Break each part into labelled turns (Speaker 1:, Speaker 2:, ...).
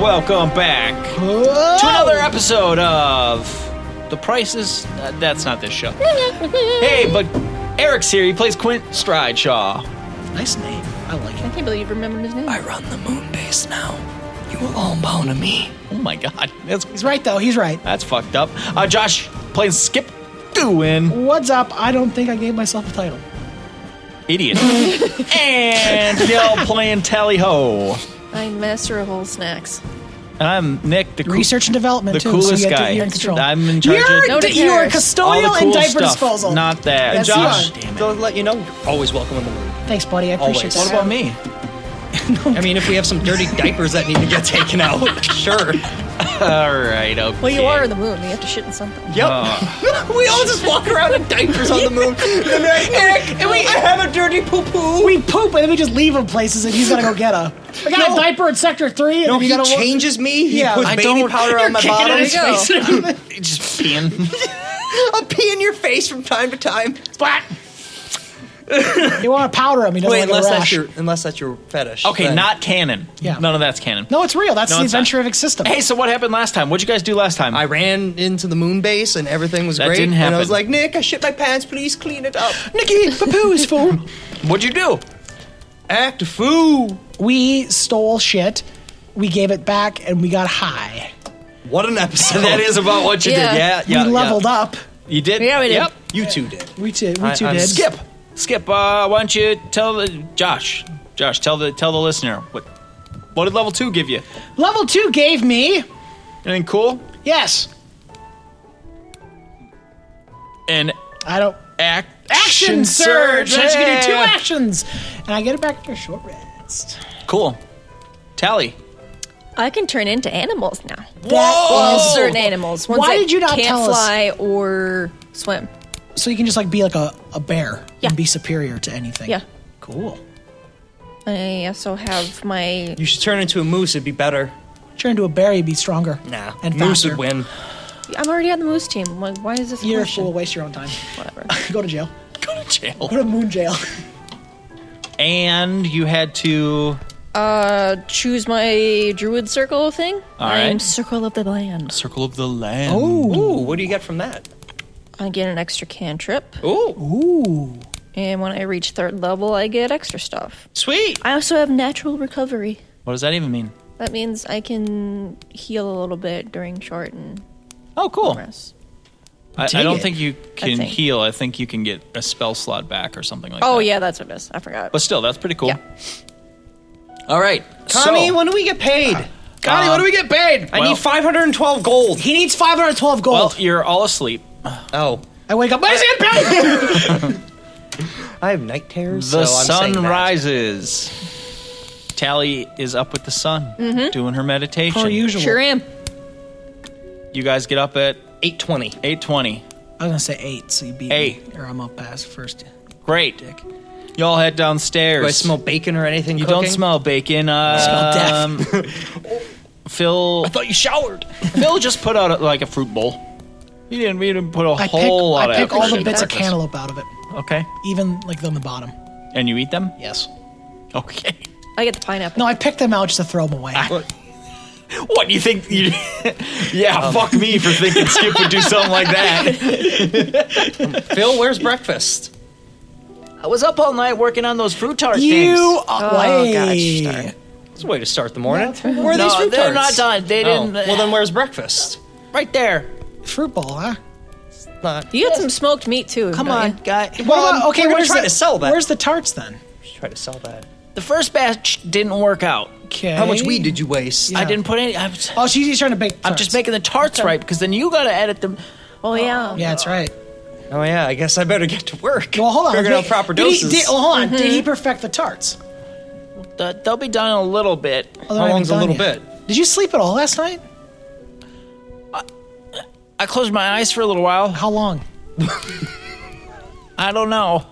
Speaker 1: welcome back to another episode of The Prices. Uh, that's not this show. hey, but Eric's here. He plays Quint Strideshaw. Nice name. I like it.
Speaker 2: I can't believe you remembered his name.
Speaker 3: I run the moon base now. You are all bound to me.
Speaker 1: Oh my god, that's
Speaker 4: He's right though. He's right.
Speaker 1: that's fucked up. Uh, Josh plays Skip Doin.
Speaker 4: What's up? I don't think I gave myself a title.
Speaker 1: Idiot. and Dale playing Tally Ho.
Speaker 2: I'm master of all snacks.
Speaker 1: And I'm Nick, the coo-
Speaker 4: Research and development.
Speaker 1: the
Speaker 4: too,
Speaker 1: coolest
Speaker 4: so you have to-
Speaker 1: guy.
Speaker 4: You're in control.
Speaker 1: I'm in charge
Speaker 4: You're,
Speaker 1: of
Speaker 2: Nobody
Speaker 4: d- you are
Speaker 2: cares.
Speaker 1: all
Speaker 4: custodial
Speaker 1: the cool
Speaker 4: and diaper
Speaker 1: stuff.
Speaker 4: disposal.
Speaker 1: Not that.
Speaker 4: That's
Speaker 1: Josh,
Speaker 4: fun.
Speaker 1: damn it.
Speaker 3: They'll let you know you're always welcome on the moon.
Speaker 4: Thanks, buddy. I appreciate
Speaker 1: What
Speaker 3: Always.
Speaker 4: that.
Speaker 1: about me?
Speaker 3: I mean, if we have some dirty diapers that need to get taken out, sure.
Speaker 1: All right, okay.
Speaker 2: Well, you are the moon. You have to shit in something.
Speaker 3: Yep. we all just walk around in diapers on the moon. And Eric, and we have a dirty poo poo.
Speaker 4: We poop and then we just leave him places and he's gonna go get a. I got a
Speaker 3: No.
Speaker 4: diaper in sector three and
Speaker 3: No,
Speaker 4: then you
Speaker 3: he
Speaker 4: gotta wa-
Speaker 3: changes me. He
Speaker 4: Yeah.
Speaker 3: puts
Speaker 4: I
Speaker 3: baby
Speaker 1: don't-
Speaker 3: powder on my
Speaker 4: Kick it in
Speaker 3: bottom.
Speaker 4: his
Speaker 2: There you
Speaker 4: face.
Speaker 1: just peeing.
Speaker 3: I'll pee in your face from time to time.
Speaker 4: Splat. you want to powder him? He doesn't
Speaker 3: Wait,
Speaker 4: like
Speaker 3: unless
Speaker 4: a
Speaker 3: that's
Speaker 4: Oh, rash.
Speaker 3: your unless that's your fetish.
Speaker 1: Okay,
Speaker 3: then-
Speaker 1: not canon.
Speaker 4: Yeah.
Speaker 1: None of that's canon.
Speaker 4: No, it's real. That's
Speaker 1: No,
Speaker 4: the
Speaker 1: it's not.
Speaker 4: adventurific system.
Speaker 1: Hey, so what happened last time? What'd you guys do last time?
Speaker 3: I ran into the moon base and everything was
Speaker 1: That
Speaker 3: great.
Speaker 1: didn't
Speaker 3: And I
Speaker 1: happen.
Speaker 3: was like, Nick, I shit my pants. Please clean it up.
Speaker 4: Nikki, poo is full.
Speaker 1: What'd you do?
Speaker 3: Act a fool.
Speaker 4: We stole shit. We gave it back and we got high.
Speaker 3: What an episode.
Speaker 1: That is about what you
Speaker 2: Yeah.
Speaker 1: did. Yeah, yeah.
Speaker 4: we
Speaker 1: yeah.
Speaker 4: leveled up.
Speaker 1: You did?
Speaker 2: Yeah, we did.
Speaker 1: Yep.
Speaker 3: You two did.
Speaker 4: We too. We
Speaker 1: I-
Speaker 4: too
Speaker 1: I'm
Speaker 4: did.
Speaker 1: Skip. Skip, uh, why don't you tell the Josh. Josh, tell the tell the listener what what did level two give you?
Speaker 4: Level two gave me
Speaker 1: Anything cool?
Speaker 4: yes.
Speaker 1: And
Speaker 4: I don't
Speaker 1: act
Speaker 4: action surge. I can do two
Speaker 1: Yeah.
Speaker 4: actions, and I get it back after a short rest.
Speaker 1: Cool. Tally.
Speaker 2: I can turn into animals now.
Speaker 1: Whoa!
Speaker 2: Well, certain animals. Ones
Speaker 4: Why
Speaker 2: that
Speaker 4: did you not
Speaker 2: can't
Speaker 4: tell us?
Speaker 2: fly or swim?
Speaker 4: So you can just like be like a, a bear
Speaker 2: Yeah.
Speaker 4: and be superior to anything.
Speaker 2: Yeah.
Speaker 4: Cool.
Speaker 2: I also have my.
Speaker 3: You should turn into a moose. It'd be better.
Speaker 4: Turn into a bear, you'd be stronger.
Speaker 3: Nah.
Speaker 4: And
Speaker 3: moose
Speaker 4: faster.
Speaker 3: would win.
Speaker 2: I'm already on the moose team. Like, why is this a
Speaker 4: You're a
Speaker 2: question?
Speaker 4: fool. Waste your own time.
Speaker 2: Whatever.
Speaker 4: Go to jail.
Speaker 1: Go to jail.
Speaker 4: Go to moon jail.
Speaker 1: And you had to
Speaker 2: Uh, choose my druid circle thing.
Speaker 1: All
Speaker 2: I'm
Speaker 1: right.
Speaker 2: circle of the land.
Speaker 1: Circle of the Land.
Speaker 4: Oh.
Speaker 3: Ooh, what do you get from that?
Speaker 2: I get an extra cantrip,
Speaker 3: Ooh,
Speaker 4: Ooh.
Speaker 2: and when I reach third level, I get extra stuff.
Speaker 3: sweet.
Speaker 2: I also have natural recovery.
Speaker 1: What does that even mean?
Speaker 2: That means I can heal a little bit during short and
Speaker 1: Oh, cool.
Speaker 2: rest.
Speaker 1: I, I
Speaker 4: Dig
Speaker 1: don't
Speaker 4: it.
Speaker 1: think you can
Speaker 2: think.
Speaker 1: heal. I think you can get a spell slot back or something like that.
Speaker 2: Oh yeah, that's what it is. I forgot.
Speaker 1: But still, that's pretty cool.
Speaker 2: Yeah.
Speaker 1: All right.
Speaker 3: Connie,
Speaker 1: so, uh,
Speaker 3: when do we get paid?
Speaker 1: Connie, when do we
Speaker 3: get paid? I
Speaker 1: Well-
Speaker 3: need 512 gold.
Speaker 4: He needs 512 gold.
Speaker 1: well, you're all asleep.
Speaker 3: Oh,
Speaker 4: I wake up. Where's the paid?
Speaker 3: I have night terrors.
Speaker 1: The
Speaker 3: so I'm saying
Speaker 1: sun
Speaker 3: that.
Speaker 1: rises. Tally is up with the sun, doing her meditation.
Speaker 4: Per usual.
Speaker 2: sure am.
Speaker 1: You guys get up at
Speaker 3: 820.
Speaker 1: 8:20.
Speaker 4: I was gonna say eight, so you beat
Speaker 1: Eight.
Speaker 4: Me, or I'm up past first.
Speaker 1: Great. Y'all head downstairs.
Speaker 3: Do I smell bacon or anything?
Speaker 1: You
Speaker 3: cooking?
Speaker 1: don't smell bacon. Um,
Speaker 3: smell
Speaker 1: Phil.
Speaker 3: I thought you showered.
Speaker 1: Phil just put out like a fruit bowl. He didn't. We didn't put a
Speaker 4: I pick,
Speaker 1: whole lot
Speaker 4: I pick
Speaker 1: of.
Speaker 4: all the
Speaker 2: appreciate
Speaker 4: bits of
Speaker 2: that.
Speaker 4: cantaloupe out of it,
Speaker 1: Okay.
Speaker 4: even like on the bottom.
Speaker 1: And you eat them.
Speaker 4: Yes.
Speaker 1: Okay.
Speaker 2: I get the pineapple.
Speaker 4: No, I pick them out just to throw them away.
Speaker 1: What do you think? You, yeah, fuck me for thinking Skip would do something like that.
Speaker 3: Phil, where's breakfast?
Speaker 1: I was up all night working on those fruit tart
Speaker 4: you
Speaker 2: Oh,
Speaker 4: away.
Speaker 2: gosh, darn.
Speaker 3: It's a way to start the morning.
Speaker 4: No,
Speaker 3: Where are these
Speaker 1: No,
Speaker 3: fruit
Speaker 1: Uh, they're not
Speaker 3: tarts?
Speaker 1: done. They
Speaker 3: Oh,
Speaker 1: didn't.
Speaker 3: Well, then where's breakfast?
Speaker 1: right there.
Speaker 4: Fruit bowl, huh?
Speaker 3: Not.
Speaker 2: You got some smoked meat too.
Speaker 1: Come
Speaker 2: don't
Speaker 1: on,
Speaker 2: you?
Speaker 1: guy.
Speaker 3: Well,
Speaker 4: What
Speaker 3: I'm-
Speaker 4: about- okay,
Speaker 3: we're gonna
Speaker 4: where's
Speaker 3: try
Speaker 4: the,
Speaker 3: to sell that.
Speaker 4: Where's the tarts then?
Speaker 3: Try to sell that.
Speaker 1: The first batch didn't work out.
Speaker 4: Okay.
Speaker 3: How much weed did you waste?
Speaker 1: I didn't put any. I was,
Speaker 4: Oh, she's, she's trying to bake.
Speaker 1: I'm
Speaker 4: tarts.
Speaker 1: just making the tarts right because then you got to edit them.
Speaker 2: Oh yeah.
Speaker 4: Yeah, that's right.
Speaker 3: Oh yeah, I guess I better get to work.
Speaker 4: Well, hold on.
Speaker 3: Figuring out
Speaker 4: Did-
Speaker 3: proper
Speaker 4: did he-
Speaker 3: doses.
Speaker 4: did- well, hold on. Did
Speaker 2: Mm-hmm.
Speaker 4: he perfect the tarts?
Speaker 1: Th- They'll be done in a little bit.
Speaker 4: Oh, they're
Speaker 3: How
Speaker 4: not even
Speaker 3: long's a
Speaker 4: done
Speaker 3: little
Speaker 4: yet.
Speaker 3: bit?
Speaker 4: Did you sleep at all last night?
Speaker 1: I closed my eyes for a little while.
Speaker 4: How long?
Speaker 1: I don't know,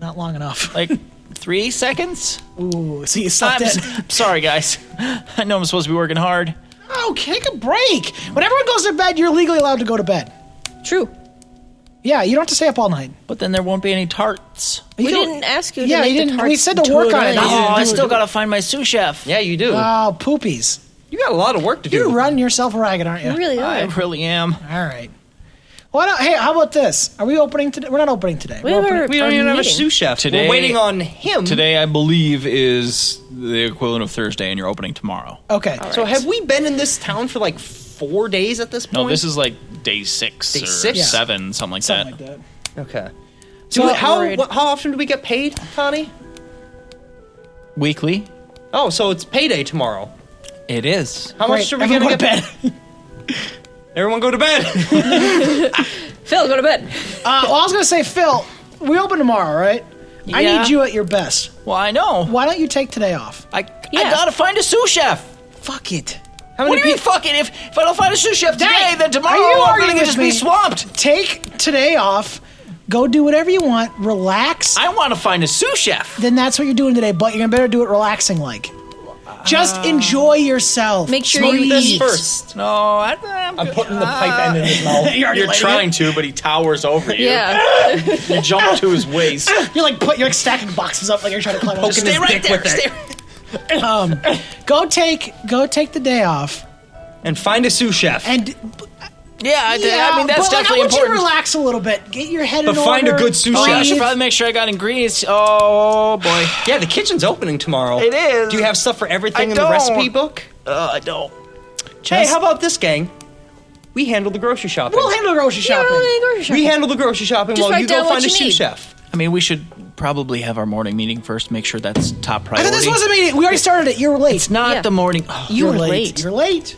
Speaker 4: Not long enough.
Speaker 1: like three seconds.
Speaker 4: Ooh, so you
Speaker 1: I'm
Speaker 4: slept in.
Speaker 1: s- sorry, guys. I know I'm supposed to be working hard.
Speaker 4: Oh, take a break. When everyone goes to bed, you're legally allowed to go to bed.
Speaker 2: True.
Speaker 4: Yeah, you don't have to stay up all night.
Speaker 1: But then there won't be any tarts.
Speaker 4: You
Speaker 2: we
Speaker 4: can-
Speaker 2: didn't ask you. To
Speaker 4: Yeah,
Speaker 2: make
Speaker 4: you
Speaker 2: the
Speaker 4: didn't. We
Speaker 2: tarts
Speaker 4: said to
Speaker 2: until
Speaker 4: work on
Speaker 2: early.
Speaker 4: it.
Speaker 1: Oh,
Speaker 4: You didn't
Speaker 1: I
Speaker 4: do it.
Speaker 1: still gotta find my sous chef.
Speaker 3: Yeah, you do.
Speaker 4: Oh, poopies.
Speaker 3: you got a lot of work to
Speaker 4: You're
Speaker 3: do.
Speaker 4: running yourself ragged, aren't you?
Speaker 2: You really
Speaker 1: I
Speaker 2: are.
Speaker 1: really am.
Speaker 4: All right. Why not? Hey, how about this? Are we opening today? We're not opening today.
Speaker 2: We
Speaker 4: We're
Speaker 2: have
Speaker 4: opening-
Speaker 2: our,
Speaker 3: We don't
Speaker 2: our
Speaker 3: even have a
Speaker 2: meeting.
Speaker 3: sous chef.
Speaker 1: Today-
Speaker 3: We're waiting on him.
Speaker 1: Today, I believe, is the equivalent of Thursday, and you're opening tomorrow.
Speaker 4: okay.
Speaker 3: So have we been in this town for like four days at this point?
Speaker 1: No, this is like day six
Speaker 3: Day
Speaker 1: or
Speaker 3: six? Yeah.
Speaker 1: seven, something like
Speaker 4: Something
Speaker 1: that.
Speaker 4: like that.
Speaker 3: okay.
Speaker 4: So
Speaker 3: Do we- how
Speaker 2: worried.
Speaker 3: what, how often do we get paid, Connie?
Speaker 1: Weekly,
Speaker 3: Oh, so it's payday tomorrow.
Speaker 1: it is.
Speaker 3: How
Speaker 4: Great.
Speaker 3: much should we
Speaker 4: Everyone
Speaker 3: get?
Speaker 4: go to
Speaker 3: bed. Everyone go to bed.
Speaker 2: Phil, go to bed.
Speaker 4: Uh, well, I was gonna say, Phil, we open tomorrow, right? I
Speaker 2: Yeah.
Speaker 4: need you at your best.
Speaker 1: Well, I know.
Speaker 4: Why don't you take today off?
Speaker 1: I, I
Speaker 2: Yeah.
Speaker 1: gotta find a sous chef.
Speaker 4: Fuck it.
Speaker 3: How
Speaker 1: What
Speaker 3: many
Speaker 1: do you mean,
Speaker 3: people?
Speaker 1: fucking? If if I don't find a sous chef today,
Speaker 4: Dang,
Speaker 1: then tomorrow
Speaker 4: are you
Speaker 1: I'm
Speaker 4: arguing
Speaker 1: gonna
Speaker 4: with
Speaker 1: just
Speaker 4: me?
Speaker 1: be swamped.
Speaker 4: Take today off. Go do whatever you want. Relax.
Speaker 1: I want to find a sous chef.
Speaker 4: then that's what you're doing today. But you're gonna better do it relaxing, like. Just enjoy yourself.
Speaker 2: Uh, Make sure
Speaker 4: Breathe.
Speaker 2: you
Speaker 3: This
Speaker 2: eat.
Speaker 3: first.
Speaker 1: No, I, I'm,
Speaker 3: I'm putting the pipe end in
Speaker 4: Ah.
Speaker 3: his mouth.
Speaker 4: You're, already lighting it.
Speaker 1: to, but he towers over you.
Speaker 2: Yeah.
Speaker 1: You jump to his waist.
Speaker 4: You're like put. You're like stacking boxes up, like you're trying to climb. up.
Speaker 1: Oh, Stay right there. Stay
Speaker 4: Um, go take. Go take the day off.
Speaker 3: And find a sous chef.
Speaker 4: And
Speaker 1: Yeah, I,
Speaker 4: yeah,
Speaker 1: I mean that's definitely
Speaker 4: but, like, I want
Speaker 1: important.
Speaker 4: You to relax a little bit. Get your head
Speaker 3: But
Speaker 4: in
Speaker 3: find a
Speaker 4: order.
Speaker 3: good sous
Speaker 1: Oh,
Speaker 3: chef.
Speaker 1: I
Speaker 4: breathe.
Speaker 1: should probably make sure I got ingredients. Oh boy,
Speaker 3: yeah, the kitchen's opening tomorrow.
Speaker 1: It is.
Speaker 3: Do you have stuff for everything
Speaker 1: I
Speaker 3: in
Speaker 1: don't.
Speaker 3: the recipe book?
Speaker 1: uh, I don't.
Speaker 3: hey, how about this, gang? We handle the grocery shopping.
Speaker 4: We'll handle grocery
Speaker 2: You're
Speaker 4: shopping.
Speaker 2: only grocery shopping.
Speaker 3: we handle the grocery shopping
Speaker 2: Just
Speaker 3: while
Speaker 2: write
Speaker 3: you
Speaker 2: down
Speaker 3: go
Speaker 2: what
Speaker 3: find a
Speaker 2: you
Speaker 3: sous
Speaker 2: need.
Speaker 3: chef.
Speaker 1: I mean, we should probably have our morning meeting first. Make sure that's top
Speaker 4: I
Speaker 1: priority.
Speaker 4: thought this was a meeting. We already started it. You're late.
Speaker 1: It's not
Speaker 2: Yeah.
Speaker 1: the morning. Oh,
Speaker 2: You
Speaker 4: You're
Speaker 2: were
Speaker 4: late.
Speaker 2: late.
Speaker 4: You're late.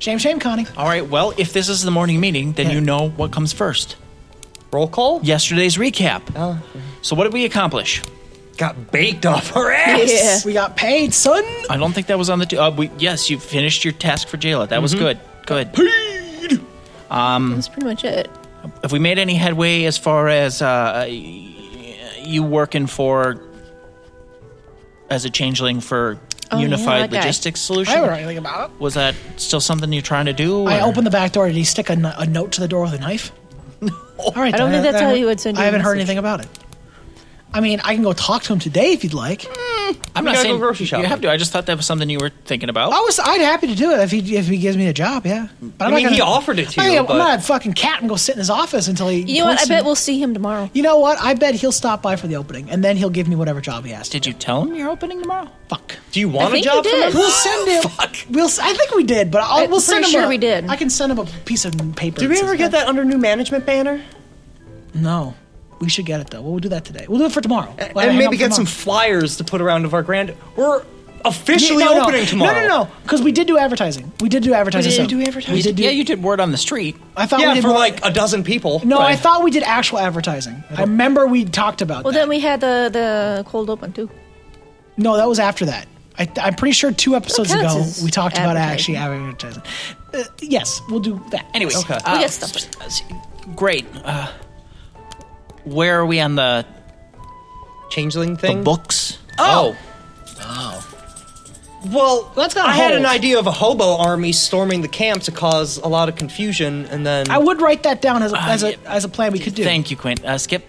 Speaker 4: Shame, shame, Connie.
Speaker 1: All right. Well, if this is the morning meeting, then
Speaker 4: Yeah.
Speaker 1: you know what comes first.
Speaker 3: Roll call?
Speaker 1: Yesterday's recap.
Speaker 3: Oh.
Speaker 1: So what did we accomplish?
Speaker 3: Got baked off her ass.
Speaker 2: Yeah. Oh,
Speaker 4: We got paid, son.
Speaker 1: I don't think that was on the. T- uh, we, yes, you finished your task for Jayla. That was good.
Speaker 4: Mm-hmm.
Speaker 1: Good.
Speaker 2: That's pretty much it.
Speaker 1: Have we made any headway as far as uh, you working for as a changeling for
Speaker 2: Oh, yeah,
Speaker 1: Unified
Speaker 2: that guy.
Speaker 1: Logistics
Speaker 4: I don't know
Speaker 1: Solution?
Speaker 4: anything about it.
Speaker 1: Was that still something you're trying to do?
Speaker 4: I
Speaker 1: or-
Speaker 4: opened the back door. Did he stick a, kn- a note to the door with a knife? All right.
Speaker 2: I don't think
Speaker 4: then
Speaker 2: that's
Speaker 4: then
Speaker 2: how he would send you
Speaker 4: I
Speaker 2: a
Speaker 4: haven't heard
Speaker 2: message.
Speaker 4: anything about it. I mean, I can go talk to him today if you'd like.
Speaker 1: I'm
Speaker 3: We
Speaker 1: not
Speaker 3: gotta
Speaker 1: saying
Speaker 3: go grocery shopping.
Speaker 1: you have to. I just thought that was something you were thinking about.
Speaker 4: I was. I'd happy to do it if he if he gives me a job. Yeah. But
Speaker 3: I
Speaker 4: not
Speaker 3: mean, he
Speaker 4: gonna-
Speaker 3: offered it to
Speaker 4: I
Speaker 3: you,
Speaker 4: mean, I'm
Speaker 3: but-
Speaker 4: not a fucking cat and go sit in his office until he.
Speaker 2: You know what? I
Speaker 4: points
Speaker 2: bet
Speaker 4: and-
Speaker 2: we'll see him tomorrow.
Speaker 4: You know what? I bet he'll stop by for the opening, and then he'll give me whatever job he has. to.
Speaker 1: Did you tell him you're opening tomorrow?
Speaker 4: Fuck.
Speaker 3: Do you want a
Speaker 2: think
Speaker 3: job
Speaker 2: you
Speaker 3: from
Speaker 2: did.
Speaker 3: him?
Speaker 4: We'll send him. We'll. s- I think we did, but I'll,
Speaker 2: I'm
Speaker 4: we'll send
Speaker 2: pretty
Speaker 4: him.
Speaker 2: sure
Speaker 4: a-
Speaker 2: we did.
Speaker 4: I can send him a piece of paper.
Speaker 3: Did
Speaker 4: that
Speaker 3: we ever
Speaker 4: says
Speaker 3: get that under new management banner?
Speaker 4: No. We should get it though. We'll do that today. We'll do it for tomorrow. We'll hang
Speaker 3: and
Speaker 4: out
Speaker 3: maybe get
Speaker 4: tomorrow.
Speaker 3: some flyers to put around of our grand. We're
Speaker 4: Yeah,
Speaker 3: officially
Speaker 4: no, no.
Speaker 3: opening tomorrow.
Speaker 4: No, no, no. Because we did do advertising. We did do advertising.
Speaker 2: did
Speaker 4: stuff.
Speaker 2: do
Speaker 4: We
Speaker 2: advertising.
Speaker 4: did do.
Speaker 1: yeah, you did word on the street.
Speaker 4: I thought we
Speaker 3: Yeah,
Speaker 4: did
Speaker 3: for
Speaker 4: more-
Speaker 3: like a dozen people.
Speaker 4: No, I
Speaker 3: Right.
Speaker 4: thought we did actual advertising. I remember we talked about
Speaker 2: Well,
Speaker 4: that.
Speaker 2: then we had the the cold open too.
Speaker 4: No, that was after that. I, I'm pretty sure two episodes
Speaker 2: counts
Speaker 4: ago
Speaker 2: as
Speaker 4: we talked about actually
Speaker 2: advertising.
Speaker 4: advertising. Uh, yes, we'll do that.
Speaker 1: Anyways,
Speaker 3: Okay.
Speaker 1: uh,
Speaker 2: We got stuff.
Speaker 1: s- s- Great. Uh, where are we on the,
Speaker 3: Changeling
Speaker 1: the
Speaker 3: thing.
Speaker 1: books?
Speaker 3: Oh. Well,
Speaker 4: That's got
Speaker 3: I had
Speaker 4: hold.
Speaker 3: an idea of a hobo army storming the camp to cause a lot of confusion, and then
Speaker 4: I would write that down
Speaker 3: Uh,
Speaker 4: as a, as
Speaker 1: yeah.
Speaker 4: a as a plan we could do.
Speaker 1: Thank you, Quint. Uh, Skip.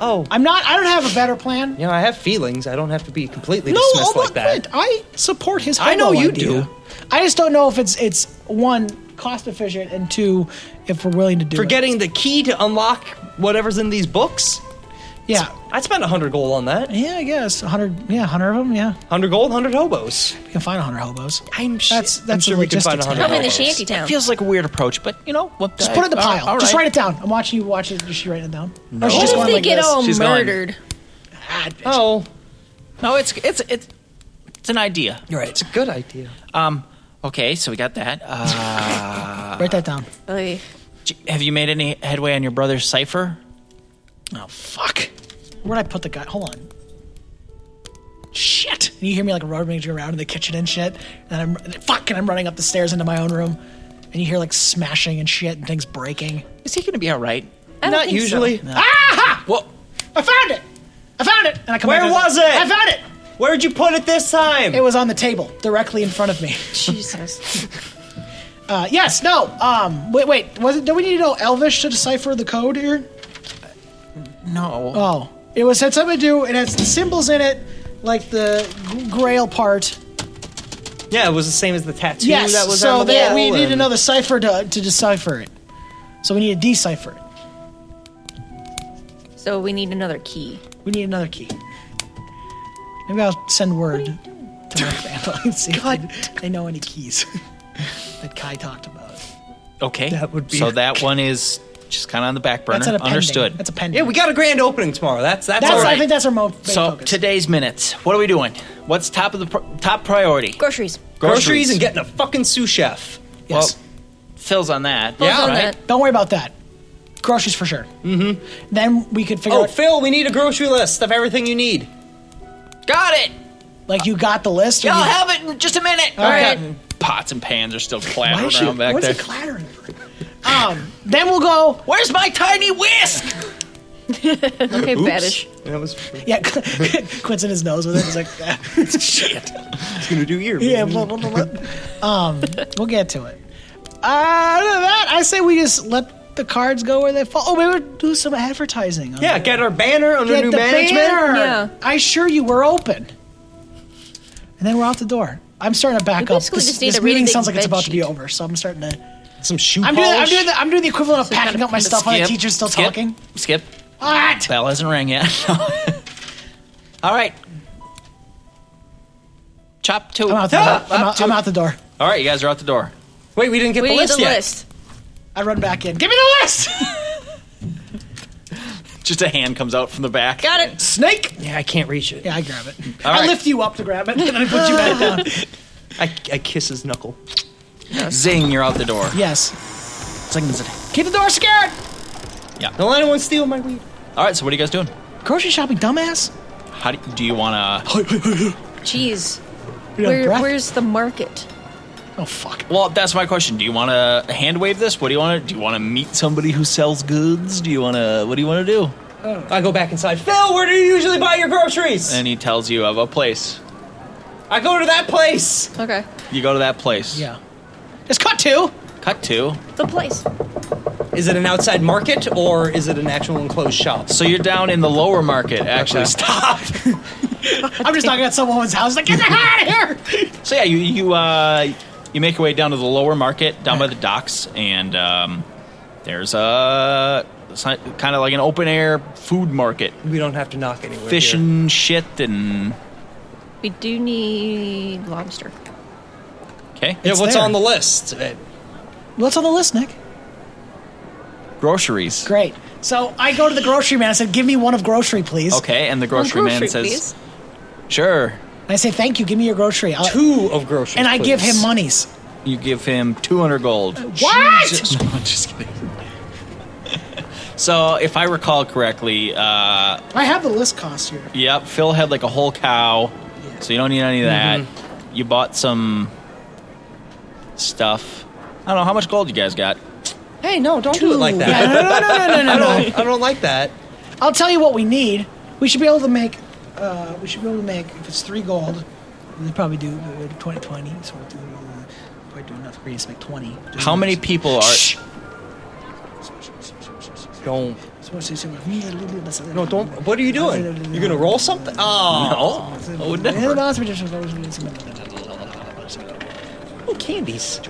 Speaker 3: oh,
Speaker 4: I'm not. I don't have a better plan.
Speaker 3: you know, I have feelings. I don't have to be completely
Speaker 4: No,
Speaker 3: dismissed
Speaker 4: I'm
Speaker 3: like
Speaker 4: not
Speaker 3: that.
Speaker 4: Clint. I support his.
Speaker 3: I know
Speaker 4: hobo
Speaker 3: you
Speaker 4: idea.
Speaker 3: do.
Speaker 4: I just don't know if it's it's one cost efficient and two if we're willing to do
Speaker 3: For
Speaker 4: it.
Speaker 3: getting the key to unlock whatever's in these books,
Speaker 4: Yeah.
Speaker 3: I'd spend hundred gold on that.
Speaker 4: Yeah, I guess hundred. Yeah, hundred of them. Yeah,
Speaker 3: Hundred gold, hundred hobos.
Speaker 4: we can find hundred hobos.
Speaker 3: I'm sh-
Speaker 4: That's-
Speaker 3: I'm
Speaker 4: that's
Speaker 3: sure
Speaker 4: the
Speaker 3: we can find
Speaker 4: logistics.
Speaker 3: hundred.
Speaker 2: Probably in the
Speaker 3: hobos.
Speaker 2: shanty town.
Speaker 1: Feels like a weird approach, but you know what?
Speaker 4: Just put it in the
Speaker 1: all-
Speaker 4: pile.
Speaker 1: all
Speaker 4: Just
Speaker 1: right.
Speaker 4: write it down. I'm watching you watch it. Is she writing it down? Or is she
Speaker 2: What
Speaker 4: just
Speaker 2: if
Speaker 4: going
Speaker 2: they
Speaker 4: like
Speaker 2: get
Speaker 4: this?
Speaker 2: all
Speaker 1: She's going.
Speaker 2: murdered?
Speaker 4: Ah, bitch.
Speaker 3: Oh,
Speaker 1: No, it's it's it's it's an idea.
Speaker 4: You're right.
Speaker 3: it's a good idea.
Speaker 1: Um. Okay, so we got that. Uh,
Speaker 4: Write that down.
Speaker 2: Oy.
Speaker 1: j- have you made any headway on your brother's cipher?
Speaker 4: Oh fuck. Where'd I put the guy? Hold on. Shit. And you hear me like rummaging around in the kitchen and shit. And I'm fuck. And I'm running up the stairs into my own room. And you hear like smashing and shit and things breaking.
Speaker 1: Is he gonna be all right?
Speaker 2: I don't
Speaker 3: Not
Speaker 2: think so.
Speaker 3: usually.
Speaker 1: Well,
Speaker 4: I found it. I found it. And I come
Speaker 3: Where
Speaker 4: back,
Speaker 3: was it?
Speaker 4: I found it.
Speaker 3: Where'd you put it this time?
Speaker 4: It was on the table directly in front of me.
Speaker 2: Jesus.
Speaker 4: Uh, yes. No. Um. Wait. Wait. Was it? Do we need to know Elvish to decipher the code here?
Speaker 1: no.
Speaker 4: Oh, it was had something to do. It has symbols in it, like the g- Grail part.
Speaker 3: Yeah, it was the same as the tattoo
Speaker 4: Yes.
Speaker 3: that was
Speaker 4: so
Speaker 3: on the
Speaker 4: that
Speaker 3: wall
Speaker 4: we need
Speaker 3: and-
Speaker 4: another cipher to, to decipher it. So we need to decipher it.
Speaker 2: So we need another key.
Speaker 4: We need another key. Maybe I'll send word to my grandpa and see if they, they know any keys that Kai talked about.
Speaker 1: Okay.
Speaker 4: Oh, That would be-
Speaker 1: so that one is just kind of on the back burner.
Speaker 4: That's an appending.
Speaker 1: Understood.
Speaker 4: That's a pending.
Speaker 3: Yeah, we got a grand opening tomorrow. That's that's,
Speaker 4: That's
Speaker 3: all right.
Speaker 4: I think that's our mo- main
Speaker 1: so
Speaker 4: focus.
Speaker 1: today's minutes. What are we doing? What's top of the pr- top priority?
Speaker 2: Groceries.
Speaker 3: groceries. and getting a fucking sous chef.
Speaker 4: yes.
Speaker 1: Phil's on that.
Speaker 3: Yeah,
Speaker 2: Other than
Speaker 1: right.
Speaker 2: that,
Speaker 4: Don't worry about that. Groceries for sure. Mm-hmm. Then we could figure
Speaker 3: Oh,
Speaker 4: out
Speaker 3: Phil, we need a grocery list of everything you need.
Speaker 1: Got it.
Speaker 4: like you got the list. or
Speaker 1: Y'all
Speaker 4: you-
Speaker 1: have it in just a minute.
Speaker 4: All right.
Speaker 1: Pots and pans are still
Speaker 4: Why
Speaker 1: clattering
Speaker 4: is she,
Speaker 1: around back
Speaker 4: what's
Speaker 1: there.
Speaker 4: it clattering? for? um. Then we'll go.
Speaker 1: Where's my tiny whisk?
Speaker 2: okay, baddish.
Speaker 3: That was
Speaker 4: Yeah. Quints in his nose with it. He's like, ah, shit.
Speaker 3: gonna do your
Speaker 4: Yeah. Blah, blah, blah, blah. Um. We'll get to it. Uh, other than that, I say we just let the cards go where they fall. Oh, maybe we'll do some advertising. on
Speaker 3: Yeah,
Speaker 4: it.
Speaker 3: get our banner under
Speaker 4: Get
Speaker 3: new
Speaker 4: the
Speaker 3: management.
Speaker 4: banner.
Speaker 2: Yeah.
Speaker 4: I assure you, we're open. And then we're out the door. I'm starting to back
Speaker 2: We
Speaker 4: up.
Speaker 2: basically
Speaker 4: This,
Speaker 2: just need
Speaker 4: this
Speaker 2: a really
Speaker 4: meeting
Speaker 2: big
Speaker 4: sounds like it's
Speaker 2: bed
Speaker 4: about to be
Speaker 2: sheet.
Speaker 4: over, so I'm starting to.
Speaker 3: Some shoe
Speaker 4: I'm doing,
Speaker 3: polish.
Speaker 4: I'm doing. The, I'm doing the equivalent of
Speaker 2: you gotta
Speaker 4: packing up my
Speaker 2: put the
Speaker 4: stuff while the
Speaker 1: Skip,
Speaker 4: teacher's still
Speaker 1: skip,
Speaker 4: talking.
Speaker 1: Skip.
Speaker 4: What?
Speaker 1: Bell hasn't rang yet. All right. Chop to.
Speaker 4: I'm out the,
Speaker 1: Up,
Speaker 4: I'm
Speaker 1: up
Speaker 4: out,
Speaker 1: to-
Speaker 4: I'm out the door.
Speaker 1: All right, you guys are out the door.
Speaker 3: Wait, we didn't get
Speaker 2: We
Speaker 3: the
Speaker 2: need
Speaker 3: list
Speaker 2: the
Speaker 3: yet.
Speaker 2: list.
Speaker 4: I run back in. Give me the list.
Speaker 1: Just a hand comes out from the back.
Speaker 2: Got it.
Speaker 4: Snake.
Speaker 3: Yeah, I can't reach it.
Speaker 4: Yeah, I grab it.
Speaker 1: All
Speaker 4: I
Speaker 1: right.
Speaker 4: lift you up to grab it, and then I put you back down.
Speaker 3: I, I kiss his knuckle.
Speaker 1: Zing, you're out the door.
Speaker 4: Yes.
Speaker 1: Zing, zing.
Speaker 4: Keep the door scared.
Speaker 3: Don't let anyone steal my weed.
Speaker 1: All right, so what are you guys doing?
Speaker 4: Grocery shopping, dumbass.
Speaker 1: How do, do you want to?
Speaker 2: Jeez.
Speaker 4: You're out of
Speaker 2: Where,
Speaker 4: breath.
Speaker 2: where's the market?
Speaker 4: Oh fuck.
Speaker 1: Well, that's my question. Do you want to hand wave this? What do you want to? Do you want to meet somebody who sells goods? Do you want to? What do you want to do?
Speaker 3: I go back inside. Phil, where do you usually buy your groceries?
Speaker 1: And he tells you of a place.
Speaker 3: I go to that place.
Speaker 2: Okay.
Speaker 1: You go to that place.
Speaker 4: Yeah. It's cut two.
Speaker 1: Cut to.
Speaker 2: The place.
Speaker 3: Is it an outside market or is it an actual enclosed shop?
Speaker 1: So you're down in the lower market. Actually,
Speaker 3: Okay.
Speaker 1: stop.
Speaker 4: I'm just knocking at some woman's house. Like, get the hell out of here.
Speaker 1: So yeah, you you uh, you make your way down to the lower market, down by the docks, and um, there's a kind of like an open air food market,
Speaker 3: We don't have to knock anywhere.
Speaker 1: fish
Speaker 3: here.
Speaker 1: and shit, and
Speaker 2: We do need lobster.
Speaker 1: okay,
Speaker 3: Yeah,
Speaker 4: It's
Speaker 3: what's
Speaker 4: there.
Speaker 3: on the list? Uh,
Speaker 4: What's on the list, Nick?
Speaker 1: groceries.
Speaker 4: Great. So I go to the grocery man. I said, "Give me one of grocery, please."
Speaker 1: Okay, and the
Speaker 2: One
Speaker 1: grocery, man
Speaker 2: grocery,
Speaker 1: says,
Speaker 2: please.
Speaker 1: "Sure."
Speaker 4: And I say, "Thank you. Give me your grocery." I'll-
Speaker 3: Two of groceries.
Speaker 4: and I give him
Speaker 3: please.
Speaker 4: monies.
Speaker 1: You give him 200 gold.
Speaker 4: What?
Speaker 1: Jesus. No, I'm just kidding. so, if I recall correctly, uh,
Speaker 4: I have the list cost here.
Speaker 1: Yep, Phil had like a whole cow, so you don't need any of that. You bought some stuff. I don't know how much gold you guys got.
Speaker 3: Hey, no, don't do it like that.
Speaker 4: Yeah, no, no, no, no, no, no,
Speaker 3: I
Speaker 4: no.
Speaker 3: don't. I don't like that.
Speaker 4: I'll tell you what we need. We should be able to make. Uh, we should be able to make if it's three gold. They probably do uh, twenty twenty. So we'll do, uh, probably do enough for you to make twenty. Just
Speaker 1: How many people are?
Speaker 4: Shh.
Speaker 3: Don't. No,
Speaker 4: No,
Speaker 3: don't. What are you doing? You're gonna roll something? Oh,
Speaker 1: No, I would never.
Speaker 3: no. candies.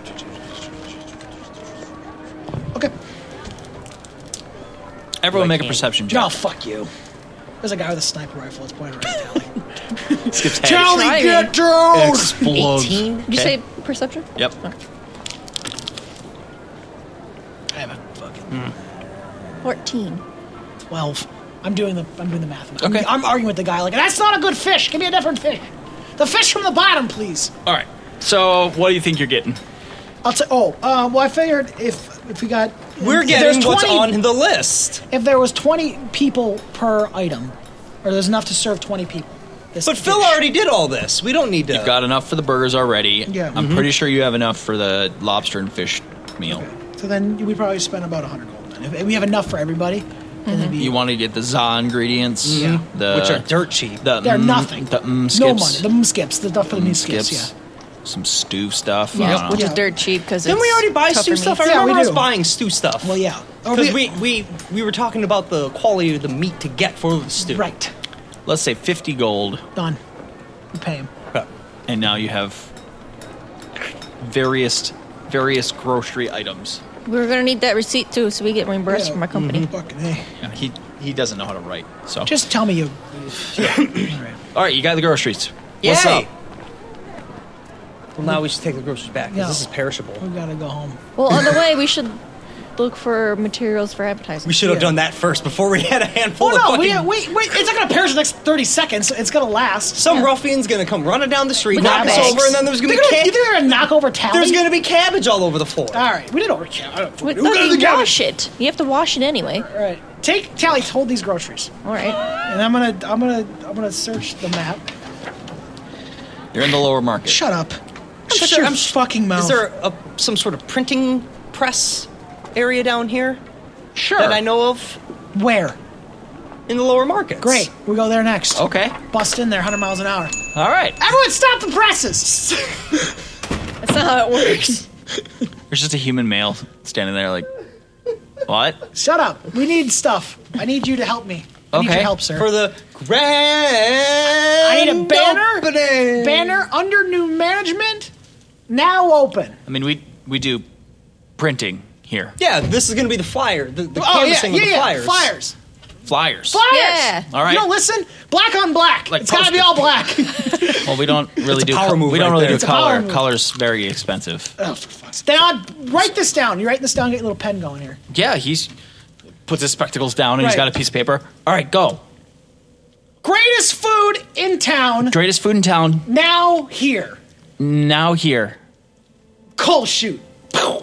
Speaker 4: Okay.
Speaker 1: Everyone make a
Speaker 3: Like
Speaker 1: perception
Speaker 4: No,
Speaker 1: check.
Speaker 4: fuck you. There's a guy with a sniper rifle that's pointed right at Tally.
Speaker 1: Skip's head
Speaker 4: Tally,
Speaker 2: Try
Speaker 4: get down!
Speaker 1: explodes.
Speaker 2: Did you
Speaker 1: Okay.
Speaker 2: say perception?
Speaker 1: Yep.
Speaker 4: I have a fucking
Speaker 2: 14.
Speaker 4: twelve. I'm doing the I'm doing the math. I'm,
Speaker 1: Okay.
Speaker 4: I'm arguing with the guy like that's not a good fish. Give me a different fish. The fish from the bottom, please.
Speaker 1: All right. So, what do you think you're getting?
Speaker 4: I'll say. Oh, uh, well, I figured if if we got
Speaker 3: We're
Speaker 4: if there's
Speaker 3: getting what's
Speaker 4: 20
Speaker 3: on the list.
Speaker 4: If there was twenty people per item, or there's enough to serve twenty people. This
Speaker 3: But Phil
Speaker 4: fish.
Speaker 3: already did all this. We don't need to.
Speaker 1: Got enough for the burgers already.
Speaker 4: Yeah.
Speaker 1: I'm
Speaker 4: Mhm.
Speaker 1: pretty sure you have enough for the lobster and fish meal.
Speaker 4: So then we probably spend about hundred gold. Then. If we have enough for everybody, then it'd be
Speaker 1: You want to get the za ingredients,
Speaker 4: Yeah.
Speaker 1: the,
Speaker 3: which are dirt cheap.
Speaker 1: uh, The,
Speaker 4: They're
Speaker 1: mm,
Speaker 4: nothing.
Speaker 1: The mm, skips,
Speaker 4: no money. The mm skips. The duff for the meat skips.
Speaker 1: skips,
Speaker 4: Yeah.
Speaker 1: some stew stuff. I
Speaker 2: Yeah,
Speaker 1: don't know.
Speaker 2: which is
Speaker 4: Yeah.
Speaker 2: dirt cheap because
Speaker 3: Didn't we already buy stew stuff? I
Speaker 4: Yeah,
Speaker 3: remember
Speaker 4: we
Speaker 3: us
Speaker 4: do.
Speaker 3: buying stew stuff.
Speaker 4: Well, yeah. Or
Speaker 3: Because
Speaker 4: we-
Speaker 3: we, we we were talking about the quality of the meat to get for the stew.
Speaker 4: Right.
Speaker 1: Let's say 50 gold.
Speaker 4: Done. We pay him.
Speaker 3: Yeah.
Speaker 1: and now you have various various grocery items.
Speaker 2: We're gonna need that receipt too, so we get reimbursed
Speaker 4: Yeah.
Speaker 2: from our company.
Speaker 4: Fucking hey.
Speaker 1: Yeah, he he doesn't know how to write. So
Speaker 4: Just tell me you. All right.
Speaker 1: all right, you got the groceries. What's
Speaker 3: Yay!
Speaker 1: up?
Speaker 3: Well, now we should take the groceries back because
Speaker 4: No. Oh,
Speaker 3: this is perishable.
Speaker 4: We gotta go home.
Speaker 3: Mm-hmm.
Speaker 2: Well, on the way, we should look for materials for advertising.
Speaker 3: We should have
Speaker 4: Yeah.
Speaker 3: done that first before we had a handful
Speaker 4: Oh
Speaker 3: of
Speaker 4: no!
Speaker 3: fucking.
Speaker 4: We, wait, wait! It's not gonna perish in the next thirty seconds. It's gonna last.
Speaker 3: Some ruffian's gonna come running down the street,
Speaker 2: With
Speaker 3: knock us
Speaker 2: bags.
Speaker 3: over, and then there's gonna
Speaker 4: They're
Speaker 3: be
Speaker 4: gonna,
Speaker 3: ca-
Speaker 4: you think they're gonna knock over tally.
Speaker 3: there's gonna be cabbage all over the floor.
Speaker 4: All right, we didn't order cabbage. I don't
Speaker 2: We,
Speaker 4: fucking-
Speaker 2: no,
Speaker 4: Who got
Speaker 2: you
Speaker 4: the cabbage?
Speaker 2: wash it. You have to wash it anyway.
Speaker 4: All right, take tally. Hold these groceries,
Speaker 2: All right.
Speaker 4: and I'm gonna, I'm gonna, I'm gonna search the map.
Speaker 1: You're in the lower market.
Speaker 4: Shut up! Shut
Speaker 3: sure-
Speaker 4: your
Speaker 3: I'm sh-
Speaker 4: fucking mouth.
Speaker 3: Is there a, some sort of printing press area down here
Speaker 1: Sure.
Speaker 3: that I know of
Speaker 4: Where?
Speaker 3: in the lower markets?
Speaker 4: Great. We go there next.
Speaker 1: Okay.
Speaker 4: Bust in there, 100 miles an hour.
Speaker 1: All right.
Speaker 4: Everyone, stop the presses!
Speaker 2: That's not how it works.
Speaker 1: There's just a human male standing there, like, what?
Speaker 4: Shut up. We need stuff. I need you to help me. I need
Speaker 1: Okay.
Speaker 4: your help, sir.
Speaker 3: For the grand. I
Speaker 4: need a banner. Banner under new management, now open.
Speaker 1: I mean, we we do printing here.
Speaker 3: Yeah, this is gonna be the flyer. The, the
Speaker 4: oh yeah,
Speaker 3: canvassing
Speaker 4: yeah,
Speaker 3: with the
Speaker 4: yeah.
Speaker 3: flyers.
Speaker 4: Flyers.
Speaker 1: Flyers.
Speaker 4: Flyers.
Speaker 2: Yeah.
Speaker 1: All right.
Speaker 4: You don't listen. Black on black.
Speaker 1: Like
Speaker 4: it's gotta be
Speaker 1: poster.
Speaker 4: all black.
Speaker 1: Well, we don't really do
Speaker 3: power move
Speaker 1: we don't
Speaker 3: right
Speaker 1: really
Speaker 3: there.
Speaker 1: do
Speaker 3: It's
Speaker 4: a power
Speaker 1: color.
Speaker 4: move.
Speaker 1: Color's very expensive.
Speaker 4: oh, for fuck's sake. Now, write this down. You write this down. Get your little pen going here.
Speaker 1: Yeah, he's puts his spectacles down and he's
Speaker 4: Right.
Speaker 1: got a piece of paper. All right, go.
Speaker 4: Greatest food in town
Speaker 1: Greatest food in town
Speaker 4: now here.
Speaker 1: now here.
Speaker 4: Coal shoot.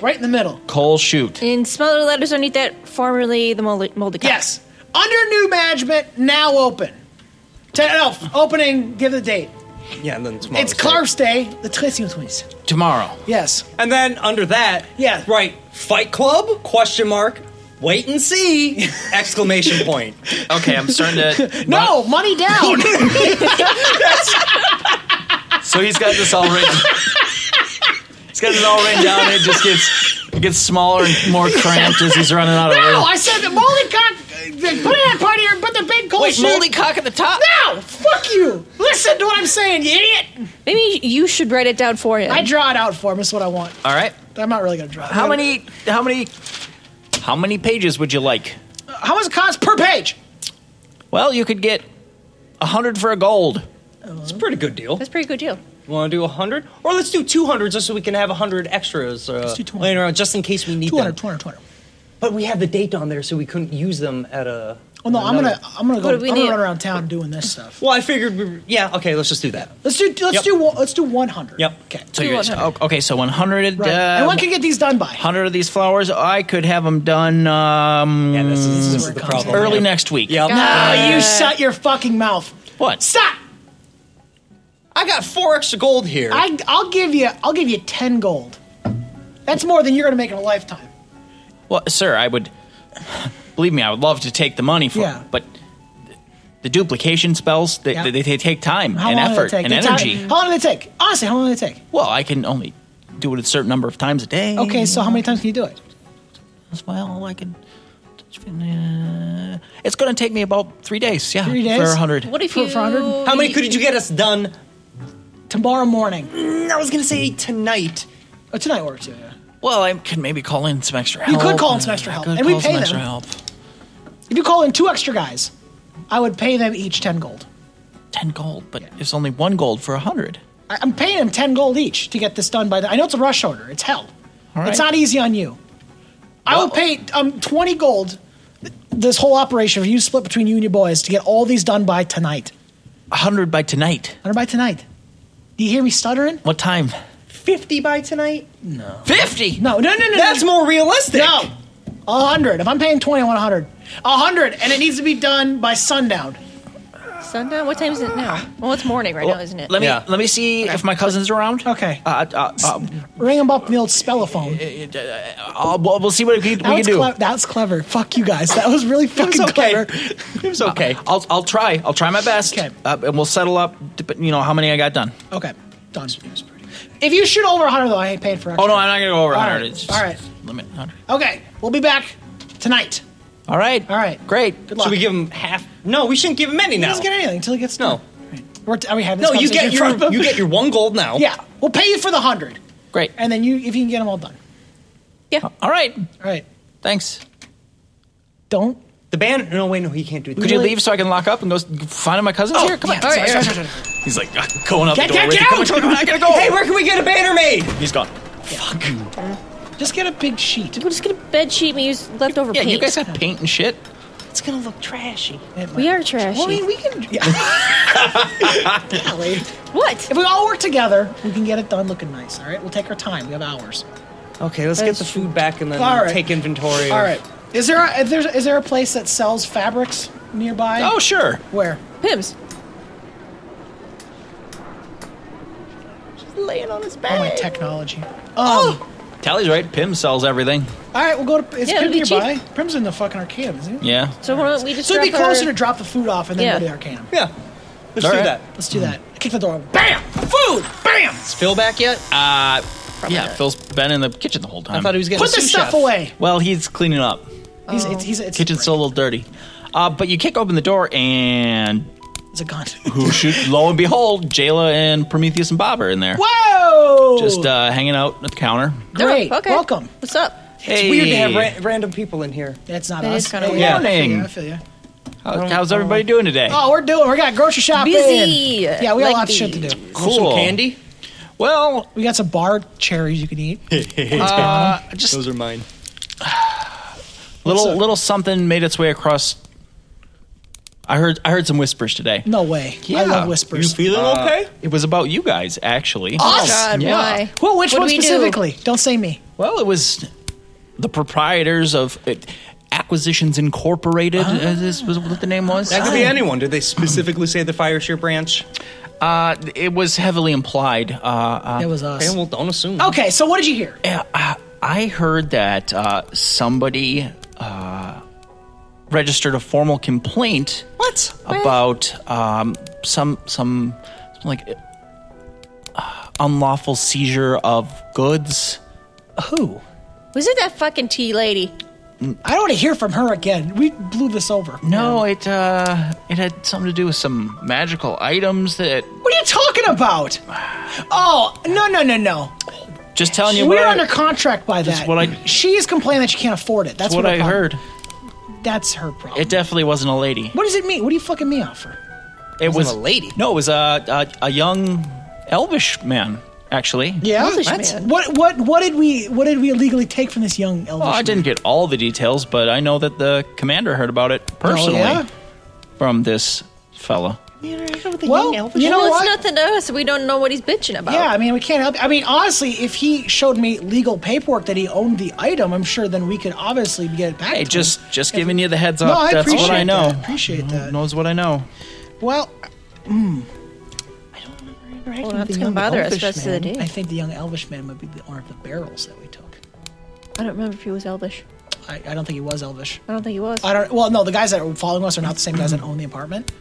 Speaker 4: Right in the middle.
Speaker 1: Coal shoot.
Speaker 2: In smaller letters underneath that, formerly the Molde- Moldekai.
Speaker 4: Yes. Under new management, now open. Ten, no, opening, give the date.
Speaker 3: Yeah, and then tomorrow.
Speaker 4: it's Clark's Day, the Tritium Twins.
Speaker 1: Tomorrow.
Speaker 4: Yes.
Speaker 3: And then under that,
Speaker 4: Yeah.
Speaker 3: right. Fight Club? Question mark. Wait and see! Exclamation point.
Speaker 1: Okay, I'm starting to.
Speaker 4: No, money down.
Speaker 1: So he's got this all written. he's got it all written down. And it just gets it gets smaller and more cramped as he's running out of
Speaker 4: no,
Speaker 1: room.
Speaker 4: I said that Mollycock, they put it on party here, put the big coal shoot.
Speaker 1: cock at the top.
Speaker 4: No, fuck you. Listen to what I'm saying, you idiot.
Speaker 2: Maybe you should write it down for him.
Speaker 4: I draw it out for him. It's what I want.
Speaker 1: All right.
Speaker 4: I'm not really going to draw it.
Speaker 1: How many? How many? How many pages would you like?
Speaker 4: How much it cost per page?
Speaker 1: Well, you could get a hundred for a gold.
Speaker 3: It's a pretty good deal.
Speaker 2: That's a pretty good deal.
Speaker 3: You want to do 100? Or let's do 200 just so we can have 100 extras uh,
Speaker 4: do 200.
Speaker 3: laying around just in case we need
Speaker 4: 200,
Speaker 3: them.
Speaker 4: 200, 200.
Speaker 3: But we have the date on there so we couldn't use them at a.
Speaker 4: Oh no, I'm
Speaker 3: another-
Speaker 4: gonna I'm gonna go
Speaker 2: What
Speaker 4: I'm
Speaker 2: do we
Speaker 4: gonna
Speaker 2: need?
Speaker 4: run around town doing this stuff.
Speaker 3: Well, I figured. We, yeah, okay, let's just do that.
Speaker 4: Let's do let's
Speaker 3: Yep.
Speaker 4: do one- let's do 100.
Speaker 3: Yep.
Speaker 4: Okay.
Speaker 1: So
Speaker 2: Do
Speaker 1: you
Speaker 2: 100.
Speaker 1: okay? So one hundred. uh,
Speaker 4: Right. and when can get these done by?
Speaker 1: hundred of these flowers. I could have them done um,
Speaker 3: Yeah, this is, this is
Speaker 4: where it
Speaker 3: the
Speaker 4: comes
Speaker 3: problem.
Speaker 4: in.
Speaker 1: early next week.
Speaker 3: Yep.
Speaker 4: No, Ah, you shut your fucking mouth.
Speaker 1: What?
Speaker 4: Stop.
Speaker 3: I got four extra gold here.
Speaker 4: I, I'll give you. I'll give you ten gold. That's more than you're gonna make in a lifetime.
Speaker 1: Well, sir, I would believe me. I would love to take the money for,
Speaker 4: Yeah.
Speaker 1: but th- the duplication spells they,
Speaker 4: Yeah.
Speaker 1: they, they take time
Speaker 4: How
Speaker 1: and
Speaker 4: long
Speaker 1: effort
Speaker 4: did it
Speaker 1: and
Speaker 4: take? Did it take-
Speaker 1: energy.
Speaker 4: how long did it take? Honestly, how long did it take?
Speaker 1: Well, I can only do it a certain number of times a day.
Speaker 4: Okay, so how many times can you do it?
Speaker 1: well, I can. uh, It's going to take me about three days. Yeah,
Speaker 4: Three days?
Speaker 1: for a hundred.
Speaker 2: What if
Speaker 4: For-
Speaker 2: you?
Speaker 4: for 100?
Speaker 3: How many could you get us done?
Speaker 4: Tomorrow morning.
Speaker 3: I was gonna say tonight.
Speaker 4: Oh, tonight works. Yeah. yeah.
Speaker 1: Well, I could maybe call in some extra
Speaker 4: You
Speaker 1: help.
Speaker 4: could call in some extra
Speaker 1: I
Speaker 4: help,
Speaker 1: could
Speaker 4: and we
Speaker 1: call some
Speaker 4: pay
Speaker 1: extra
Speaker 4: them.
Speaker 1: help.
Speaker 4: If you call in two extra guys, I would pay them each ten gold.
Speaker 1: Ten gold, but it's only one gold for a hundred.
Speaker 4: I, I'm paying them ten gold each to get this done by. The, I know it's a rush order. It's hell.
Speaker 1: All right.
Speaker 4: It's not easy on you. I will pay um twenty gold. th- This whole operation for you to split between you and your boys to get all these done by tonight.
Speaker 1: A hundred by tonight.
Speaker 4: Done by tonight. Do you hear me stuttering?
Speaker 1: What time?
Speaker 3: Fifty by tonight.
Speaker 1: Fifty.
Speaker 4: No, no, no, no.
Speaker 3: That's
Speaker 4: no.
Speaker 3: more realistic.
Speaker 4: No, a hundred. If I'm paying twenty, I want a hundred. A hundred, and it needs to be done by sundown.
Speaker 2: Sundown? What time is it
Speaker 4: Ah.
Speaker 2: now? Well, it's morning right now, isn't it?
Speaker 1: Let me
Speaker 3: Yeah.
Speaker 1: let me see if my cousin's around.
Speaker 4: Okay.
Speaker 1: Uh, uh, uh,
Speaker 4: Ring them up in the old spellaphone.
Speaker 1: uh, we'll, we'll see what we,
Speaker 4: That
Speaker 1: can- we
Speaker 4: was,
Speaker 1: can do.
Speaker 4: cle- that was clever. Fuck you guys. That was really
Speaker 3: It was
Speaker 4: fucking
Speaker 3: okay.
Speaker 4: clever.
Speaker 3: It was okay.
Speaker 1: Uh, I'll I'll try. I'll try my best.
Speaker 4: Okay.
Speaker 1: Uh, and we'll settle up. dep- You know how many I got done.
Speaker 4: Okay, done. If you shoot over 100, though, I ain't paying for extra.
Speaker 1: Oh no, I'm not gonna go over
Speaker 4: All
Speaker 1: 100.
Speaker 4: right.
Speaker 1: It's
Speaker 4: All right.
Speaker 1: Limit 100.
Speaker 4: Okay, we'll be back tonight.
Speaker 1: All right.
Speaker 4: All right.
Speaker 1: Great.
Speaker 4: Good luck.
Speaker 3: Should we give him half? No, we shouldn't give him any
Speaker 4: He
Speaker 3: now.
Speaker 4: doesn't get anything until he gets
Speaker 3: No.
Speaker 4: done. Right. We're, are we having this
Speaker 3: No, you get
Speaker 4: conversation in front
Speaker 3: your
Speaker 4: of him?
Speaker 3: you get your one gold now.
Speaker 4: Yeah, we'll pay you for the 100.
Speaker 1: Great.
Speaker 4: and then you if you can get them all done.
Speaker 2: Yeah.
Speaker 1: All right.
Speaker 4: All right.
Speaker 1: Thanks.
Speaker 4: Don't.
Speaker 3: The band? No, wait, no, he can't do that.
Speaker 1: Could you leave so I can lock up and go s- find my cousins here? Come on.
Speaker 4: Oh, yeah, sorry, sorry, sorry,
Speaker 1: He's like uh, going out
Speaker 3: Get-
Speaker 1: the door.
Speaker 3: get
Speaker 1: with you. Come on,
Speaker 3: out!
Speaker 1: come on, I gotta go.
Speaker 3: Hey, where can we get a banner made?
Speaker 1: He's gone.
Speaker 4: Just get a big sheet.
Speaker 2: We'll just get a bed sheet and use leftover
Speaker 1: Yeah,
Speaker 2: paint.
Speaker 1: you guys got paint and shit.
Speaker 3: It's gonna look trashy.
Speaker 2: we are trashy.
Speaker 4: Well, I mean, we can. Golly.
Speaker 2: what?
Speaker 4: If we all work together, we can get it done looking nice. All right, we'll take our time. We have hours.
Speaker 3: Okay, let's get
Speaker 2: That's
Speaker 3: the food back and then
Speaker 4: All right.
Speaker 3: take inventory. of-
Speaker 4: All right. Is there a, if there's is there a place that sells fabrics nearby?
Speaker 1: Oh, sure.
Speaker 4: where?
Speaker 2: Pims.
Speaker 4: Oh, my technology. Um,
Speaker 1: Tally's right. Pim sells everything.
Speaker 4: All right, we'll go to. Is
Speaker 2: Yeah,
Speaker 4: Prim
Speaker 2: it'll be cheap.
Speaker 4: nearby? Prim's in the fucking Arcanum, isn't he?
Speaker 1: Yeah.
Speaker 2: So why don't we just
Speaker 4: So it'd be
Speaker 2: drop our-
Speaker 4: closer to drop the food off and then
Speaker 2: Yeah.
Speaker 4: go to the Arcanum.
Speaker 3: Yeah. Let's
Speaker 1: All
Speaker 3: do
Speaker 1: right.
Speaker 3: that.
Speaker 4: Let's do that. Kick the door. open.
Speaker 1: Bam! Food! Bam!
Speaker 3: Is Phil back yet?
Speaker 1: Uh, yeah,
Speaker 2: not.
Speaker 1: Phil's been in the kitchen the whole time.
Speaker 3: I thought he was getting
Speaker 4: Put
Speaker 3: a
Speaker 4: this
Speaker 3: sous
Speaker 4: stuff
Speaker 3: chef.
Speaker 4: away.
Speaker 1: Well, he's cleaning up.
Speaker 4: He's,
Speaker 2: Oh.
Speaker 4: it's, he's, it's
Speaker 1: Kitchen's still a little dirty. Uh, but you kick open the door, and
Speaker 4: It's a gun.
Speaker 1: who should, lo and behold, Jayla and Prometheus and Bob are in there.
Speaker 4: Whoa!
Speaker 1: Just uh, hanging out at the counter.
Speaker 2: Oh,
Speaker 4: great.
Speaker 2: okay.
Speaker 4: Welcome.
Speaker 2: What's up?
Speaker 3: It's weird to have ra- random people in here.
Speaker 4: That's not
Speaker 2: That
Speaker 4: us.
Speaker 2: is kinda
Speaker 4: Hey,
Speaker 2: weird.
Speaker 4: I feel
Speaker 1: Morning.
Speaker 4: you, I feel you.
Speaker 1: How- How's everybody doing today?
Speaker 4: Oh, we're doing. We got grocery shopping.
Speaker 2: Busy.
Speaker 4: Yeah, we got
Speaker 2: Like
Speaker 4: a lot of shit to
Speaker 2: me.
Speaker 4: do.
Speaker 1: cool.
Speaker 3: Some candy?
Speaker 1: Well,
Speaker 4: We got some bar cherries you can eat.
Speaker 1: uh, just
Speaker 3: are mine.
Speaker 1: little
Speaker 4: up?
Speaker 1: little something made its way across. I heard I heard some whispers today.
Speaker 4: No way. I love whispers.
Speaker 1: feeling
Speaker 3: okay?
Speaker 1: It was about you guys, actually.
Speaker 2: Oh, God,
Speaker 1: Yeah.
Speaker 2: why?
Speaker 4: Who? Which
Speaker 2: What'd
Speaker 4: one
Speaker 2: we do?
Speaker 4: specifically? Do? not say me.
Speaker 1: Well, it was the proprietors of it, Acquisitions Incorporated. uh, this was what the name was.
Speaker 3: That could be anyone. Did they specifically say the Fireshare branch?
Speaker 1: Uh, it was heavily implied. Uh,
Speaker 4: It was us.
Speaker 3: Okay, well, don't assume.
Speaker 4: Okay, so what did you hear?
Speaker 1: uh, I- I heard that uh, somebody uh, registered a formal complaint
Speaker 3: What?
Speaker 1: about um, some some some, like uh, unlawful seizure of goods.
Speaker 4: Who?
Speaker 2: Was it that fucking tea lady?
Speaker 4: I don't want to hear from her again. We blew this over.
Speaker 1: No, it uh, it had something to do with some magical items that.
Speaker 4: What are you talking about? Oh no no no no!
Speaker 1: Just telling you,
Speaker 4: We're
Speaker 1: what I-
Speaker 4: under contract by that.
Speaker 1: what I-
Speaker 4: She's complaining that she can't afford it. That's
Speaker 1: That's what
Speaker 4: her
Speaker 1: I
Speaker 4: problem-
Speaker 1: heard.
Speaker 4: That's her problem.
Speaker 1: It definitely wasn't a lady.
Speaker 4: what does it mean? What are you fucking me off for?
Speaker 1: It
Speaker 3: wasn't
Speaker 1: was
Speaker 3: a lady.
Speaker 1: No, it was a a, a young elvish man, actually.
Speaker 4: Yeah,
Speaker 2: Elvish
Speaker 4: that's-
Speaker 2: man.
Speaker 4: What what what did we what did we illegally take from this young elvish?
Speaker 1: Well, I
Speaker 4: man?
Speaker 1: didn't get all the details, but I know that the commander heard about it personally
Speaker 4: Oh, yeah?
Speaker 1: from this fella.
Speaker 4: Well, you know
Speaker 2: well,
Speaker 4: what?
Speaker 2: it's nothing to us. We don't know what he's bitching about.
Speaker 4: yeah, I mean, we can't help. I mean, honestly, if he showed me legal paperwork that he owned the item, I'm sure then we could obviously get it back.
Speaker 1: Hey,
Speaker 4: to
Speaker 1: just
Speaker 4: him.
Speaker 1: just giving you the heads up.
Speaker 4: No, I
Speaker 1: That's
Speaker 4: appreciate
Speaker 1: what I know.
Speaker 4: That. Appreciate that.
Speaker 1: Knows what I know.
Speaker 4: Well,
Speaker 2: well,
Speaker 4: the
Speaker 2: that's gonna
Speaker 4: young
Speaker 2: bother us
Speaker 4: elvish
Speaker 2: the rest of the
Speaker 4: man- I
Speaker 2: day.
Speaker 4: think the young elvish man might be the owner of the barrels that we took.
Speaker 2: I don't remember if he was Elvish.
Speaker 4: I, I don't think he was elvish.
Speaker 2: I don't think he was.
Speaker 4: I don't. Well, no, the guys that are following us are not the same
Speaker 3: Mm-hmm.
Speaker 4: guys that own the apartment.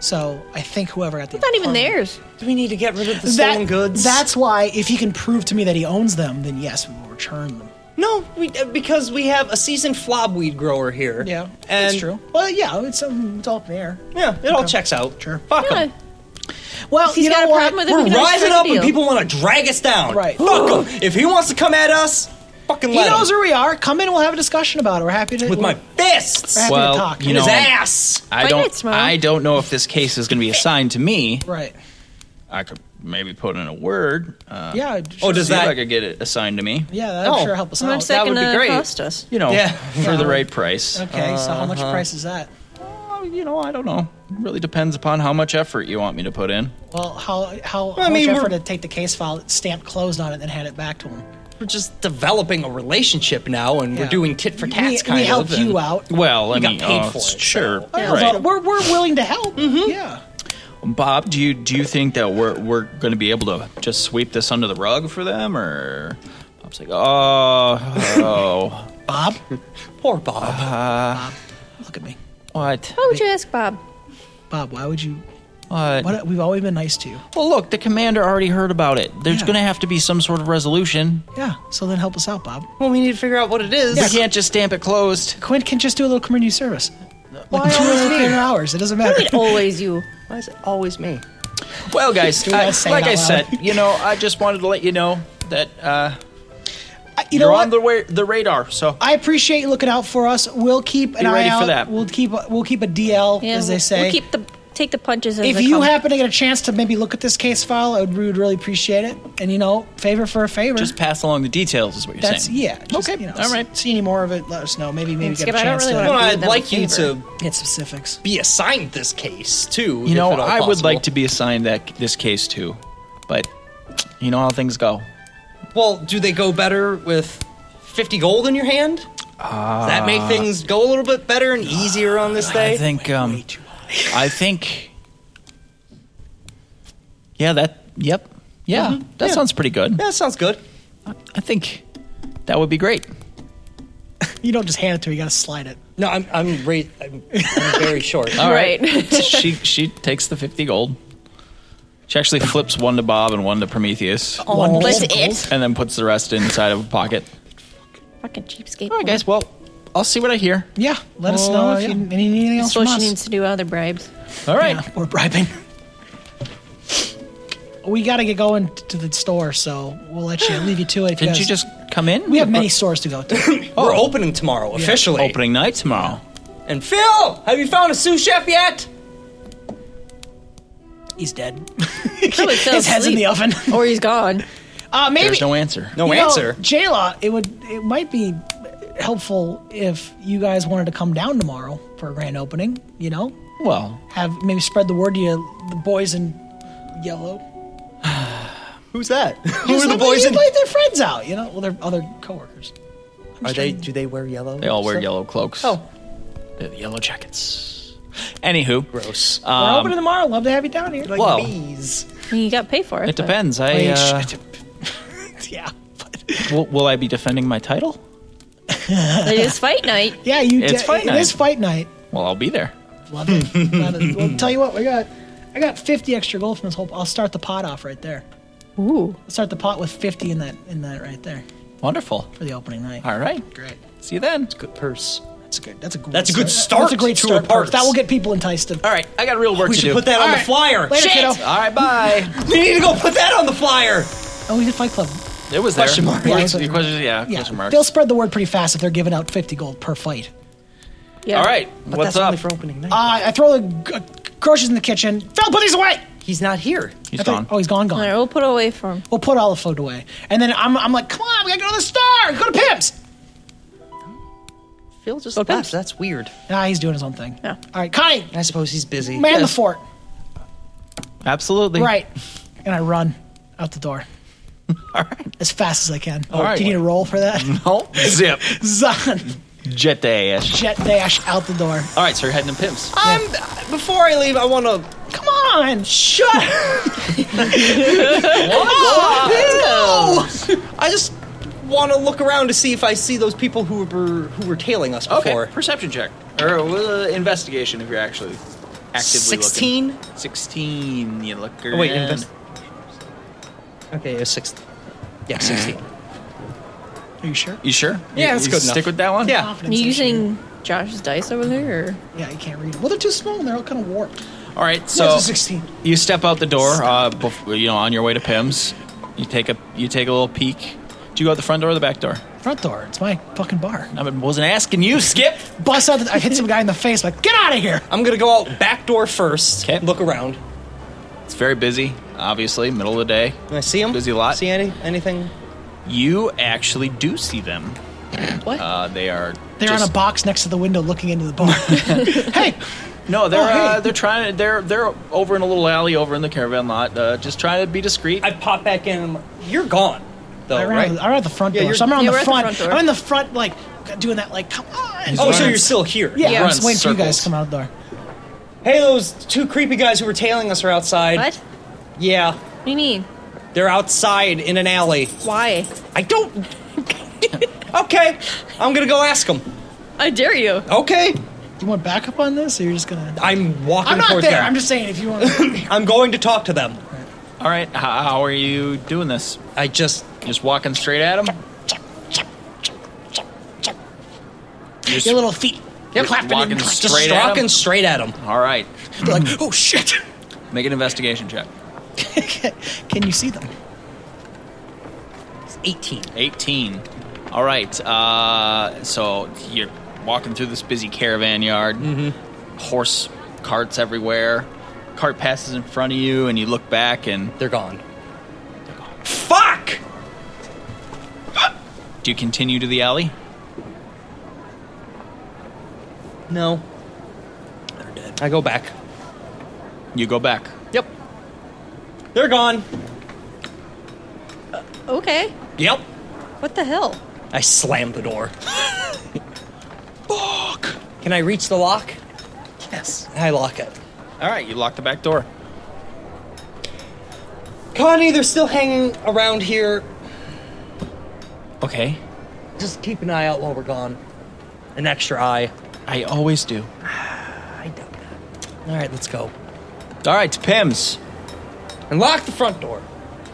Speaker 4: So I think whoever got the
Speaker 2: It's not even
Speaker 4: apartment-
Speaker 2: theirs.
Speaker 3: Do we need to get rid of the
Speaker 4: That-
Speaker 3: stolen goods?
Speaker 4: That's why if he can prove to me that he owns them, then yes, we will return them.
Speaker 3: no, we, uh, because we have a seasoned flobweed grower here.
Speaker 4: Yeah,
Speaker 3: and
Speaker 4: that's true. Well, yeah, it's um, it's all up in the air.
Speaker 3: Yeah, it all checks out.
Speaker 4: Sure.
Speaker 3: Fuck 'em.
Speaker 2: Yeah.
Speaker 4: Well,
Speaker 2: He's
Speaker 4: you know
Speaker 2: got a
Speaker 4: what?
Speaker 2: problem with it.
Speaker 3: We're
Speaker 2: We can
Speaker 3: rising
Speaker 2: strike
Speaker 3: up
Speaker 2: a
Speaker 3: and
Speaker 2: deal.
Speaker 3: people want to drag us down.
Speaker 4: Right.
Speaker 3: Fuck him. If he wants to come at us, fucking
Speaker 4: He
Speaker 3: let
Speaker 4: knows
Speaker 3: him.
Speaker 4: where we are. Come in, we'll have a discussion about it. We're happy to
Speaker 3: With my fists.
Speaker 4: Right. Happy to
Speaker 1: Well,
Speaker 4: talk.
Speaker 1: you
Speaker 3: In
Speaker 1: know,
Speaker 3: his ass.
Speaker 1: I
Speaker 2: Why
Speaker 1: don't.
Speaker 2: not, Smile?
Speaker 1: I don't know if this case is going to be assigned to me.
Speaker 4: right.
Speaker 1: I could maybe put in a word. Uh,
Speaker 4: Yeah.
Speaker 3: Oh, does
Speaker 1: see if
Speaker 3: that-
Speaker 1: I could get it assigned to me.
Speaker 4: Yeah, that'll
Speaker 3: Oh.
Speaker 4: sure help us
Speaker 2: How
Speaker 4: out.
Speaker 2: much that
Speaker 1: would be
Speaker 2: gonna
Speaker 1: great.
Speaker 2: uh, cost us?
Speaker 1: You know,
Speaker 3: Yeah.
Speaker 1: for the right price.
Speaker 4: okay, so how
Speaker 3: Uh-huh.
Speaker 4: much price is that?
Speaker 1: Uh, you know, I don't know. It really depends upon how much effort you want me to put in.
Speaker 4: Well, how how,
Speaker 3: I
Speaker 4: how much
Speaker 3: mean, we're-
Speaker 4: effort to take the case file, stamp closed on it, and then hand it back to him?
Speaker 3: We're just developing a relationship now, and
Speaker 4: Yeah.
Speaker 3: we're doing tit for
Speaker 4: We-
Speaker 3: tats
Speaker 4: we
Speaker 3: kind of.
Speaker 4: helped
Speaker 3: and-
Speaker 4: you out.
Speaker 1: Well, I
Speaker 3: got
Speaker 1: mean,
Speaker 3: paid
Speaker 1: oh,
Speaker 3: for it,
Speaker 1: sure,
Speaker 3: so-
Speaker 4: Yeah,
Speaker 1: right.
Speaker 4: but We're we're willing to help.
Speaker 3: Mm-hmm.
Speaker 4: Yeah.
Speaker 1: Bob, do you do you think that we're we're going to be able to just sweep this under the rug for them, or Bob's like, oh, oh,
Speaker 4: Bob,
Speaker 3: Poor Bob.
Speaker 4: look at me.
Speaker 1: what,
Speaker 2: Why would you ask Bob?
Speaker 4: Bob, why would you?
Speaker 1: what?
Speaker 4: What, we've always been nice to you.
Speaker 1: Well, look, the commander already heard about it. There's
Speaker 4: Yeah.
Speaker 1: going to have to be some sort of resolution.
Speaker 4: Yeah. So then help us out, Bob.
Speaker 3: well, we need to figure out what it is.
Speaker 1: We can't just stamp it closed.
Speaker 4: Quint can just do a little community service.
Speaker 3: Why
Speaker 4: Like two
Speaker 3: always
Speaker 4: or
Speaker 3: me?
Speaker 4: three hours. It doesn't matter.
Speaker 2: Always you.
Speaker 3: Why is it always me?
Speaker 1: Well, guys,
Speaker 4: Do not
Speaker 1: I-
Speaker 4: say it
Speaker 1: like
Speaker 4: out
Speaker 1: I
Speaker 4: loud.
Speaker 1: said, you know, I just wanted to let you know that uh,
Speaker 4: I- you
Speaker 1: you're
Speaker 4: know what?
Speaker 1: on the way, the radar. So
Speaker 4: I appreciate you looking out for us. We'll keep an
Speaker 1: Be
Speaker 4: eye
Speaker 1: ready for
Speaker 4: out.
Speaker 1: that.
Speaker 4: We'll keep a, we'll keep a DL
Speaker 2: Yeah,
Speaker 4: as
Speaker 2: we'll-
Speaker 4: they say.
Speaker 2: We'll keep the take the punches as
Speaker 4: if
Speaker 2: they
Speaker 4: you
Speaker 2: come.
Speaker 4: happen to get a chance to maybe look at this case file, I would, we would really appreciate it. And you know, favor for a favor.
Speaker 1: just pass along the details is what you're
Speaker 4: that's
Speaker 1: saying.
Speaker 4: yeah. just,
Speaker 1: Okay,
Speaker 4: You know,
Speaker 1: all right.
Speaker 4: See any more of it? Let us know. Maybe maybe get
Speaker 2: Skip,
Speaker 4: a
Speaker 2: I don't
Speaker 4: chance
Speaker 2: really
Speaker 4: to
Speaker 2: wanna-
Speaker 3: I'd like you to
Speaker 4: get specifics.
Speaker 3: be assigned this case too.
Speaker 1: You know, I would like to be assigned that this case too, but you know how things go.
Speaker 3: Well, do they go better with fifty gold in your hand? Does that make things go a little bit better and easier on this day?
Speaker 1: I think. Um,
Speaker 4: Way too high.
Speaker 1: I think. Yeah. That. Yep. Mm-hmm. Yeah. That
Speaker 3: Yeah.
Speaker 1: sounds pretty good.
Speaker 3: Yeah, that sounds good.
Speaker 1: I think that would be great.
Speaker 4: You don't just hand it to her. You got to slide it.
Speaker 3: No, I'm I'm, ra- I'm, I'm very short.
Speaker 1: All right.
Speaker 2: Right.
Speaker 1: she she takes the fifty gold. She actually flips one to Bob and one to Prometheus,
Speaker 4: One
Speaker 2: that's
Speaker 4: gold.
Speaker 2: Oh, it.
Speaker 1: and then puts the rest inside of a pocket.
Speaker 2: Fucking cheapskate.
Speaker 1: All right, guys. Well, I'll see what I hear.
Speaker 4: Yeah. Let us
Speaker 1: Oh,
Speaker 4: know if
Speaker 1: yeah.
Speaker 4: you need anything else
Speaker 2: That's what
Speaker 4: from
Speaker 2: she
Speaker 4: us.
Speaker 2: needs to do other bribes.
Speaker 1: All right.
Speaker 4: Yeah, or bribing. We got to get going t- to the store, so we'll let you leave you to it. If
Speaker 1: Didn't
Speaker 4: guys-
Speaker 1: you just come in?
Speaker 4: We have many stores to go to.
Speaker 3: We're opening tomorrow officially.
Speaker 1: opening night tomorrow.
Speaker 3: And Phil, have you found a sous chef yet?
Speaker 4: He's dead.
Speaker 2: Probably fell
Speaker 4: His head's in
Speaker 2: asleep.
Speaker 4: the oven.
Speaker 2: Or he's gone.
Speaker 4: Uh, maybe
Speaker 1: There's no answer.
Speaker 3: No
Speaker 4: You know,
Speaker 3: answer.
Speaker 4: Jayla, it would it might be helpful if you guys wanted to come down tomorrow for a grand opening. You know,
Speaker 1: Well,
Speaker 4: have maybe spread the word to you, the boys in yellow.
Speaker 3: Who's that? Who
Speaker 4: Just
Speaker 3: are the
Speaker 4: let-
Speaker 3: boys
Speaker 4: you
Speaker 3: in?
Speaker 4: Let their friends out. You know, well, their other coworkers.
Speaker 3: Are they? Do they wear yellow?
Speaker 1: they all
Speaker 3: or
Speaker 1: wear
Speaker 3: something?
Speaker 1: yellow cloaks.
Speaker 3: Oh,
Speaker 1: They're the yellow jackets. Anywho,
Speaker 3: gross. Uh,
Speaker 4: We're
Speaker 1: Um,
Speaker 4: opening tomorrow. Love to have you down here.
Speaker 3: like
Speaker 1: well,
Speaker 3: bees.
Speaker 2: You got to pay for it.
Speaker 1: it
Speaker 2: but-
Speaker 1: depends. I
Speaker 4: Wait,
Speaker 1: uh,
Speaker 4: shit. yeah, but
Speaker 1: will, will I be defending my title?
Speaker 2: It is fight night.
Speaker 4: yeah, you.
Speaker 1: It's
Speaker 4: de-
Speaker 1: fight
Speaker 4: it
Speaker 1: night.
Speaker 4: is fight night.
Speaker 1: Well, I'll be there.
Speaker 4: Love it. Love it. Well, tell you what, we got. I got 50 extra gold from this whole. I'll start the pot off right there.
Speaker 2: Ooh.
Speaker 4: I'll start the pot with 50 in that in that right there
Speaker 1: Wonderful.
Speaker 4: for the opening night.
Speaker 1: All right.
Speaker 4: Great.
Speaker 1: See you then.
Speaker 3: Good purse.
Speaker 4: That's good. That's a great
Speaker 3: That's a good
Speaker 4: That's a
Speaker 3: start
Speaker 4: great
Speaker 3: to
Speaker 4: start.
Speaker 3: a
Speaker 4: Perks.
Speaker 3: purse.
Speaker 4: That will get people enticed to.
Speaker 1: All right. I got real work
Speaker 3: Oh, We
Speaker 1: to
Speaker 3: should
Speaker 1: do.
Speaker 3: put that on the flyer.
Speaker 4: Later,
Speaker 3: Shit.
Speaker 4: kiddo.
Speaker 1: All right. Bye.
Speaker 3: We need to go put that on the flyer.
Speaker 4: Oh, we did Fight Club.
Speaker 1: It was
Speaker 3: Question
Speaker 1: there.
Speaker 3: mark.
Speaker 1: Yeah,
Speaker 4: Yeah,
Speaker 1: it's-
Speaker 4: so-
Speaker 1: the question- yeah,
Speaker 4: Yeah,
Speaker 1: question mark.
Speaker 4: they'll spread the word pretty fast if they're giving out 50 gold per fight.
Speaker 2: Yeah.
Speaker 1: All right.
Speaker 3: But
Speaker 1: What's
Speaker 3: that's
Speaker 1: up?
Speaker 3: only for opening night.
Speaker 4: Uh, I throw the g- uh, groceries in the kitchen. Phil, put these away.
Speaker 3: He's not here.
Speaker 1: He's
Speaker 4: I throw-
Speaker 1: gone.
Speaker 4: Oh, he's gone. Gone.
Speaker 2: All right, we'll put it away for him.
Speaker 4: We'll put all the food away, and then I'm, I'm like, come on, we gotta go to the store. Go to Pim's.
Speaker 3: Phil just
Speaker 2: Go pimps.
Speaker 3: left. That's weird.
Speaker 4: Nah, he's doing his own thing.
Speaker 2: Yeah.
Speaker 4: All right, Connie,
Speaker 3: I suppose he's busy.
Speaker 4: man the
Speaker 1: Yes.
Speaker 4: fort.
Speaker 3: oh,
Speaker 1: Absolutely.
Speaker 4: Right. And I run out the door. As fast as I can. Oh,
Speaker 1: right.
Speaker 4: do you need a roll for that?
Speaker 1: Oh, zip.
Speaker 4: Zon.
Speaker 1: Jet dash.
Speaker 4: Jet dash out the door.
Speaker 1: All right. So you're heading to Pimps.
Speaker 3: I'm. Before I leave, I want to.
Speaker 4: Come on. Shut
Speaker 3: I just want to look around to see if I see those people who were who were tailing us
Speaker 1: Okay.
Speaker 3: before.
Speaker 1: Perception check or uh, investigation if you're actually actively looking.
Speaker 3: 16?
Speaker 1: Sixteen. You look.
Speaker 3: Oh, wait,
Speaker 1: around.
Speaker 3: invest- Okay, a sixth. Yeah, sixteen.
Speaker 4: Are you sure?
Speaker 1: You sure?
Speaker 3: Yeah,
Speaker 1: You-
Speaker 3: that's
Speaker 1: you
Speaker 3: good
Speaker 1: Stick
Speaker 3: enough.
Speaker 1: with that one.
Speaker 3: Yeah.
Speaker 2: You
Speaker 4: Confidence issue.
Speaker 2: using Josh's dice over there? Or?
Speaker 4: Yeah, you can't read them. Well, they're too small and they're all kind of warped.
Speaker 1: All right. So
Speaker 4: it's a 16.
Speaker 1: You step out the door. Uh, bef- you know, on your way to Pim's, you take a you take a little peek. Do you go out the front door or the back door?
Speaker 4: Front door. It's my fucking bar.
Speaker 1: I wasn't asking you, Skip.
Speaker 4: Bust out. The, I hit some guy in the face. Like, get out of here.
Speaker 3: I'm gonna go out back door first.
Speaker 1: 'Kay.
Speaker 3: Look around.
Speaker 1: It's very busy, obviously, middle of the day.
Speaker 3: Can I see him?
Speaker 1: Busy lot.
Speaker 3: See any anything?
Speaker 1: You actually do see them.
Speaker 2: What?
Speaker 1: Uh, they are.
Speaker 4: They're on
Speaker 1: just-
Speaker 4: a box next to the window, looking into the bar. hey,
Speaker 1: No, they're
Speaker 4: Oh, hey.
Speaker 1: uh, they're trying to they're they're over in a little alley over in the caravan lot, uh, just trying to be discreet.
Speaker 3: I pop back in. and I'm like, You're gone, though,
Speaker 4: I ran,
Speaker 3: right?
Speaker 4: out, I ran out the front
Speaker 3: Yeah,
Speaker 4: door,
Speaker 3: you're-
Speaker 4: so I'm around
Speaker 2: yeah,
Speaker 4: the
Speaker 2: we're at the
Speaker 4: front.
Speaker 2: front door.
Speaker 4: I'm in the front, like doing that, like come on.
Speaker 3: oh, so
Speaker 1: Runs-
Speaker 3: you're still here?
Speaker 4: yeah, I'm
Speaker 1: runs
Speaker 4: just waiting for you guys
Speaker 1: circles.
Speaker 4: to come out the door.
Speaker 3: Hey, those two creepy guys who were tailing us are outside.
Speaker 2: What?
Speaker 3: Yeah,
Speaker 2: What do you mean?
Speaker 3: they're outside in an alley.
Speaker 2: Why?
Speaker 3: I don't. okay, I'm gonna go ask them.
Speaker 2: I dare you.
Speaker 3: Okay,
Speaker 4: Do you want backup on this, or you're just gonna?
Speaker 3: I'm walking
Speaker 4: I'm not
Speaker 3: towards
Speaker 4: there.
Speaker 3: them.
Speaker 4: I'm just saying if you want. to...
Speaker 3: I'm going to talk to them.
Speaker 1: All right, how, how are you doing this?
Speaker 3: I just.
Speaker 1: Just walking straight at them.
Speaker 4: Your little feet clapping
Speaker 1: walking
Speaker 4: and
Speaker 1: straight
Speaker 3: Just
Speaker 1: at 'em?
Speaker 3: walking straight at them.
Speaker 1: All right,
Speaker 4: They're like, oh shit.
Speaker 1: make an investigation check.
Speaker 4: Can you see them?
Speaker 3: 18.
Speaker 1: 18. All right. Uh, so you're walking through this busy caravan yard.
Speaker 4: Mm-hmm.
Speaker 1: Horse carts everywhere. Cart passes in front of you, and you look back and
Speaker 3: They're gone.
Speaker 1: fuck. Do you continue to the alley?
Speaker 3: No.
Speaker 4: They're dead.
Speaker 3: I go back.
Speaker 1: You go back.
Speaker 3: Yep. They're gone.
Speaker 2: Okay.
Speaker 3: Yep.
Speaker 2: What the hell?
Speaker 3: I slam the door. Fuck. Can I reach the lock?
Speaker 4: Yes.
Speaker 3: I lock it.
Speaker 1: All right. You lock the back door.
Speaker 3: Connie, they're still hanging around here.
Speaker 1: Okay.
Speaker 3: Just keep an eye out while we're gone. An extra eye.
Speaker 1: I always do.
Speaker 3: I doubt that. All right, let's go.
Speaker 1: All right, Pims.
Speaker 3: And lock the front door.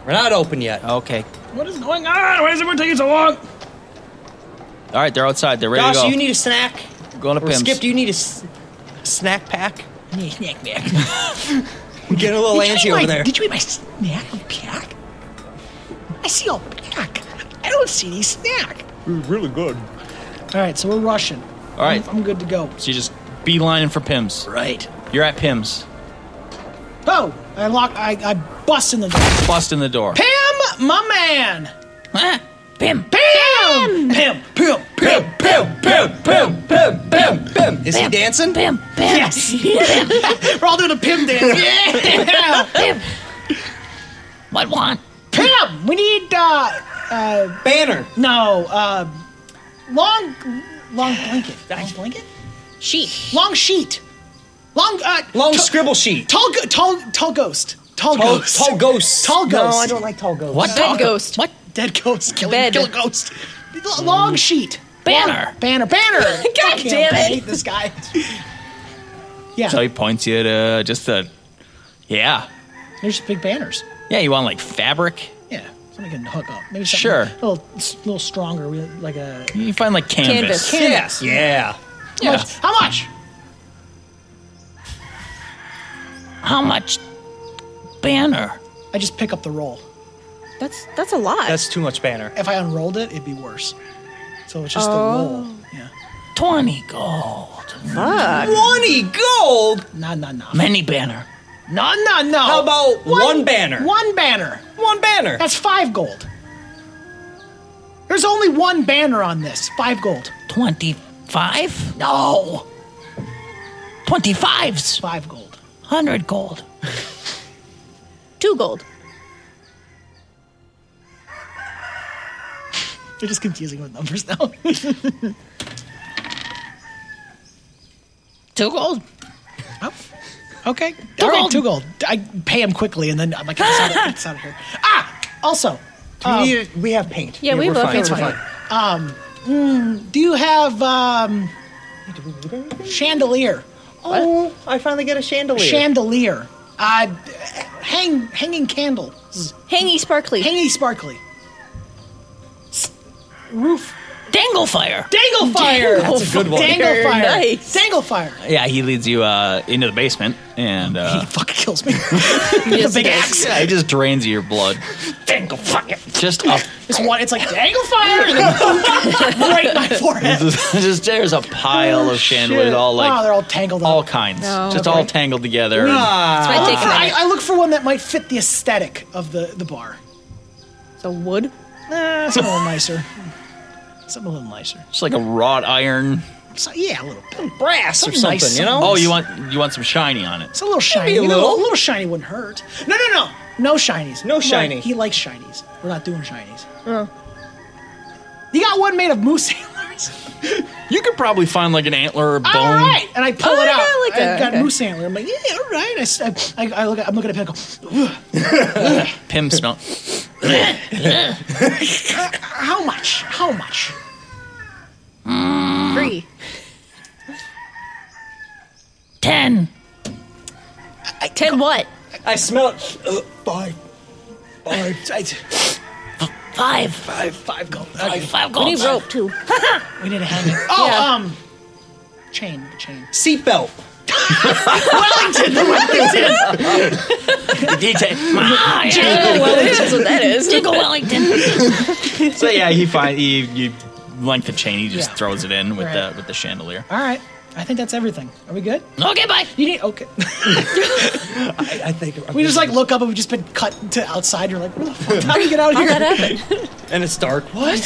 Speaker 3: We're not open yet.
Speaker 1: Okay.
Speaker 4: What is going on? Why is everyone taking so long?
Speaker 1: All right, they're outside. They're ready
Speaker 3: Gosh,
Speaker 1: to go.
Speaker 3: you need a snack.
Speaker 1: Going to
Speaker 3: Or
Speaker 1: Pims.
Speaker 3: Skip, do you need a s- snack pack?
Speaker 4: Snack back.
Speaker 3: Get a little
Speaker 4: did
Speaker 3: antsy
Speaker 4: you eat
Speaker 3: over
Speaker 4: my,
Speaker 3: there.
Speaker 4: Did you eat my snack pack? I see a pack. I don't see any snack.
Speaker 3: really good.
Speaker 4: All right, so we're rushing.
Speaker 1: All right.
Speaker 4: I'm, I'm good to go.
Speaker 1: So you just beelining for Pims.
Speaker 4: Right.
Speaker 1: You're at Pims.
Speaker 4: Oh, I lock. I, I bust in the door.
Speaker 1: Busting the door.
Speaker 4: Pam, my man.
Speaker 1: Huh? Pim.
Speaker 4: Pam. Pam. Pam. Pam.
Speaker 3: Pim, pim, pim, pim, pim, pim. Is he dancing? Pim.
Speaker 4: Yes. We're all doing a Pim dance. Yeah.
Speaker 1: What one?
Speaker 4: Pam, we need uh, uh,
Speaker 3: Banner.
Speaker 4: no, uh, long, long blanket. Long blanket.
Speaker 2: Sheep.
Speaker 4: Long sheet. Long. Uh,
Speaker 3: Long
Speaker 4: t-
Speaker 3: scribble sheet.
Speaker 4: Tall, go- tall, tall ghost. Tall,
Speaker 3: Tall,
Speaker 4: ghost.
Speaker 3: tall ghost.
Speaker 4: Tall ghost.
Speaker 3: No, I don't like tall ghost.
Speaker 1: What
Speaker 2: Dead ghost.
Speaker 1: What?
Speaker 4: Dead ghost. Kill,
Speaker 2: Bed.
Speaker 4: kill a ghost. L- Long sheet.
Speaker 1: Banner.
Speaker 4: Banner. Banner. God
Speaker 2: damn
Speaker 4: I
Speaker 2: it.
Speaker 4: hate this guy. Yeah.
Speaker 1: So he points you to just the. Yeah.
Speaker 4: There's just big banners.
Speaker 1: Yeah, you want like fabric?
Speaker 4: Yeah. Somebody can hook up. Maybe something
Speaker 1: Sure.
Speaker 4: A little, s- little stronger. We- Like a.
Speaker 1: You find like canvas.
Speaker 2: Canvas.
Speaker 3: Yes. Yeah.
Speaker 1: Yeah.
Speaker 4: How much?
Speaker 1: How much? Banner.
Speaker 4: I just pick up the roll.
Speaker 2: That's that's a lot.
Speaker 3: That's too much banner.
Speaker 4: If I unrolled it, it'd be worse. So it's just the roll. Yeah.
Speaker 1: 20 gold.
Speaker 3: Uh,
Speaker 2: Fuck.
Speaker 3: 20 gold?
Speaker 4: Nah, nah, nah.
Speaker 1: Many banner.
Speaker 4: No, no, no.
Speaker 3: How about one banner?
Speaker 4: One banner.
Speaker 3: One banner.
Speaker 4: That's five gold. There's only one banner on this. Five gold.
Speaker 1: 25?
Speaker 4: No.
Speaker 1: 25s.
Speaker 4: Five gold.
Speaker 1: 100 gold.
Speaker 2: Two gold.
Speaker 4: They're just confusing with numbers now.
Speaker 1: 2 gold.
Speaker 4: Oh, okay. All right,
Speaker 1: gold.
Speaker 4: two gold. I pay him quickly, and then I'm like, it's out of, it's out of here. Ah! Also, um,
Speaker 3: we, need, we have paint.
Speaker 2: Yeah, we
Speaker 1: we're
Speaker 2: both
Speaker 1: fine,
Speaker 2: have
Speaker 1: we're
Speaker 2: one.
Speaker 4: do you have um, chandelier?
Speaker 3: Oh, I finally get a chandelier.
Speaker 4: Chandelier. Uh, hang hanging candle.
Speaker 2: Hangy sparkly.
Speaker 4: Hangy sparkly. S- Roof.
Speaker 1: Dangle fire.
Speaker 4: Dangle fire.
Speaker 3: That's a good one.
Speaker 4: Dangle fire.
Speaker 2: Nice.
Speaker 4: Dangle fire.
Speaker 1: Yeah, he leads you uh, into the basement and uh,
Speaker 4: he fucking kills me. With a big axe.
Speaker 1: yeah, he just drains you your blood.
Speaker 4: Dangle fire.
Speaker 1: Just a
Speaker 4: It's one. It's like dangle fire, and then right in my forehead.
Speaker 1: just there's a pile of chandeliers
Speaker 4: Oh, Shit.
Speaker 1: all like
Speaker 4: oh, they're all tangled up.
Speaker 1: all kinds,
Speaker 2: No.
Speaker 1: just
Speaker 2: Okay.
Speaker 1: all tangled together.
Speaker 2: It's
Speaker 3: Ah,
Speaker 2: might
Speaker 4: I, look
Speaker 2: take
Speaker 4: for,
Speaker 2: a
Speaker 4: I,
Speaker 2: minute.
Speaker 4: I look for one that might fit the aesthetic of the the bar.
Speaker 2: So wood.
Speaker 4: Nah, something a little nicer. Something a little nicer.
Speaker 1: It's like a wrought iron.
Speaker 4: So, yeah, a little. bit.
Speaker 3: brass or
Speaker 4: Something
Speaker 3: something,
Speaker 4: nice,
Speaker 3: you know?
Speaker 1: Oh, you want you want some shiny on it?
Speaker 4: It's a little shiny.
Speaker 3: a
Speaker 4: you know,
Speaker 3: little.
Speaker 4: a little shiny wouldn't hurt. No, no, no, no shinies.
Speaker 3: No
Speaker 4: Right,
Speaker 3: shiny.
Speaker 4: He likes shinies. We're not doing shinies. You got one made of moose antlers.
Speaker 1: You could probably find like an antler or bone.
Speaker 4: All right, and I pull
Speaker 2: Oh,
Speaker 4: it
Speaker 2: yeah,
Speaker 4: out.
Speaker 2: I like
Speaker 4: I
Speaker 2: that.
Speaker 4: got
Speaker 2: Okay.
Speaker 4: moose antler. I'm like, yeah, all right. I s- I, I- I look. At, I'm looking at Pam. and Go, "Ugh,
Speaker 1: Pim smell.
Speaker 4: how much? How much?
Speaker 2: Three.
Speaker 1: Ten.
Speaker 2: Ten what?
Speaker 3: I smell it. Uh, five.
Speaker 4: Or I,
Speaker 2: Five.
Speaker 4: five, five gold. Okay,
Speaker 1: Five
Speaker 2: We
Speaker 1: gold.
Speaker 2: need rope too.
Speaker 4: we need to hang it. Oh,
Speaker 2: Yeah.
Speaker 4: um, chain, chain.
Speaker 3: Seatbelt.
Speaker 1: Wellington, the Wellington. the detail. Ah, yeah.
Speaker 2: That's what that is.
Speaker 5: Jingle Wellington.
Speaker 1: So yeah, he find he you length of chain. He just
Speaker 4: Yeah.
Speaker 1: throws it in with
Speaker 4: Right.
Speaker 1: the with the chandelier.
Speaker 4: All right. I think that's everything. Are we good?
Speaker 5: Okay, bye.
Speaker 4: You need okay.
Speaker 6: I, I think
Speaker 4: We just like look up and we've just been cut to outside. You're like, where the fuck? How do we get out here?
Speaker 3: And it's dark. What?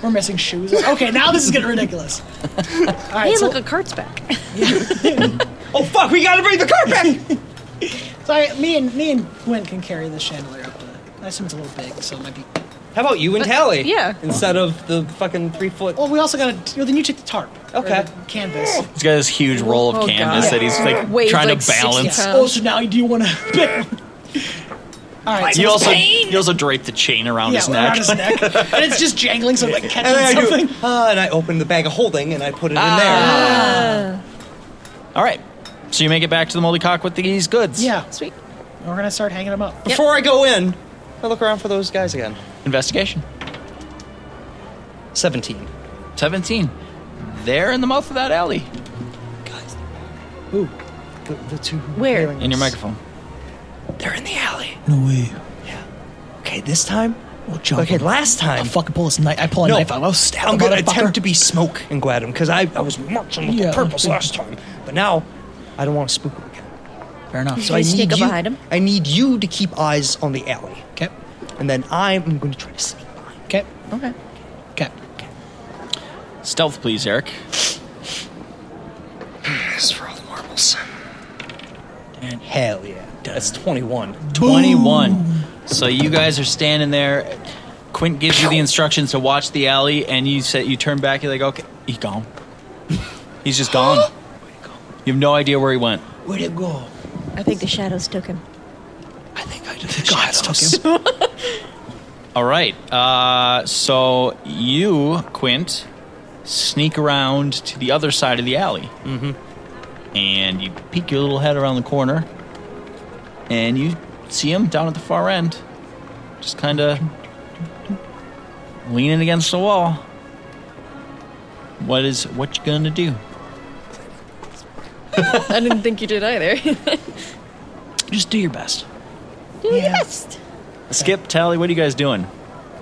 Speaker 4: We're missing shoes. Okay, now this is getting ridiculous. All right,
Speaker 2: Hey,
Speaker 4: so,
Speaker 2: look, a cart's back.
Speaker 3: oh fuck! We gotta bring the car back.
Speaker 4: so I, me and me and Gwen can carry this chandelier up. To, I assume it's a little big, so it might be.
Speaker 3: How about you and Tally?
Speaker 2: yeah.
Speaker 3: Instead of the fucking three foot.
Speaker 4: Well, we also gotta. Well, then you take the tarp. or
Speaker 3: Okay.
Speaker 4: the canvas.
Speaker 1: He's got this huge roll of
Speaker 2: Oh,
Speaker 1: canvas
Speaker 2: God.
Speaker 1: that he's like
Speaker 2: Weighs,
Speaker 1: trying
Speaker 2: like,
Speaker 1: to
Speaker 2: 60
Speaker 1: balance.
Speaker 2: pounds.
Speaker 4: Oh, so now you do you want to pick one? All right. so
Speaker 1: You
Speaker 4: it's
Speaker 1: also
Speaker 4: pain-
Speaker 1: you also drape the chain around
Speaker 4: yeah,
Speaker 1: his
Speaker 4: around
Speaker 1: neck.
Speaker 4: his neck, and it's just jangling, so it like
Speaker 3: And then I
Speaker 4: catches
Speaker 3: do. Ah.
Speaker 4: something.
Speaker 3: Uh, and I open the bag of holding and I put it in there.
Speaker 1: All right, so you make it back to the moldy cock with these goods.
Speaker 4: Yeah,
Speaker 2: Sweet.
Speaker 4: and we're gonna start hanging them up.
Speaker 3: Before I go in, I look around for those guys again.
Speaker 1: Investigation.
Speaker 3: Seventeen.
Speaker 1: Seventeen. They're in the mouth of that alley.
Speaker 3: Guys,
Speaker 4: Ooh,
Speaker 3: the, the two.
Speaker 2: Where?
Speaker 1: In your microphone.
Speaker 3: They're in the alley.
Speaker 4: no way.
Speaker 3: Okay, this time.
Speaker 4: We'll jump.
Speaker 3: Okay,
Speaker 4: Okay,
Speaker 3: last
Speaker 4: I
Speaker 3: time.
Speaker 4: fucking pull this knife. I pull a
Speaker 3: No,
Speaker 4: knife out. I'll stab
Speaker 3: I'm
Speaker 4: the
Speaker 3: gonna
Speaker 4: motherfucker.
Speaker 3: attempt to be smoke and glad him because I, I was marching with
Speaker 4: Yeah.
Speaker 3: purpose last time, but now I don't want to spook him again.
Speaker 4: Fair enough.
Speaker 3: So
Speaker 2: You
Speaker 3: I
Speaker 2: sneak
Speaker 3: need
Speaker 2: up
Speaker 3: you.
Speaker 2: behind him?
Speaker 3: I need you to keep eyes on the alley,
Speaker 4: Okay.
Speaker 3: and then I'm going to try to sneak by.
Speaker 4: Okay.
Speaker 2: Okay.
Speaker 4: Okay.
Speaker 1: Stealth, please, Eric.
Speaker 3: This is for all the marbles. And hell yeah, that's twenty-one.
Speaker 1: 21. So you guys are standing there. Quint gives you the instructions to watch the alley, and you say you turn back. You're like, okay, he's gone. He's just gone. You have no idea where he went.
Speaker 4: Where'd it go?
Speaker 2: I think the shadows took him.
Speaker 4: I think I just God's took him.
Speaker 1: All right. Uh, so you, Quint, sneak around to the other side of the alley, mm-hmm. and you peek your little head around the corner, and you see him down at the far end, just kind of leaning against the wall. What is what you gonna do?
Speaker 2: I didn't think you did either.
Speaker 1: Just do your best.
Speaker 2: yes.
Speaker 1: Skip, Tally, what are you guys doing?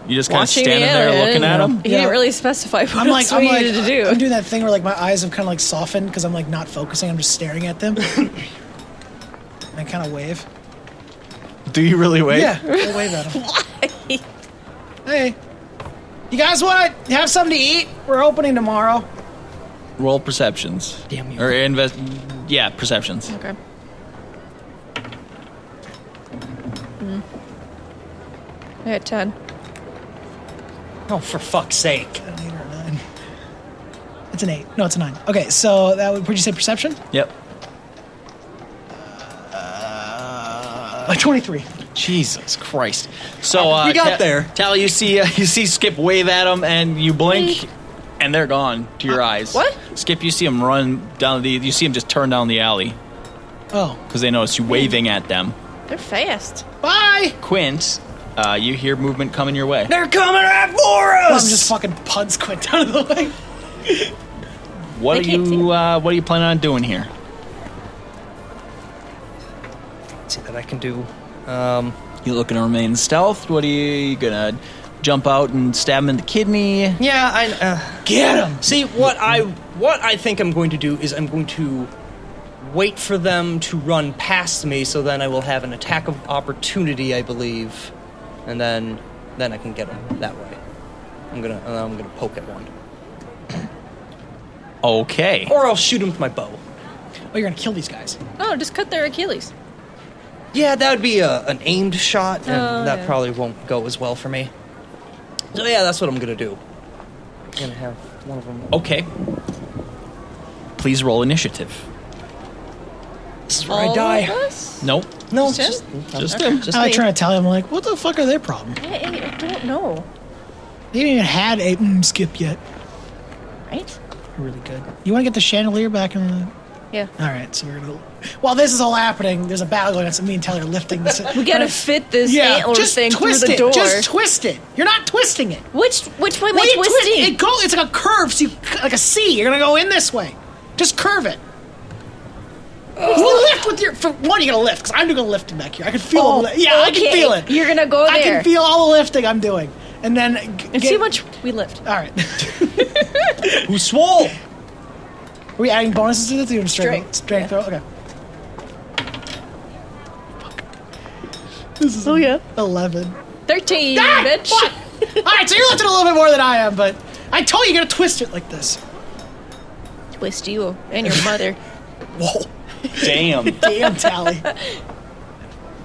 Speaker 1: You just kind of
Speaker 2: Watching
Speaker 1: standing
Speaker 2: the
Speaker 1: there
Speaker 2: alien.
Speaker 1: looking at him.
Speaker 2: He
Speaker 4: Yeah.
Speaker 2: didn't really specify what
Speaker 4: I'm like,
Speaker 2: we
Speaker 4: I'm like,
Speaker 2: needed to do.
Speaker 4: I'm doing that thing where like my eyes have kind of like softened because I'm like not focusing. I'm just staring at them. and I kind of wave.
Speaker 1: Do you really wait?
Speaker 4: Yeah, I wave at him. Hey, you guys want to have something to eat? We're opening tomorrow.
Speaker 1: Roll perceptions.
Speaker 3: Damn you.
Speaker 1: Or invest. Yeah, perceptions.
Speaker 4: uh,
Speaker 2: okay. Mm. I got ten.
Speaker 3: Oh, for fuck's sake!
Speaker 4: An eight or a nine. It's an eight. No, it's a nine. Okay, so that would, would you say perception?
Speaker 1: Yep.
Speaker 4: Uh, 23.
Speaker 1: Jesus Christ. So uh,
Speaker 3: We got
Speaker 1: Ta-
Speaker 3: there.
Speaker 1: Tally, you see, uh, you see Skip wave at him, and you blink,
Speaker 2: Hey.
Speaker 1: and they're gone to your eyes.
Speaker 2: Uh, what?
Speaker 1: Skip, you see him run down the. You see him just turn down the alley
Speaker 4: Oh.
Speaker 1: because they notice you waving at them.
Speaker 2: They're fast.
Speaker 4: Bye! Oh,
Speaker 1: Quint, uh, you hear movement coming your way.
Speaker 3: They're coming right for
Speaker 4: I'm
Speaker 3: us.
Speaker 4: just fucking puds quit down to the way.
Speaker 1: What
Speaker 2: I
Speaker 1: are
Speaker 2: can't see
Speaker 1: you? Uh, what are you planning on doing here?
Speaker 3: See that I can do. Um,
Speaker 1: You looking to remain stealthed? What are you, you gonna jump out and stab him in the kidney?
Speaker 3: yeah, I. Uh,
Speaker 4: Get him!
Speaker 3: See what I what I think I'm going to do is I'm going to wait for them to run past me, so then I will have an attack of opportunity, I believe, and then then I can get them that way. I'm gonna and I'm gonna poke at one,
Speaker 1: Okay.
Speaker 3: or I'll shoot him with my bow.
Speaker 4: Oh, you're gonna kill these guys.
Speaker 2: Oh, just cut their Achilles.
Speaker 3: Yeah, that would be a, an aimed shot, and
Speaker 2: Oh,
Speaker 3: that
Speaker 2: yeah.
Speaker 3: probably won't go as well for me. So yeah, that's what I'm gonna do. I'm gonna have one of them.
Speaker 1: Okay. Please roll initiative.
Speaker 3: this is where
Speaker 2: All
Speaker 3: I
Speaker 2: of
Speaker 3: die.
Speaker 2: us?
Speaker 1: Nope.
Speaker 3: No,
Speaker 2: Just him?
Speaker 3: just
Speaker 1: Just
Speaker 3: okay.
Speaker 1: him.
Speaker 3: Just
Speaker 4: I like
Speaker 3: me.
Speaker 4: trying to tell him, like, what the fuck are their problem?
Speaker 2: I, I don't know.
Speaker 4: They haven't even had a mm, skip yet.
Speaker 2: Right?
Speaker 4: Really good. You wanna get the chandelier back in the.
Speaker 2: Yeah.
Speaker 4: Alright, so we're gonna. While this is all happening, there's a battle going on, so me and Tally are lifting this.
Speaker 2: We gotta fit this antler
Speaker 4: uh, just
Speaker 2: thing through
Speaker 4: twist
Speaker 2: the
Speaker 4: it.
Speaker 2: door.
Speaker 4: Just twist it. You're not twisting it.
Speaker 2: which which way am
Speaker 4: What
Speaker 2: I
Speaker 4: are you twisting?
Speaker 2: twisting?
Speaker 4: It go. It's like a curve. So you, like a C. You're gonna go in this way. Just curve it.
Speaker 2: Oh.
Speaker 4: You lift with your. For one, you're gonna lift because I'm gonna lift him back here. I can feel.
Speaker 2: Oh,
Speaker 4: him li- yeah, I can
Speaker 2: okay.
Speaker 4: feel it.
Speaker 2: You're gonna go
Speaker 4: I
Speaker 2: there.
Speaker 4: can feel all the lifting I'm doing, and then g-
Speaker 2: And
Speaker 4: get-
Speaker 2: see how much we lift.
Speaker 4: All right,
Speaker 3: Who swole?
Speaker 4: are we adding bonuses to this? Or just strength,
Speaker 2: Strength.
Speaker 4: strength throw. Okay,
Speaker 2: Oh yeah.
Speaker 4: eleven.
Speaker 2: Thirteen,
Speaker 4: Ah,
Speaker 2: bitch.
Speaker 4: fuck! all right, so you're lifting a little bit more than I am, but I told you you're gonna twist it like this.
Speaker 2: Twist you and your mother.
Speaker 4: Whoa,
Speaker 1: Damn.
Speaker 4: damn tally.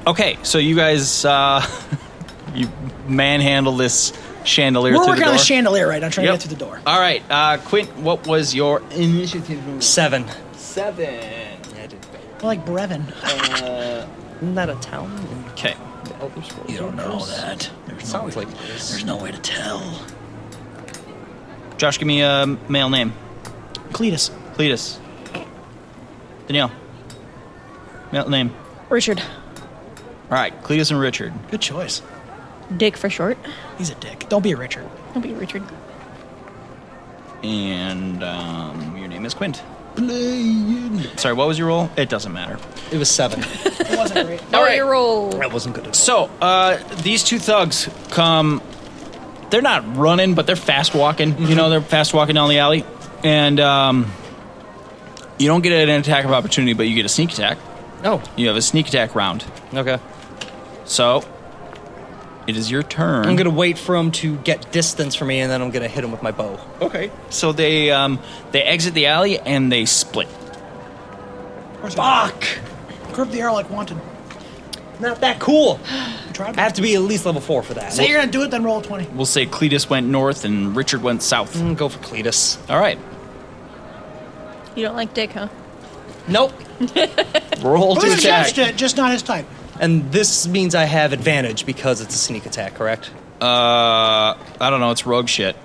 Speaker 1: okay, so you guys, uh, you manhandle this chandelier
Speaker 4: We're
Speaker 1: through the
Speaker 4: working
Speaker 1: door.
Speaker 4: on the chandelier right now, trying
Speaker 1: Yep.
Speaker 4: to get through the door.
Speaker 1: All right, uh, Quint, what was your initiative?
Speaker 3: Seven.
Speaker 1: Seven.
Speaker 4: We're like Brevin.
Speaker 3: Isn't that a town?
Speaker 1: Okay.
Speaker 4: You don't know that. There's
Speaker 3: Sounds like
Speaker 4: There's no way to tell.
Speaker 1: Josh, give me a male name.
Speaker 4: Cletus.
Speaker 1: Cletus. Danielle. Male name.
Speaker 2: Richard.
Speaker 1: All right, Cletus and Richard.
Speaker 4: Good choice.
Speaker 2: Dick for short.
Speaker 4: He's a dick. Don't be a Richard.
Speaker 2: I'll be Richard.
Speaker 1: And um, your name is Quint. Sorry, what was your role? It doesn't matter.
Speaker 3: It was seven.
Speaker 4: It wasn't great.
Speaker 2: All
Speaker 1: right.
Speaker 2: right. Your roll.
Speaker 3: that wasn't good at all.
Speaker 1: So, uh, these two thugs come. They're not running, but they're fast walking. You know, they're fast walking down the alley. And um, you don't get an attack of opportunity, but you get a sneak attack.
Speaker 3: Oh,
Speaker 1: You have a sneak attack round.
Speaker 3: okay.
Speaker 1: So, it is your turn.
Speaker 3: I'm gonna wait for him to get distance from me, and then I'm gonna hit him with my bow.
Speaker 1: Okay. So they um, they exit the alley and they split.
Speaker 4: Fuck! Grip the arrow like wanted.
Speaker 3: Not that cool.
Speaker 4: Try
Speaker 3: I have to be at least level four for that.
Speaker 4: Say you're gonna do it, then roll a 20.
Speaker 1: We'll say Cletus went north and Richard went south.
Speaker 3: Mm, go for Cletus.
Speaker 1: All right.
Speaker 2: You don't like dick, huh?
Speaker 3: Nope.
Speaker 1: Roll
Speaker 4: But
Speaker 1: to
Speaker 4: he's
Speaker 1: attack.
Speaker 4: judged it, just not his type.
Speaker 3: And this means I have advantage because it's a sneak attack, correct?
Speaker 1: Uh, I don't know. It's rogue shit.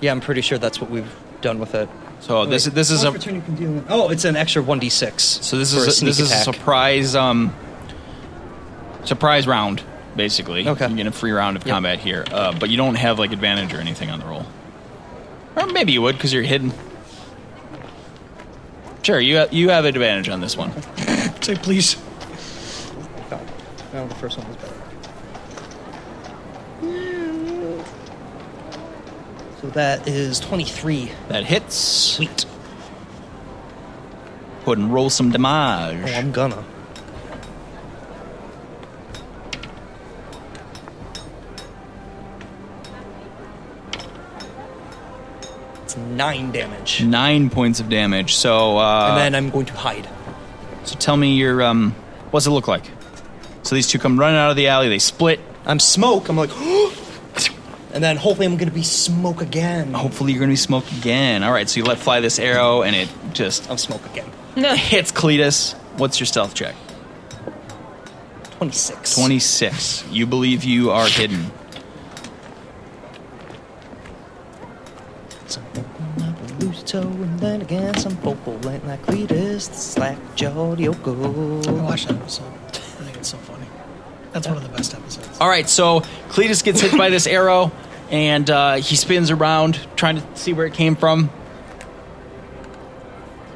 Speaker 3: Yeah, I'm pretty sure that's what we've done with it.
Speaker 1: So this is this is a
Speaker 4: Opportunity can deal with-
Speaker 3: Oh, it's an extra one d six.
Speaker 1: so this is a, this is a surprise um surprise round basically.
Speaker 3: Okay.
Speaker 1: You get a free round of
Speaker 3: Yep.
Speaker 1: combat here, uh, but you don't have like advantage or anything on the roll. Or maybe you would because you're hidden. Sure, you ha- you have advantage on this one.
Speaker 4: Say please.
Speaker 3: No, the first one was better. So that is twenty three.
Speaker 1: That hits. Sweet. Go ahead and roll some damage.
Speaker 3: Oh, I'm gonna. It's nine damage.
Speaker 1: Nine points of damage. So uh,
Speaker 3: and then I'm going to hide.
Speaker 1: So tell me your um, what's it look like? So these two come running out of the alley. They split.
Speaker 3: I'm smoke. I'm like, and then hopefully I'm gonna be smoke again.
Speaker 1: Hopefully you're gonna be smoked again. All right. So you let fly this arrow, and it just
Speaker 3: I'm smoke again.
Speaker 2: No.
Speaker 1: hits Cletus. What's your stealth check?
Speaker 3: Twenty six.
Speaker 1: Twenty six. You believe you are hidden.
Speaker 3: Some open up a loose toe, and then again some popo like like Cletus, the slack jawed
Speaker 4: Oh, I
Speaker 3: Yoko.
Speaker 4: watched that episode. I think it's so funny. That's one of the best episodes.
Speaker 1: All right. So Cletus gets hit by this arrow, and uh, he spins around trying to see where it came from.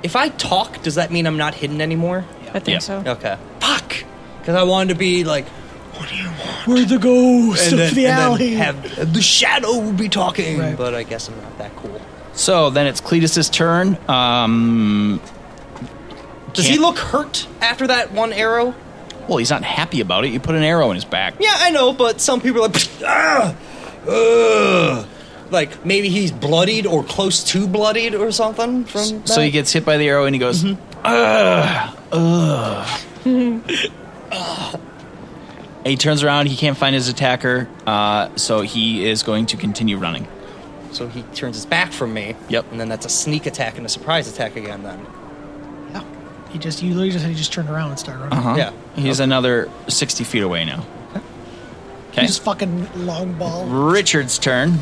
Speaker 3: If I talk, does that mean I'm not hidden anymore?
Speaker 2: I think
Speaker 1: Yeah.
Speaker 2: so.
Speaker 3: Okay. Fuck. Because I wanted to be like,
Speaker 4: Where's the ghost
Speaker 3: and then,
Speaker 4: of the
Speaker 3: and
Speaker 4: alley?
Speaker 3: then have the shadow will be talking.
Speaker 4: Right.
Speaker 3: But I guess I'm not that cool.
Speaker 1: So then it's Cletus's turn. Uh, Um,
Speaker 3: Does he
Speaker 1: Can't-
Speaker 3: look hurt after that one arrow?
Speaker 1: well, he's not happy about it. You put an arrow in his back.
Speaker 3: Yeah, I know, but some people are like, ah, ugh." like maybe he's bloodied or close to bloodied or something from.
Speaker 1: So he
Speaker 3: that.
Speaker 1: gets hit by the arrow and he goes, ugh, ugh." And he turns around, he can't find his attacker, uh, so he is going to continue running.
Speaker 3: so he turns his back from me.
Speaker 1: Yep.
Speaker 3: And then that's a sneak attack and a surprise attack again. Then.
Speaker 4: Yeah. He just, you literally just said he just turned around and started running.
Speaker 1: Uh-huh.
Speaker 3: Yeah.
Speaker 1: He's another 60 feet away now.
Speaker 4: He
Speaker 1: Okay.
Speaker 4: just fucking long ball.
Speaker 1: Richard's turn.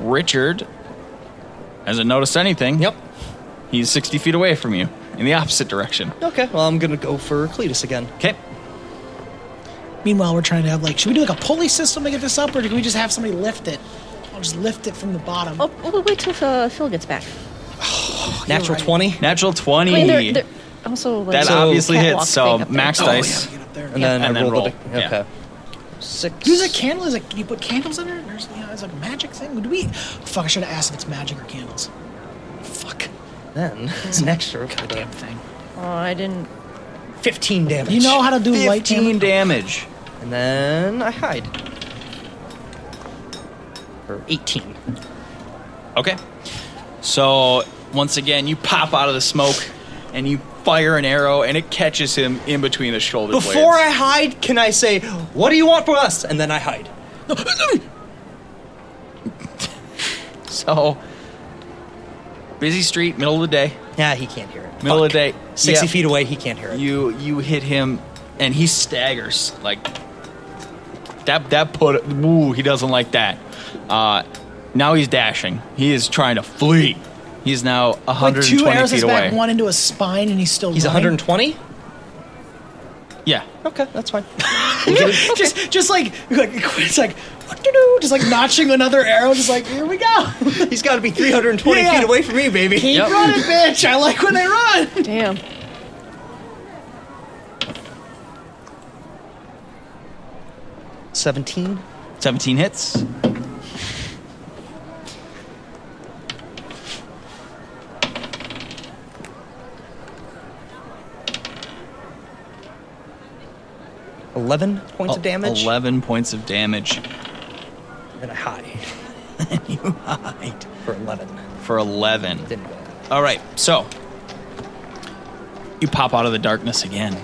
Speaker 1: Richard hasn't noticed anything.
Speaker 3: Yep.
Speaker 1: He's 60 feet away from you in the opposite direction.
Speaker 3: Okay. Well, I'm gonna go for Cletus again.
Speaker 1: Okay.
Speaker 4: Meanwhile, we're trying to have like, should we do like a pulley system to get this up, or can we just have somebody lift it? I'll just lift it from the bottom.
Speaker 2: Oh, oh, wait till uh, Phil gets back.
Speaker 3: Natural
Speaker 4: right.
Speaker 3: twenty.
Speaker 1: Natural 20.
Speaker 2: I mean, they're, they're, Also, like,
Speaker 1: That
Speaker 2: the
Speaker 1: obviously
Speaker 2: catwalk
Speaker 1: hits, so
Speaker 2: thing up there.
Speaker 1: max
Speaker 4: Oh,
Speaker 1: dice.
Speaker 4: yeah, get up there.
Speaker 3: And
Speaker 4: yeah.
Speaker 3: then
Speaker 1: And
Speaker 3: I
Speaker 1: then
Speaker 3: roll, the
Speaker 1: roll,
Speaker 3: d-
Speaker 1: yeah.
Speaker 3: Okay. Six.
Speaker 4: Use a candle as a. You put candles in it? Or is, you know, it's like a magic thing? Do we. Fuck, I should have asked if it's magic or candles. Fuck.
Speaker 3: Then it's an extra. for the-
Speaker 4: Damn thing.
Speaker 2: Oh, I didn't.
Speaker 3: 15 damage.
Speaker 4: You know how to do light
Speaker 1: 15
Speaker 4: damage?
Speaker 1: damage.
Speaker 3: And then I hide. For 18.
Speaker 1: Okay. So once again, you pop out of the smoke and you fire an arrow, and it catches him in between the shoulder
Speaker 3: Before
Speaker 1: blades.
Speaker 3: I hide, can I say, What do you want from us? And then I hide.
Speaker 1: So busy street, middle of the day,
Speaker 3: Yeah, he can't hear it.
Speaker 1: middle of
Speaker 3: Fuck.
Speaker 1: the day,
Speaker 3: 60
Speaker 1: Yeah.
Speaker 3: feet away, he can't hear it.
Speaker 1: You you hit him, and he staggers like that. That put ooh, he doesn't like that. Uh, now he's dashing. He is trying to flee. He's now
Speaker 4: Like
Speaker 1: 120
Speaker 4: two arrows
Speaker 1: feet
Speaker 4: in his
Speaker 1: away.
Speaker 4: back, one into his spine, and he's still.
Speaker 3: He's
Speaker 4: running.
Speaker 3: 120?
Speaker 1: Yeah.
Speaker 3: Okay, that's fine.
Speaker 4: just, just like, like it's like, "What-do-do," just like notching another arrow, just like here we go.
Speaker 3: He's got to be 320
Speaker 4: Yeah.
Speaker 3: feet away from me, baby.
Speaker 4: Keep
Speaker 1: Yep.
Speaker 4: running, bitch. I like when they run.
Speaker 2: Damn.
Speaker 3: Seventeen.
Speaker 1: 17 hits.
Speaker 3: Eleven points of
Speaker 1: Oh,
Speaker 3: damage.
Speaker 1: 11 points of damage.
Speaker 3: And I hide
Speaker 1: you hide
Speaker 3: for eleven.
Speaker 1: for 11.
Speaker 3: Didn't go that.
Speaker 1: All right, so you pop out of the darkness again,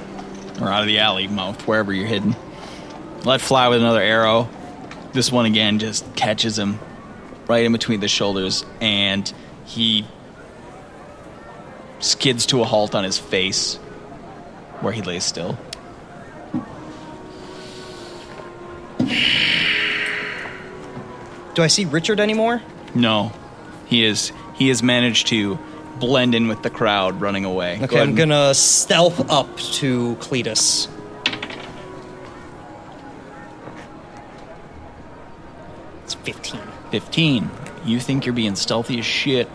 Speaker 1: or out of the alley mouth, wherever you're hidden. Let fly with another arrow. This one again just catches him right in between the shoulders, and he skids to a halt on his face where he lays still.
Speaker 3: Do I see Richard anymore?
Speaker 1: No, he is he has managed to blend in with the crowd running away. Go
Speaker 3: Okay,
Speaker 1: ahead
Speaker 3: I'm
Speaker 1: and-
Speaker 3: gonna stealth up to Cletus. It's fifteen.
Speaker 1: 15. You think you're being stealthy as shit.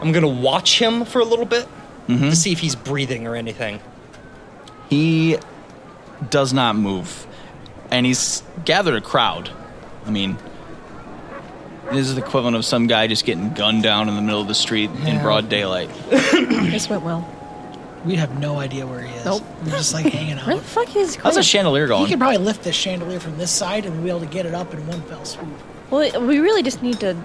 Speaker 3: I'm gonna watch him for a little bit
Speaker 1: Mm-hmm.
Speaker 3: to see if he's breathing or anything.
Speaker 1: He does not move. And he's gathered a crowd. I mean, this is the equivalent of some guy just getting gunned down in the middle of the street in
Speaker 3: Yeah.
Speaker 1: broad daylight.
Speaker 2: This went well.
Speaker 4: We have no idea where he is.
Speaker 2: Nope.
Speaker 4: We're just like hanging
Speaker 2: Where
Speaker 4: out.
Speaker 2: the fuck is?
Speaker 1: How's a
Speaker 2: Chris?
Speaker 1: chandelier
Speaker 4: He
Speaker 1: going?
Speaker 4: could probably lift this chandelier from this side and be able to get it up in one fell swoop.
Speaker 2: Well, we really just need to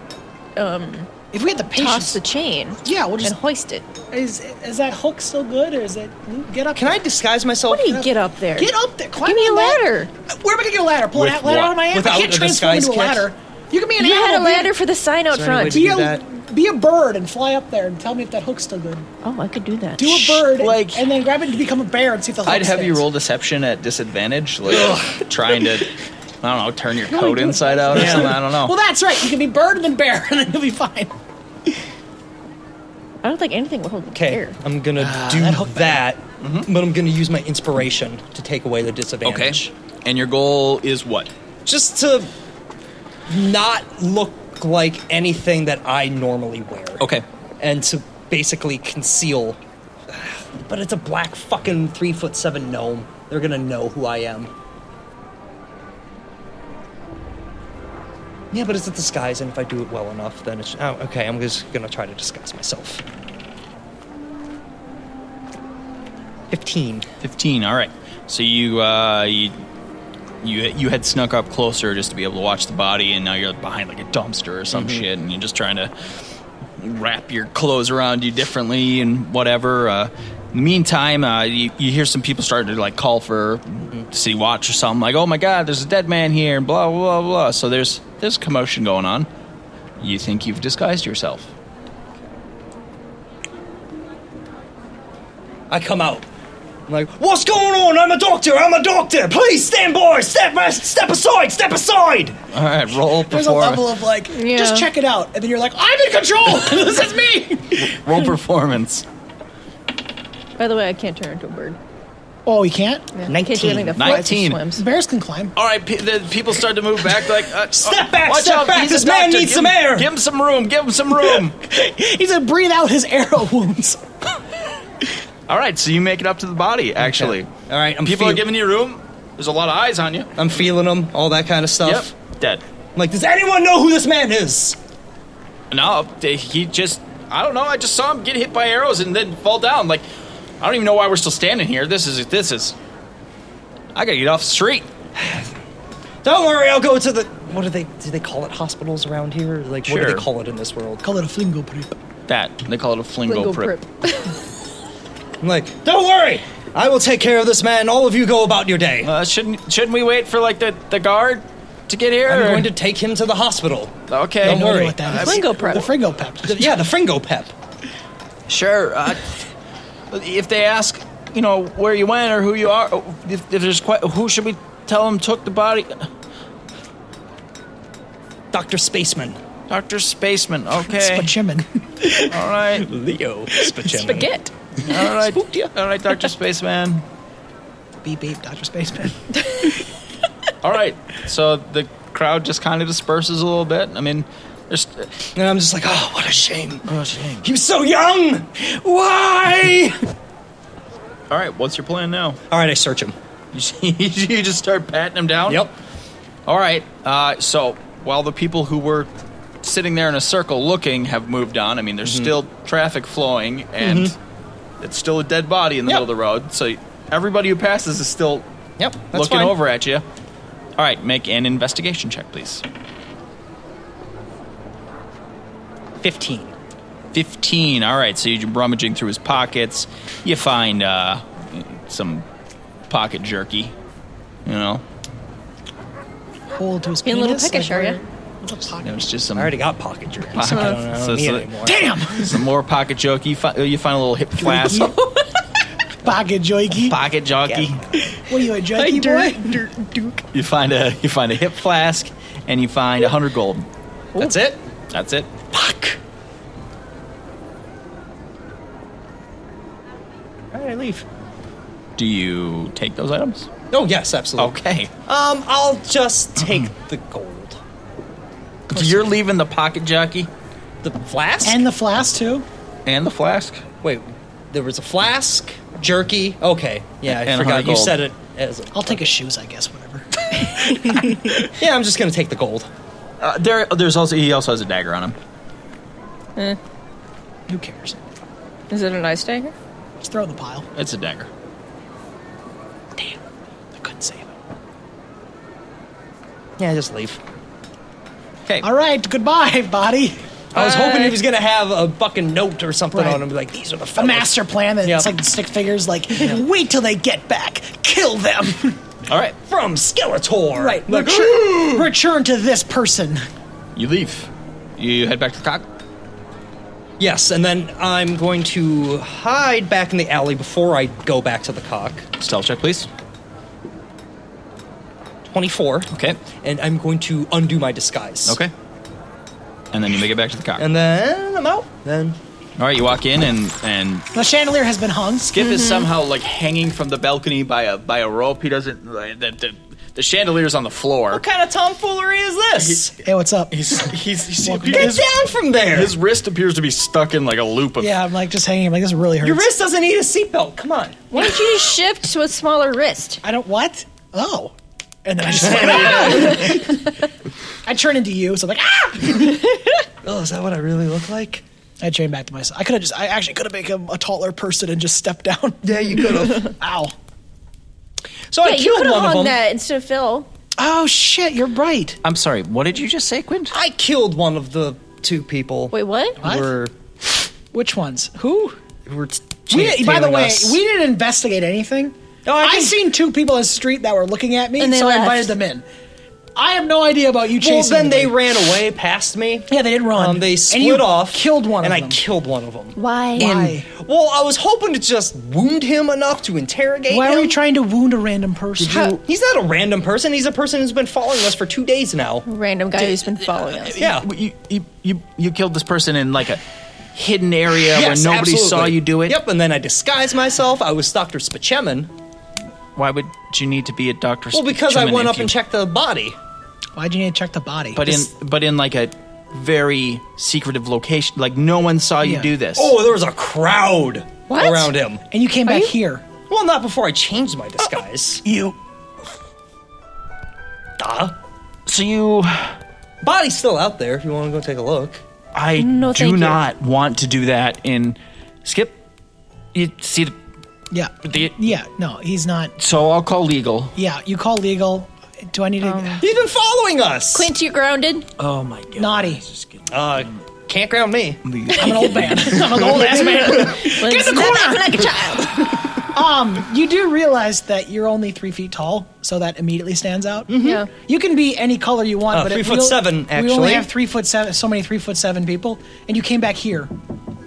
Speaker 2: um,
Speaker 4: If we had the
Speaker 2: toss
Speaker 4: patience,
Speaker 2: the chain.
Speaker 4: Yeah, we'll just-
Speaker 2: and hoist it.
Speaker 4: is is that hook still good or is it get up?
Speaker 3: Can I disguise myself?
Speaker 2: What do you get up there?
Speaker 4: get up there? Climb
Speaker 2: Give me
Speaker 4: on
Speaker 2: a
Speaker 4: that-
Speaker 2: ladder.
Speaker 4: Where am I gonna get a ladder? Pull
Speaker 1: With
Speaker 4: that ladder
Speaker 1: what?
Speaker 4: out of my ass.
Speaker 3: Without
Speaker 4: I can't
Speaker 3: a
Speaker 4: transform
Speaker 3: disguise
Speaker 4: into a
Speaker 3: kit?
Speaker 4: ladder. You can be an
Speaker 2: You
Speaker 4: animal.
Speaker 2: had a
Speaker 4: be
Speaker 2: ladder for the sign out
Speaker 3: there any
Speaker 2: front.
Speaker 3: way to-
Speaker 4: Be
Speaker 3: Do
Speaker 4: a,
Speaker 3: that.
Speaker 4: be a bird and fly up there and tell me if that hook's still good.
Speaker 2: Oh, I could do that.
Speaker 4: Do a bird and-
Speaker 1: like-
Speaker 4: and then grab it to become a bear and see if the hook
Speaker 1: I'd have you
Speaker 4: stays.
Speaker 1: roll deception at disadvantage, like trying to, I don't know, turn your coat
Speaker 4: do it.
Speaker 1: inside out or
Speaker 3: Yeah.
Speaker 1: something. I don't know.
Speaker 4: Well, that's right. You can be bird and then bear, and then you'll be fine.
Speaker 2: I don't think anything will hold the
Speaker 3: Okay,
Speaker 2: air.
Speaker 3: I'm gonna
Speaker 1: Ah,
Speaker 3: do
Speaker 4: that
Speaker 3: that,
Speaker 4: hooked
Speaker 3: but I'm gonna use my inspiration to take away the disadvantage.
Speaker 1: Mm-hmm. okay. And your goal is what?
Speaker 3: Just to not look like anything that I normally wear.
Speaker 1: Okay.
Speaker 3: And to basically conceal. But it's a black fucking three foot seven gnome. They're gonna know who I am. Yeah, but it's a disguise, and if I do it well enough, then it's. Oh, okay, I'm just gonna try to disguise myself. 15.
Speaker 1: 15 all right so you uh you you, you had snuck up closer just to be able to watch the body and now you're behind like a dumpster or
Speaker 4: Mm-hmm.
Speaker 1: some shit and you're just trying to wrap your clothes around you differently and whatever uh in the meantime uh you, you hear some people starting to like call for
Speaker 4: Mm-hmm.
Speaker 1: city watch or something like oh my god there's a dead man here and blah blah blah so there's there's commotion going on you think you've disguised yourself
Speaker 3: I come out. I'm like, what's going on? I'm a doctor. I'm a doctor. Please stand by. Step, step aside. Step aside.
Speaker 1: all right roll
Speaker 4: There's a level of like,
Speaker 2: Yeah.
Speaker 4: just check it out, and then you're like, I'm in control. this is me.
Speaker 1: roll performance
Speaker 2: By the way, I can't turn into a bird.
Speaker 4: Oh, you can't.
Speaker 2: Yeah.
Speaker 3: 19.
Speaker 2: Can't do anything that flies or
Speaker 1: 19.
Speaker 2: swims.
Speaker 4: Bears can climb.
Speaker 1: All right, pe- the people start to move back. Like, uh,
Speaker 3: Step
Speaker 1: uh,
Speaker 3: back,
Speaker 1: watch
Speaker 3: step
Speaker 1: out,
Speaker 3: back,
Speaker 1: he's a
Speaker 3: this man
Speaker 1: doctor,
Speaker 3: needs
Speaker 1: give
Speaker 3: some
Speaker 1: him-
Speaker 3: air.
Speaker 1: Give him some room. Give him some room.
Speaker 4: He's gonna breathe out his arrow wounds.
Speaker 1: All right, so you make it up to the body. Actually,
Speaker 3: All right, I'm
Speaker 1: people are
Speaker 3: feel-
Speaker 1: giving you room. There's a lot of eyes on you.
Speaker 3: I'm feeling them, all that kind
Speaker 1: Yep,
Speaker 3: of stuff.
Speaker 1: dead.
Speaker 3: I'm like, does anyone know who this man is?
Speaker 1: No, they- he just. I don't know. I just saw him get hit by arrows and then fall down. Like, I don't even know why we're still standing here. This is. This is. I gotta get off the street.
Speaker 3: Don't worry, I'll go to the. What do they do? They call it hospitals around here. Like, what do
Speaker 1: Sure.
Speaker 3: they call it in this world?
Speaker 4: Call it a flingo prip.
Speaker 1: That they call it a flingo,
Speaker 2: Lingo
Speaker 1: prip.
Speaker 2: prep.
Speaker 3: I'm like, don't worry, I will take care of this man. All of you go about your day.
Speaker 1: Uh, shouldn't shouldn't we wait for like the, the guard to get here?
Speaker 3: I'm
Speaker 1: or-
Speaker 3: going to take him to the hospital.
Speaker 1: Okay.
Speaker 3: Don't
Speaker 4: I don't
Speaker 3: worry.
Speaker 4: know what that is.
Speaker 2: Flingo prep.
Speaker 4: The flingo prep.
Speaker 3: Yeah, the Fringo Pep.
Speaker 1: Sure. Uh, if they ask, you know, where you went or who you are, if, if there's quite, who should we tell them took the body?
Speaker 3: Dr. Spaceman.
Speaker 1: Doctor Spaceman. Okay.
Speaker 4: Spachimin.
Speaker 1: All right.
Speaker 3: Leo Spaceman.
Speaker 2: Spaghetti.
Speaker 1: All right. All right, Doctor Spaceman.
Speaker 4: beep beep, Dr. Spaceman.
Speaker 1: All right. So the crowd just kind of disperses a little bit. I mean, there's.
Speaker 3: And I'm just like, oh, what a shame.
Speaker 1: Oh, shame.
Speaker 3: He was so young. Why?
Speaker 1: All right. What's your plan now?
Speaker 3: All right, I search him.
Speaker 1: You you just start patting him down.
Speaker 3: Yep.
Speaker 1: All right. Uh, so while the people who were sitting there in a circle looking have moved on, I mean, there's
Speaker 3: Mm-hmm.
Speaker 1: still traffic flowing and it's still a dead body in the
Speaker 3: Yep.
Speaker 1: middle of the road. So everybody who passes is still
Speaker 3: Yep. That's
Speaker 1: looking
Speaker 3: fine.
Speaker 1: over at you. All right. Make an investigation check, please.
Speaker 3: 15.
Speaker 1: 15. All right. So you're rummaging through his pockets. You find uh, some pocket jerky, you know?
Speaker 4: Hole to his
Speaker 2: Being a little
Speaker 4: penis,
Speaker 2: peckish, are
Speaker 4: where-
Speaker 2: ya?
Speaker 4: What's up,
Speaker 1: It
Speaker 4: pocket?
Speaker 1: was just some.
Speaker 3: I already got pocket jerky.
Speaker 1: Pocket-
Speaker 3: so I don't know
Speaker 1: so-
Speaker 3: need
Speaker 1: so-
Speaker 3: it anymore.
Speaker 4: Damn!
Speaker 1: some more pocket jerky. You, fi- you find a little hip flask.
Speaker 4: Pocket joikey.
Speaker 1: pocket jockey.
Speaker 4: What are you, a joikey boy?
Speaker 2: Duke.
Speaker 1: You find a you find a hip flask, and you find a hundred gold.
Speaker 3: That's it?
Speaker 1: That's it.
Speaker 3: Fuck.
Speaker 4: All right, leave.
Speaker 1: Do you take those items?
Speaker 3: Oh, yes, absolutely.
Speaker 1: Okay.
Speaker 3: Um, I'll just
Speaker 1: Mm-hmm.
Speaker 3: take the gold.
Speaker 1: You're leaving the pocket jockey
Speaker 3: The flask?
Speaker 4: And the flask, too.
Speaker 1: and the flask.
Speaker 3: Wait, there was a flask, jerky. Okay, yeah, I
Speaker 1: And
Speaker 3: forgot.
Speaker 1: hundred
Speaker 3: You
Speaker 1: gold.
Speaker 3: said it as a,
Speaker 4: I'll take his shoes, I guess, whatever.
Speaker 3: yeah. I'm just gonna take the gold.
Speaker 1: Uh, there, there's also he also has a dagger on him.
Speaker 2: Eh.
Speaker 4: Who cares?
Speaker 2: Is it an ice dagger?
Speaker 4: Just throw it in the pile.
Speaker 1: It's a dagger.
Speaker 4: Damn. I couldn't save it.
Speaker 3: Yeah, just leave.
Speaker 1: Okay.
Speaker 4: All right, goodbye, body.
Speaker 3: I was hoping
Speaker 2: Bye.
Speaker 3: he was gonna have a fucking note or something
Speaker 4: Right.
Speaker 3: on him, be like, "These are the
Speaker 4: A
Speaker 3: fellas.
Speaker 4: master plan that's
Speaker 3: Yeah.
Speaker 4: like the stick figures, like, wait till they get back, kill them,
Speaker 1: All right.
Speaker 3: from Skeletor."
Speaker 4: right?
Speaker 3: Like,
Speaker 4: Return, return to this person.
Speaker 1: You leave. You head back to the cock.
Speaker 3: yes, and then I'm going to hide back in the alley before I go back to the cock.
Speaker 1: Stealth check, please.
Speaker 3: Twenty-four,
Speaker 1: Okay.
Speaker 3: and I'm going to undo my disguise.
Speaker 1: Okay. And then you make it back to the cock.
Speaker 3: And then I'm out. Then
Speaker 1: All right. You walk in and and
Speaker 4: The chandelier has been hung.
Speaker 1: Skip
Speaker 3: Mm-hmm.
Speaker 1: is somehow like hanging from the balcony by a by a rope. He doesn't. like, The, the, the chandelier's on the floor.
Speaker 3: what kind of tomfoolery is this?
Speaker 4: Hey, what's up?
Speaker 1: He's he's, he's
Speaker 3: Get
Speaker 1: his,
Speaker 3: down from there.
Speaker 1: his wrist appears to be stuck in like a loop of
Speaker 4: Yeah, I'm like just hanging. I'm like this really hurts.
Speaker 3: Your wrist doesn't need a seatbelt. Come on.
Speaker 2: Why don't you just shift to a smaller wrist?
Speaker 4: I don't what? Oh. And then I just I turn into you, so I'm like ah.
Speaker 3: Oh, is that what I really look like?
Speaker 4: I turn back to myself. I could have just I actually could have become a taller person and just stepped down.
Speaker 3: Yeah, you could have.
Speaker 4: Ow.
Speaker 3: So I
Speaker 2: Yeah, you
Speaker 3: killed
Speaker 2: could have
Speaker 3: one of
Speaker 2: hung
Speaker 3: them.
Speaker 2: that instead of Phil.
Speaker 4: Oh shit, you're right.
Speaker 1: I'm sorry. What did you just say, Quint?
Speaker 3: I killed one of the two people.
Speaker 2: Wait, what?
Speaker 3: who were
Speaker 4: Which ones? Who?
Speaker 3: who were t-
Speaker 4: We
Speaker 3: ta-
Speaker 4: didn't- by the
Speaker 3: tailing
Speaker 4: way,
Speaker 3: us.
Speaker 4: we didn't investigate anything.
Speaker 3: No, I
Speaker 4: I,
Speaker 3: think-
Speaker 4: seen two people in the street that were looking at me,
Speaker 2: And they
Speaker 4: so I
Speaker 2: left.
Speaker 4: invited them in. I have no idea about you
Speaker 3: Well,
Speaker 4: chasing.
Speaker 3: then they
Speaker 4: anybody.
Speaker 3: ran away past me.
Speaker 4: Yeah, they did run.
Speaker 3: Um, they
Speaker 4: And
Speaker 3: split
Speaker 4: you
Speaker 3: off.
Speaker 4: Killed one,
Speaker 3: and
Speaker 4: of
Speaker 3: I
Speaker 4: them.
Speaker 3: killed one of them.
Speaker 2: Why?
Speaker 4: Why?
Speaker 3: Well, I was hoping to just wound him enough to interrogate
Speaker 4: Why
Speaker 3: him.
Speaker 4: were you trying to wound a random person?
Speaker 3: How- He's not a random person. He's a person who's been following us for two days now.
Speaker 2: Random guy who's been following us.
Speaker 3: Yeah.
Speaker 1: You you you, you killed this person in like a hidden area
Speaker 3: Yes,
Speaker 1: where nobody saw
Speaker 3: absolutely.
Speaker 1: you do it.
Speaker 3: Yep, and then I disguised myself. I was Dr. Spachemin.
Speaker 1: Why would you need to be a doctor?
Speaker 3: Well, because I went up and checked the body.
Speaker 4: Why'd you need to check the body?
Speaker 1: But in but in like a very secretive location, like no one saw you
Speaker 4: Yeah.
Speaker 1: do this.
Speaker 3: Oh, there was a crowd.
Speaker 2: What?
Speaker 3: around him.
Speaker 4: And you came back
Speaker 2: you-
Speaker 4: here.
Speaker 3: Well, not before I changed my disguise.
Speaker 4: You.
Speaker 3: Duh.
Speaker 1: So you,
Speaker 3: Body's still out there if you want to go take a look.
Speaker 1: I
Speaker 2: No, thank
Speaker 1: do
Speaker 2: you.
Speaker 1: not want to do that. In skip, you see, the-
Speaker 4: Yeah.
Speaker 1: The-
Speaker 4: yeah. No, he's not.
Speaker 1: so I'll call legal.
Speaker 4: Yeah. You call legal. Do I need to?
Speaker 3: He's been following us.
Speaker 2: Quincy, you're grounded.
Speaker 1: Oh my god,
Speaker 4: Naughty.
Speaker 1: this is getting-
Speaker 3: Uh, can't ground me.
Speaker 1: Um,
Speaker 4: I'm an old man. I'm an old ass man.
Speaker 2: Get in the corner like a child.
Speaker 4: Um, you do realize that you're only three feet tall, so that immediately stands out.
Speaker 2: Yeah.
Speaker 4: You can be any color you want,
Speaker 1: Oh,
Speaker 3: Uh,
Speaker 4: but
Speaker 3: three
Speaker 4: it-
Speaker 3: foot
Speaker 4: we o-
Speaker 3: seven,
Speaker 4: we
Speaker 3: actually.
Speaker 4: only have three foot seven. So many three foot seven people, and you came back here.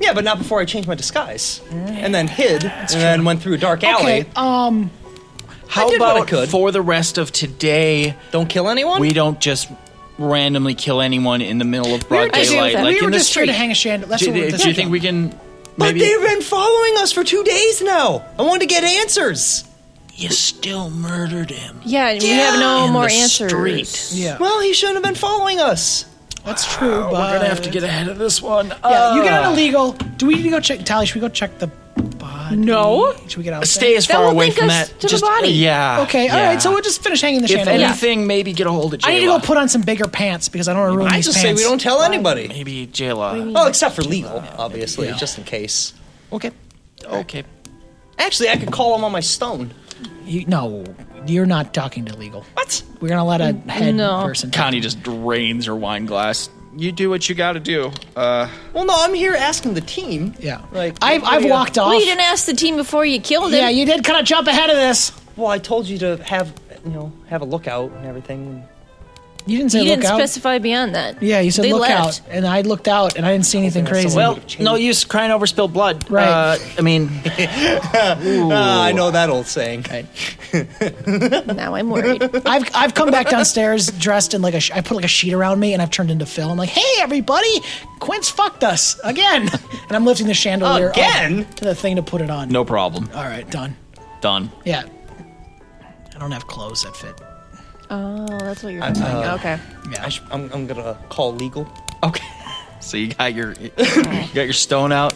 Speaker 3: Yeah, but not before I changed my disguise. And then hid, and then went through a dark alley.
Speaker 4: Okay. Um.
Speaker 1: How
Speaker 3: did what I
Speaker 1: about
Speaker 3: could.
Speaker 1: for the rest of today,
Speaker 3: Don't kill anyone?
Speaker 1: we don't just randomly kill anyone in the middle of broad
Speaker 2: I agree with
Speaker 1: daylight,
Speaker 2: that.
Speaker 1: like
Speaker 4: we were
Speaker 1: in the
Speaker 4: just trying
Speaker 1: street?
Speaker 4: to hang a chandelier. That's
Speaker 1: do,
Speaker 4: what we're
Speaker 1: do you
Speaker 4: deciding
Speaker 1: think
Speaker 4: on.
Speaker 1: we can?
Speaker 3: but
Speaker 1: Maybe
Speaker 3: they've been following us for two days now. I wanted to get answers.
Speaker 1: you still murdered him.
Speaker 2: Yeah, and we have no
Speaker 1: In
Speaker 2: more
Speaker 1: the
Speaker 2: answers.
Speaker 1: street.
Speaker 4: Yeah,
Speaker 3: Well, he shouldn't have been following us.
Speaker 4: that's true. But
Speaker 1: We're gonna have to get ahead of this one.
Speaker 4: Yeah,
Speaker 1: Uh,
Speaker 4: you get out illegal. Do we need to go check? Tally, should we go check the body?
Speaker 2: No.
Speaker 4: Should we get out?
Speaker 1: Stay as
Speaker 2: That
Speaker 1: far
Speaker 2: will
Speaker 1: away
Speaker 2: link
Speaker 1: from
Speaker 2: us
Speaker 1: that.
Speaker 2: to the
Speaker 1: just,
Speaker 2: body.
Speaker 1: Yeah.
Speaker 4: there? Okay. All
Speaker 1: Ah, yeah.
Speaker 4: right. So we'll just finish hanging the
Speaker 1: If
Speaker 4: chandelier.
Speaker 1: anything, maybe get a hold of Jayla.
Speaker 4: I need to go put on some bigger pants because I don't want to ruin
Speaker 3: I
Speaker 4: these
Speaker 3: just
Speaker 4: pants.
Speaker 3: say we don't tell anybody.
Speaker 1: Maybe Jayla.
Speaker 3: Well, except for legal, obviously, just in case.
Speaker 4: Okay.
Speaker 1: Okay.
Speaker 3: Actually, I could call him on my stone.
Speaker 4: You, no, you're not talking to legal.
Speaker 3: What?
Speaker 4: We're gonna let a head
Speaker 2: no.
Speaker 4: person.
Speaker 1: Connie just drains her wine glass. You do what you gotta do. Uh,
Speaker 3: Well, no, I'm here asking the team.
Speaker 4: Yeah.
Speaker 3: Like,
Speaker 4: I've
Speaker 3: what
Speaker 4: I've
Speaker 3: do you-
Speaker 4: walked off.
Speaker 2: Well, you didn't ask the team before you killed him.
Speaker 4: yeah, you did kind of jump ahead of this.
Speaker 3: Well, I told you to have, you know, have a lookout and everything.
Speaker 4: You didn't say
Speaker 2: You
Speaker 4: look
Speaker 2: didn't
Speaker 4: out.
Speaker 2: specify beyond that.
Speaker 4: yeah, you said
Speaker 2: they
Speaker 4: look
Speaker 2: left.
Speaker 4: out, and I looked out, and I didn't see anything
Speaker 3: that's a
Speaker 4: crazy.
Speaker 1: well,
Speaker 3: Would've changed.
Speaker 1: no use crying over spilled blood.
Speaker 4: Right.
Speaker 1: Uh, I mean,
Speaker 3: I know that old saying.
Speaker 2: Now I'm worried.
Speaker 4: I've I've come back downstairs dressed in like a sh- I put like a sheet around me, and I've turned into Phil. I'm like, hey everybody, Quince fucked us again, and I'm lifting the chandelier up
Speaker 3: Again?
Speaker 4: to the thing to put it on.
Speaker 1: no problem.
Speaker 4: All right, done.
Speaker 1: Done.
Speaker 4: Yeah. I don't have clothes that fit.
Speaker 2: oh, that's what you're talking about. Okay.
Speaker 4: Yeah.
Speaker 3: I sh- I'm, I'm gonna call legal.
Speaker 1: Okay. So you got your you got your stone out.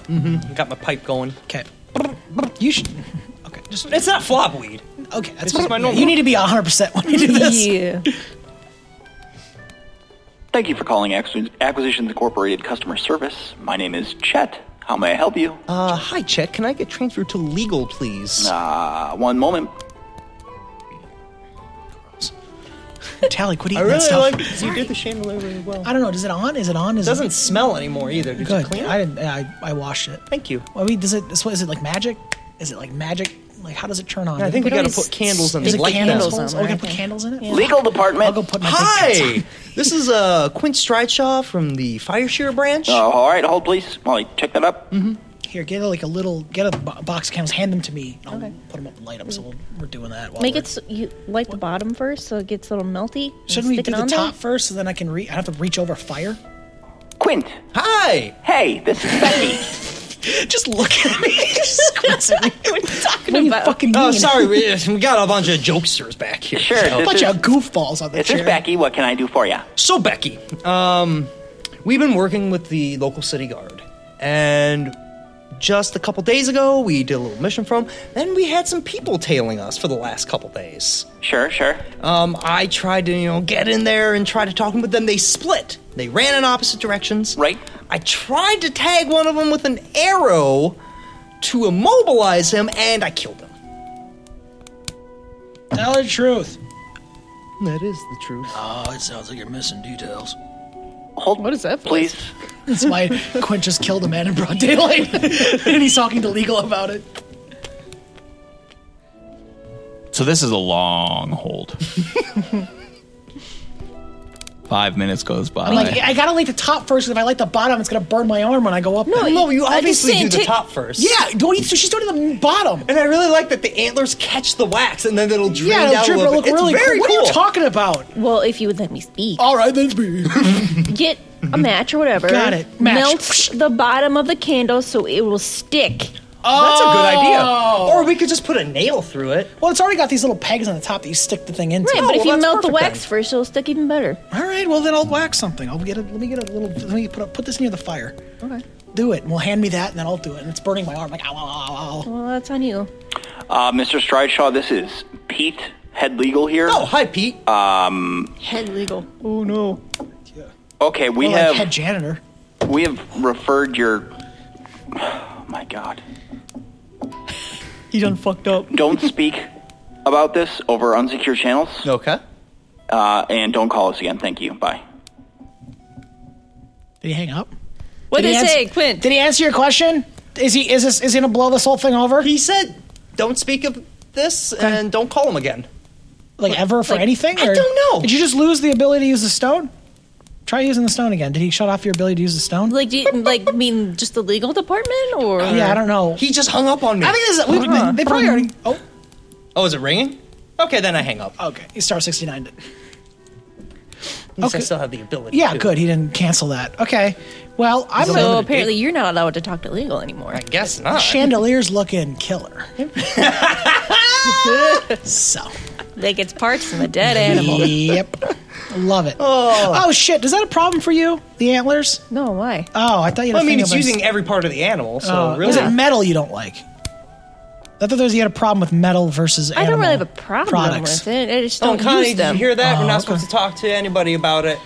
Speaker 3: Got my pipe going.
Speaker 4: Okay. You should. Okay. Just
Speaker 3: It's not flopweed.
Speaker 4: okay. That's
Speaker 3: just my
Speaker 4: yeah,
Speaker 3: normal-
Speaker 4: You need to be 100 percent when you do this.
Speaker 2: Yeah.
Speaker 5: Thank you for calling Acquisitions Acquisitions Incorporated customer service. My name is Chet. How may I help you?
Speaker 3: Uh, hi, Chet. Can I get transferred to legal, please?
Speaker 5: Uh, one moment.
Speaker 4: Tally, quit eating
Speaker 3: I
Speaker 4: that
Speaker 3: really
Speaker 4: stuff.
Speaker 3: like. You did the chandelier really well.
Speaker 4: I don't know. Does it on? Is it on? Is
Speaker 3: It doesn't smell anymore either. Did
Speaker 4: It good.
Speaker 3: you clean it?
Speaker 4: I didn't. I, I washed it.
Speaker 3: Thank you.
Speaker 4: Well, I mean, does it? This what is it like magic? Is it like magic? Like how does it turn on?
Speaker 3: I think we
Speaker 2: We
Speaker 3: gotta
Speaker 2: don't
Speaker 3: put
Speaker 2: use
Speaker 3: candles in
Speaker 2: stick
Speaker 4: is
Speaker 3: this
Speaker 4: it
Speaker 3: light.
Speaker 4: candles?
Speaker 2: candles on
Speaker 4: oh, we
Speaker 2: there, I
Speaker 4: gotta put
Speaker 2: think.
Speaker 4: candles in it.
Speaker 5: Legal
Speaker 4: I'll go
Speaker 5: department.
Speaker 4: put my. big pants
Speaker 3: Hi, this is uh Quint Strideshaw from the Fire Shear branch.
Speaker 5: Oh, all right, hold please while I check that up.
Speaker 4: on. Here, get like a little. Get a bo- box of candles. Hand them to me. I'll put them up and light them. So we'll, we're doing that. While
Speaker 2: Make
Speaker 4: we're-
Speaker 2: it so you light the bottom first so it gets a little melty. and
Speaker 4: Shouldn't we
Speaker 2: stick
Speaker 4: do
Speaker 2: it
Speaker 4: the
Speaker 2: on there.
Speaker 4: top first, so then I can re- I have to reach over fire?
Speaker 5: Quint.
Speaker 3: Hi.
Speaker 5: Hey, this is Becky.
Speaker 4: Just look at me. Just squints at me. what are you talking
Speaker 2: about?
Speaker 4: fucking
Speaker 3: Oh,
Speaker 4: mean?
Speaker 3: sorry. We, we got a bunch of jokesters back here.
Speaker 5: Sure.
Speaker 3: So,
Speaker 5: This
Speaker 4: Bunch
Speaker 5: is,
Speaker 4: of goofballs on the
Speaker 5: this is
Speaker 4: chair.
Speaker 5: Becky. What can I do for you?
Speaker 3: so Becky, um, we've been working with the local city guard, and just a couple days ago, we did a little mission from. Then we had some people tailing us for the last couple days.
Speaker 5: Sure, sure.
Speaker 4: Uh,
Speaker 3: Um, I tried to, you know, get in there and try to talk to them, but then they split. They ran in opposite directions.
Speaker 5: Right.
Speaker 3: I tried to tag one of them with an arrow to immobilize him, and I killed him.
Speaker 4: Tell the truth.
Speaker 3: That is the truth.
Speaker 4: Oh, it sounds like you're missing details.
Speaker 5: Hold.
Speaker 2: What is that for?
Speaker 5: Please.
Speaker 4: That's why Quint just killed a man in broad daylight, and he's talking to legal about it.
Speaker 1: So this is a long hold. Five minutes goes by.
Speaker 4: I'm like, I gotta light the top first. 'cause If I light the bottom, it's gonna burn my arm when I go up.
Speaker 2: No,
Speaker 4: there.
Speaker 2: you-
Speaker 3: No, you
Speaker 2: I'm just
Speaker 3: obviously do
Speaker 2: saying,
Speaker 3: the
Speaker 2: take-
Speaker 3: top first.
Speaker 4: yeah, don't eat. So she's doing the bottom.
Speaker 3: And I really like that the antlers catch the wax and then it'll drain
Speaker 4: Yeah, it'll
Speaker 3: down
Speaker 4: drip.
Speaker 3: a
Speaker 4: It'll
Speaker 3: little
Speaker 4: look
Speaker 3: bit.
Speaker 4: really
Speaker 3: it's very
Speaker 4: cool.
Speaker 3: cool.
Speaker 4: What are you talking about?
Speaker 2: Well, if you would let me speak.
Speaker 4: All right, let's be.
Speaker 2: Get a match or whatever.
Speaker 4: Got it. Match.
Speaker 2: Melt the bottom of the candle so it will stick.
Speaker 3: That's a good
Speaker 4: Oh.
Speaker 3: idea. Or we could just put a nail through it.
Speaker 4: Well, it's already got these little pegs on the top that you stick the thing into.
Speaker 2: Right,
Speaker 3: Oh,
Speaker 2: but if
Speaker 3: well,
Speaker 2: you
Speaker 3: that's
Speaker 2: melt the
Speaker 3: perfect
Speaker 2: wax
Speaker 3: then.
Speaker 2: first, it'll stick even better.
Speaker 4: All right, well then I'll wax something. I'll get a let me get a little let me put a, put this near the fire.
Speaker 2: Okay.
Speaker 4: do it. And well, hand me that, and then I'll do it. And it's burning my arm. Like, ow, ow, ow, ow.
Speaker 2: Well, that's on you.
Speaker 5: Uh, Mr. Strideshaw, this is Pete, head legal here.
Speaker 3: Oh, hi, Pete.
Speaker 2: Head legal.
Speaker 4: Oh, no.
Speaker 5: Okay, we
Speaker 4: Well, like Oh, head
Speaker 5: have
Speaker 4: janitor.
Speaker 5: we have referred your. Oh my God!
Speaker 4: He done fucked up.
Speaker 5: Don't speak about this over unsecure channels,
Speaker 3: okay.
Speaker 5: uh, and don't call us again. Thank you. Bye.
Speaker 4: Did he hang up?
Speaker 2: What
Speaker 4: Did
Speaker 2: did
Speaker 4: he
Speaker 2: it
Speaker 4: ans-
Speaker 2: say, Quint?
Speaker 4: Did he answer your question? Is he is this is he gonna blow this whole thing over?
Speaker 3: He said, "Don't speak of this, and don't call him again."
Speaker 4: like ever for
Speaker 2: like-
Speaker 4: anything?
Speaker 3: I
Speaker 4: or-
Speaker 3: don't know.
Speaker 4: Did you just lose the ability to use the stone? Try using the stone again. Did he shut off your ability to use the stone?
Speaker 2: Like, do you like mean just the legal department or?
Speaker 4: yeah, I don't know.
Speaker 3: He just hung up on me.
Speaker 4: I think this is we,
Speaker 2: Huh.
Speaker 4: they, they probably already. Oh,
Speaker 3: oh, is it ringing? Okay, then I hang up.
Speaker 4: okay. He star sixty nine did.
Speaker 3: At least I
Speaker 4: okay.
Speaker 3: still have the ability.
Speaker 4: Yeah,
Speaker 3: to.
Speaker 4: good. He didn't cancel that. Okay. Well, I'm
Speaker 2: So
Speaker 4: a
Speaker 2: apparently, you're not allowed to talk to legal anymore.
Speaker 3: I guess not.
Speaker 4: chandelier's looking killer. so.
Speaker 2: Like it's parts in the dead animal.
Speaker 4: Yep. Love it. Oh. shit. Is that a problem for you? The antlers?
Speaker 2: No, why?
Speaker 4: Oh, I thought you. Had
Speaker 3: Well,
Speaker 4: a
Speaker 3: I mean,
Speaker 4: thing
Speaker 3: it's
Speaker 4: about-
Speaker 3: using every part of the animal, so
Speaker 4: Oh,
Speaker 3: really.
Speaker 4: Is it metal you don't like? I thought there was you had a problem with metal versus.
Speaker 2: I don't
Speaker 4: animal
Speaker 2: really have a problem
Speaker 4: products.
Speaker 2: with it. I just
Speaker 3: Oh,
Speaker 2: don't
Speaker 3: Connie,
Speaker 2: use
Speaker 3: did
Speaker 2: them.
Speaker 3: you hear that? We're
Speaker 4: Oh,
Speaker 3: not
Speaker 4: okay.
Speaker 3: supposed to talk to anybody about it.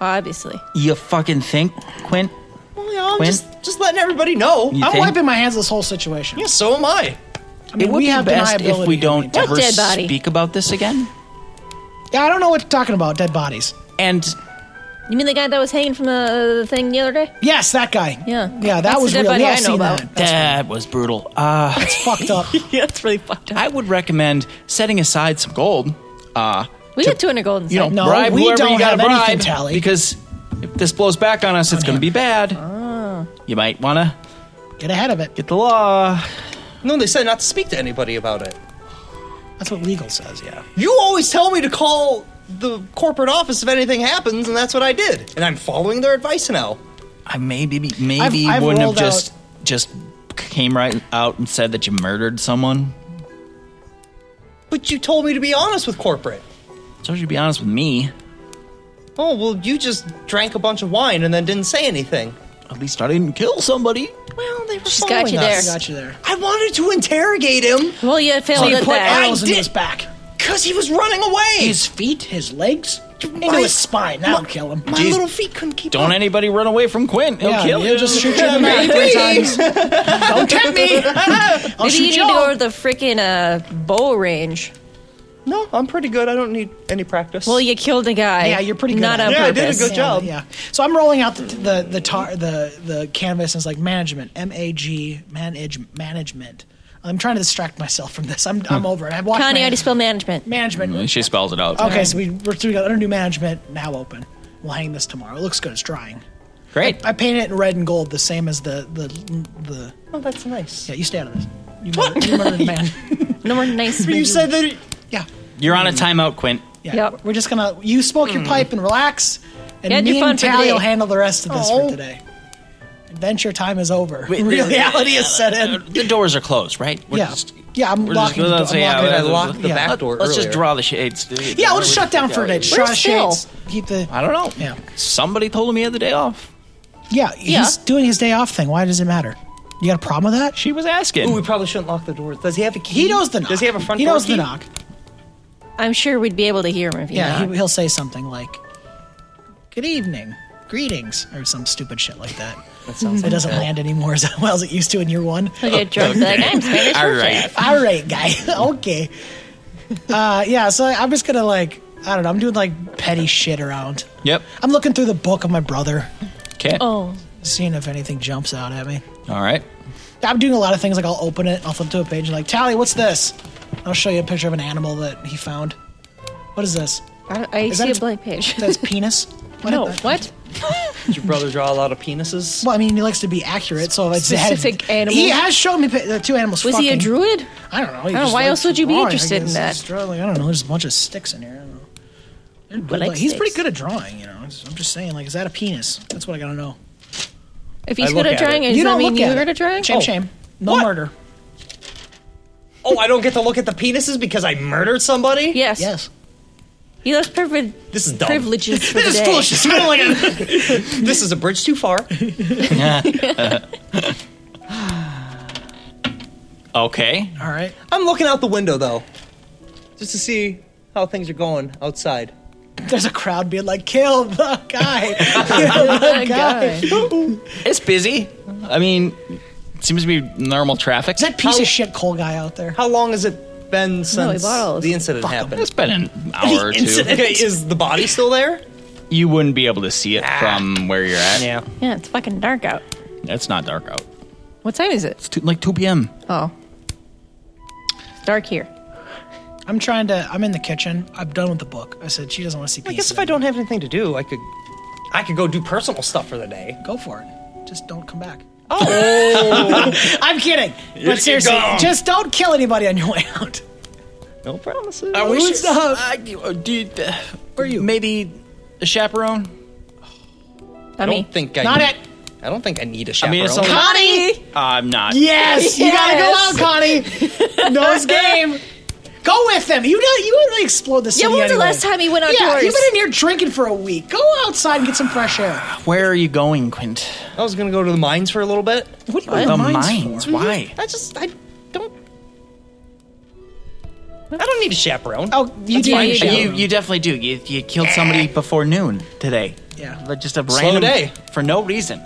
Speaker 2: Obviously.
Speaker 1: You fucking think, Quint?
Speaker 3: Well, yeah, I'm
Speaker 1: Quinn?
Speaker 3: just just letting everybody know.
Speaker 1: You
Speaker 4: I'm
Speaker 1: think?
Speaker 4: wiping my hands of this whole situation.
Speaker 3: Yeah, so am I.
Speaker 4: I mean,
Speaker 1: it would
Speaker 4: we
Speaker 1: be
Speaker 4: have
Speaker 1: best if we
Speaker 4: deniability.
Speaker 1: don't
Speaker 2: What
Speaker 1: ever
Speaker 2: dead body?
Speaker 1: speak about this again.
Speaker 4: Yeah, I don't know what you're talking about. Dead bodies.
Speaker 1: And
Speaker 2: You mean the guy that was hanging from the, the thing the other day?
Speaker 4: Yes, that guy.
Speaker 2: Yeah.
Speaker 4: Yeah, that
Speaker 2: That's
Speaker 4: was
Speaker 2: the dead
Speaker 4: real.
Speaker 2: body
Speaker 4: yeah,
Speaker 2: I
Speaker 4: I've
Speaker 2: know
Speaker 4: seen
Speaker 2: about.
Speaker 4: that. That's
Speaker 1: that was brutal. Uh,
Speaker 4: fucked up.
Speaker 2: yeah, that's really fucked
Speaker 1: I would recommend setting aside some gold. Uh,
Speaker 2: We
Speaker 1: to-
Speaker 2: got 200 gold
Speaker 1: You know,
Speaker 2: inside.
Speaker 4: No,
Speaker 1: bribe
Speaker 4: Oh, we
Speaker 1: whoever
Speaker 4: don't
Speaker 1: you got
Speaker 4: have
Speaker 1: to
Speaker 4: anything,
Speaker 1: bribe
Speaker 4: Tally.
Speaker 1: because if this blows back on us, it's going to be bad.
Speaker 4: Oh.
Speaker 1: You might want to
Speaker 4: Get ahead of it.
Speaker 1: get the law.
Speaker 3: No, they said not to speak to anybody about it.
Speaker 4: That's what legal says. Yeah.
Speaker 3: You always tell me to call the corporate office if anything happens, and that's what I did. And I'm following their advice now.
Speaker 1: I maybe maybe
Speaker 4: I've
Speaker 1: wouldn't have
Speaker 4: rolled
Speaker 1: just just came right out and said that you murdered someone.
Speaker 3: But you told me to be honest with corporate.
Speaker 1: So you be honest with me.
Speaker 3: Oh, well, you just drank a bunch of wine and then didn't say anything.
Speaker 1: At least I didn't kill somebody.
Speaker 3: Well, they were
Speaker 2: She's got you
Speaker 3: following
Speaker 2: there.
Speaker 3: us.
Speaker 4: Got you there.
Speaker 3: I wanted to interrogate him
Speaker 2: Well, you failed
Speaker 4: You
Speaker 2: at
Speaker 4: put
Speaker 2: that.
Speaker 4: arrows into
Speaker 3: did-
Speaker 4: his back,
Speaker 3: because he was running away.
Speaker 4: his feet, his legs, into
Speaker 3: My-
Speaker 4: his spine. That'll kill him.
Speaker 3: My
Speaker 1: Jeez.
Speaker 3: little feet couldn't keep
Speaker 1: Don't
Speaker 3: up.
Speaker 1: anybody run away from Quint. He'll
Speaker 4: Yeah,
Speaker 1: kill
Speaker 4: he'll
Speaker 1: you.
Speaker 4: just shoot you in the back three times. Don't tempt me. I'll
Speaker 2: Maybe you
Speaker 4: shoot
Speaker 2: need to
Speaker 4: you.
Speaker 2: go to the freaking uh, bow range.
Speaker 3: No, I'm pretty good. I don't need any practice.
Speaker 2: Well, you killed a guy.
Speaker 4: Yeah, you're pretty good
Speaker 2: Not
Speaker 4: at
Speaker 2: on
Speaker 4: it.
Speaker 3: Yeah, I did a
Speaker 2: purpose.
Speaker 3: good
Speaker 4: Yeah,
Speaker 3: job.
Speaker 4: Yeah. So I'm rolling out the the the tar, the, the canvas and it's like management, M A G, manage management. I'm trying to distract myself from this. I'm I'm over it. I've watched
Speaker 2: Connie,
Speaker 4: my-
Speaker 2: how do you spell management?
Speaker 4: management.
Speaker 1: Mm, She spells it out.
Speaker 4: Okay, so we we're through got our new management now open. We'll hang this tomorrow. It looks good. It's drying.
Speaker 1: Great.
Speaker 4: I painted it in red and gold, the same as the the the.
Speaker 3: oh, that's nice.
Speaker 4: Yeah, you stay out of this. You murdered, you murdered a man.
Speaker 2: No more nice.
Speaker 3: You said that. It,
Speaker 4: Yeah.
Speaker 1: You're on a timeout, Quint.
Speaker 4: Yeah,
Speaker 2: Yep.
Speaker 4: we're just gonna you smoke your pipe and relax, and
Speaker 2: Yeah, do
Speaker 4: me
Speaker 2: fun
Speaker 4: and
Speaker 2: for
Speaker 4: Tally
Speaker 2: today.
Speaker 4: will handle the rest of this
Speaker 3: Oh.
Speaker 4: for today. Adventure time is over.
Speaker 1: Wait,
Speaker 4: Reality has set
Speaker 1: Uh,
Speaker 4: in.
Speaker 1: The doors are closed, right? We're
Speaker 4: Yeah,
Speaker 1: just-
Speaker 4: yeah, I'm
Speaker 1: we're just-
Speaker 4: locking. the door-
Speaker 1: let's
Speaker 4: I'm
Speaker 1: say,
Speaker 4: locking
Speaker 1: yeah,
Speaker 4: it.
Speaker 3: I locked the
Speaker 4: yeah.
Speaker 3: back door.
Speaker 1: Let's just
Speaker 3: earlier.
Speaker 1: draw the shades.
Speaker 4: Yeah, we'll just shut down for a day. Just
Speaker 2: Where's
Speaker 4: Draw the shades. Keep
Speaker 1: I
Speaker 4: the.
Speaker 1: don't know. Yeah. Somebody told him he had the day off.
Speaker 4: Yeah, he's
Speaker 2: Yeah.
Speaker 4: doing his day off thing. Why does it matter? You got a problem with that?
Speaker 1: She was asking.
Speaker 3: Ooh, we probably shouldn't lock the door. Does he have a key?
Speaker 4: He knows the knock.
Speaker 3: Mm-hmm. Does he have a front
Speaker 4: He
Speaker 3: door
Speaker 4: knows
Speaker 3: key?
Speaker 4: the knock.
Speaker 2: I'm sure we'd be able to hear him if you
Speaker 4: Yeah,
Speaker 2: knocked.
Speaker 4: he, he'll say something like, "Good evening, greetings," or some stupid shit like that. That sounds. It doesn't land anymore as well as it used to in year one.
Speaker 2: He'll get drunk. and be Like I'm Spanish.
Speaker 1: All right.
Speaker 4: All right, guy. okay. Uh, yeah, so I'm just gonna like I don't know. I'm doing like petty shit around.
Speaker 1: Yep.
Speaker 4: I'm looking through the book of my brother,
Speaker 1: Okay.
Speaker 2: Oh,
Speaker 4: seeing if anything jumps out at me.
Speaker 1: All right.
Speaker 4: I'm doing a lot of things. Like I'll open it, I'll flip to a page, and like Tally, what's this? I'll show you a picture of an animal that he found. What is this?
Speaker 2: I, I
Speaker 4: Is that
Speaker 2: see a
Speaker 4: a-
Speaker 2: blank page.
Speaker 4: That's penis. Why did
Speaker 2: no,
Speaker 4: that-
Speaker 2: what?
Speaker 3: Did your brother draw a lot of penises?
Speaker 4: Well, I mean, he likes to be accurate, so if it's
Speaker 2: Specific animal?
Speaker 4: He has shown me pi- the two animals.
Speaker 2: Was he a
Speaker 4: fucking.
Speaker 2: druid?
Speaker 4: I don't know.
Speaker 2: I don't know, why else would you be interested in that?
Speaker 4: Struggling. I don't know. There's a bunch of sticks in here. I don't know. They're good
Speaker 2: like
Speaker 4: luck. He's pretty
Speaker 2: sticks.
Speaker 4: good at drawing, you know. I'm just- I'm just saying, like, is that a penis? That's what I gotta know.
Speaker 2: If
Speaker 3: I
Speaker 2: he's
Speaker 3: look
Speaker 2: good at
Speaker 3: at
Speaker 2: drawing,
Speaker 3: it.
Speaker 2: does
Speaker 4: you
Speaker 2: that
Speaker 4: don't
Speaker 2: mean
Speaker 4: look
Speaker 2: you're
Speaker 4: at
Speaker 2: good
Speaker 4: it.
Speaker 2: at drawing?
Speaker 4: Shame,
Speaker 2: Oh.
Speaker 4: shame. No
Speaker 3: What?
Speaker 4: murder.
Speaker 3: Oh, I don't get to look at the penises because I murdered somebody?
Speaker 2: Yes.
Speaker 4: Yes.
Speaker 2: He lost privi-
Speaker 3: This is dumb.
Speaker 2: privileges for the
Speaker 3: This is
Speaker 2: day.
Speaker 3: foolish. It's not like a- this is a bridge too far.
Speaker 1: Okay.
Speaker 4: All right.
Speaker 3: I'm looking out the window though, just to see how things are going outside.
Speaker 4: There's a crowd being like, kill the guy. Kill
Speaker 2: Oh
Speaker 4: the guy. Is
Speaker 1: It's busy. I mean, it seems to be normal traffic.
Speaker 4: that piece
Speaker 3: How-
Speaker 4: of shit coal guy out there?
Speaker 3: How long has it been since
Speaker 2: bottles.
Speaker 3: the incident happened?
Speaker 1: It's been an hour or two.
Speaker 3: Okay, is the body still there?
Speaker 1: You wouldn't be able to see it
Speaker 4: Ah.
Speaker 1: from where you're at.
Speaker 3: Yeah.
Speaker 2: Yeah, it's fucking dark out.
Speaker 1: It's not dark out.
Speaker 2: What time is it?
Speaker 1: It's two, like 2 p.m.
Speaker 2: Oh. It's dark here.
Speaker 4: I'm trying to. I'm in the kitchen. I'm done with the book. I said she doesn't want to see.
Speaker 3: I guess if I don't have anything to do, I could, I could go do personal stuff for the day.
Speaker 4: go for it, just don't come back. Oh, I'm kidding. But seriously,
Speaker 3: gone.
Speaker 4: just don't kill anybody on your way out.
Speaker 3: No promises.
Speaker 1: I
Speaker 4: wish-
Speaker 1: wish.
Speaker 4: it's not-
Speaker 1: Uh, dude, uh,
Speaker 4: Where are you?
Speaker 1: Maybe a chaperone.
Speaker 2: Not
Speaker 3: I
Speaker 2: me.
Speaker 3: don't think I.
Speaker 4: Not
Speaker 3: need,
Speaker 4: it.
Speaker 3: I don't think I need
Speaker 1: I
Speaker 3: a chaperone.
Speaker 1: mean, it's only-
Speaker 4: Connie.
Speaker 1: I'm not.
Speaker 4: Yes, you gotta go out, Connie. Nose game. Go with them. You know, you would explode the
Speaker 2: yeah,
Speaker 4: city.
Speaker 2: when was the
Speaker 4: anyway.
Speaker 2: last time he went
Speaker 4: Yeah,
Speaker 2: outdoors?
Speaker 4: you've been in here drinking for a week. Go outside and get some fresh air.
Speaker 1: Where are you going, Quint?
Speaker 3: I was gonna go to the mines for a little bit.
Speaker 4: What are you
Speaker 1: the
Speaker 4: in mines
Speaker 1: mines.
Speaker 4: for?
Speaker 2: Mm-hmm.
Speaker 1: Why?
Speaker 3: I just, I don't. I don't need a chaperone.
Speaker 4: Oh, you do.
Speaker 2: Yeah,
Speaker 4: need
Speaker 2: you
Speaker 4: to
Speaker 2: do.
Speaker 4: go.
Speaker 1: You you definitely do. You you killed somebody before noon today.
Speaker 4: Eh. Yeah.
Speaker 1: Like, just a random
Speaker 3: day.
Speaker 1: for no reason.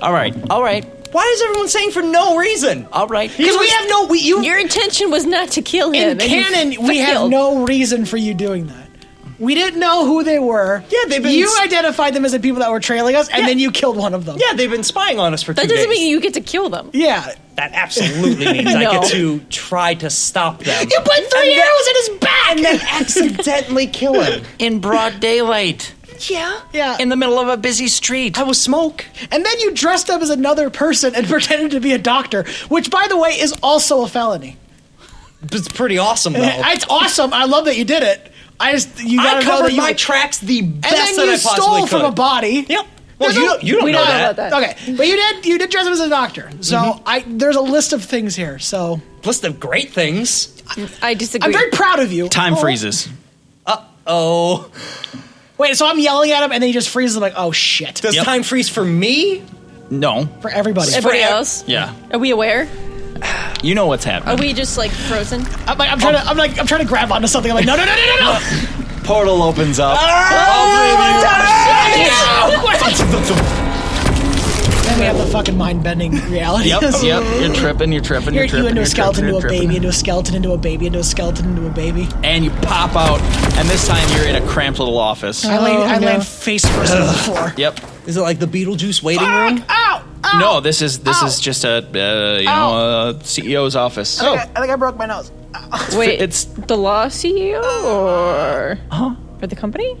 Speaker 1: All right. All right.
Speaker 3: Why is everyone saying for no reason? Uh,
Speaker 1: All right.
Speaker 3: Because we have no. We, you.
Speaker 2: Your intention was not to kill him.
Speaker 4: in
Speaker 2: and you
Speaker 4: canon, we have
Speaker 2: failed.
Speaker 4: no reason for you doing that. We didn't know who they were.
Speaker 3: Yeah, they've been-
Speaker 4: You identified them as the people that were trailing us, and then you killed one of them.
Speaker 3: yeah, they've been spying on us for two
Speaker 2: That doesn't
Speaker 3: days.
Speaker 2: mean you get to kill them.
Speaker 4: yeah.
Speaker 3: that absolutely means I
Speaker 2: No.
Speaker 3: get to try to stop them.
Speaker 4: You put three
Speaker 3: And that-
Speaker 4: arrows in his back.
Speaker 3: and then accidentally kill him.
Speaker 1: in broad daylight.
Speaker 2: Yeah.
Speaker 4: yeah,
Speaker 1: In the middle of a busy street.
Speaker 3: I was smoke.
Speaker 4: and then you dressed up as another person and pretended to be a doctor, which, by the way, is also a felony.
Speaker 3: It's pretty awesome though. I,
Speaker 4: It's awesome. I love that you did it. I just you gotta know that
Speaker 3: covered
Speaker 4: you-
Speaker 3: my tracks the
Speaker 4: and
Speaker 3: best
Speaker 4: then you
Speaker 3: that I possibly
Speaker 4: stole
Speaker 3: could.
Speaker 4: from a body.
Speaker 3: Yep. Well,
Speaker 4: There's
Speaker 3: you
Speaker 4: no-
Speaker 3: don't, you don't
Speaker 2: we
Speaker 3: know
Speaker 2: don't know
Speaker 3: that. Mm-hmm.
Speaker 2: about that.
Speaker 4: Okay, but you did you did dress up as a doctor, so I there's a list of things here. So
Speaker 3: List of great things.
Speaker 2: I disagree.
Speaker 4: I'm very proud of you.
Speaker 1: Time
Speaker 4: Oh,
Speaker 1: freezes.
Speaker 3: Oh,
Speaker 4: Wait, so I'm yelling at him, and then he just freezes. I'm like, oh shit,
Speaker 3: does
Speaker 1: Yep.
Speaker 3: time freeze for me?
Speaker 1: No.
Speaker 4: for everybody.
Speaker 2: Everybody
Speaker 3: for ev-
Speaker 2: else?
Speaker 1: Yeah.
Speaker 2: Are we aware?
Speaker 1: You know what's
Speaker 2: Are
Speaker 1: happening.
Speaker 2: we just like frozen?
Speaker 4: I'm like, I'm trying to, I'm like, I'm trying to grab onto something. I'm like, no, no, no, no, no, no.
Speaker 1: Portal opens up.
Speaker 4: Ah! then we have the fucking mind bending reality.
Speaker 1: Yep, yep. You're tripping. You're tripping. You're,
Speaker 4: You're, you
Speaker 1: tripping.
Speaker 4: into
Speaker 1: you're
Speaker 4: a skeleton,
Speaker 1: tripping,
Speaker 4: into a
Speaker 1: you're
Speaker 4: baby,
Speaker 1: tripping.
Speaker 4: into a skeleton, into a baby, into a skeleton, into a baby.
Speaker 1: and you pop out, and this time you're in a cramped little office.
Speaker 4: I land, I
Speaker 2: no.
Speaker 4: land face first on the floor.
Speaker 1: Yep.
Speaker 3: Is it like the Beetlejuice waiting room?
Speaker 4: Ow! Ow!
Speaker 1: No, this is this
Speaker 4: Ow.
Speaker 1: is just a uh, you
Speaker 4: Ow.
Speaker 1: know a CEO's office.
Speaker 4: I think I, I think I broke my nose.
Speaker 2: Wait,
Speaker 1: it's-
Speaker 2: it's the law CEO or
Speaker 1: Huh?
Speaker 2: or the company?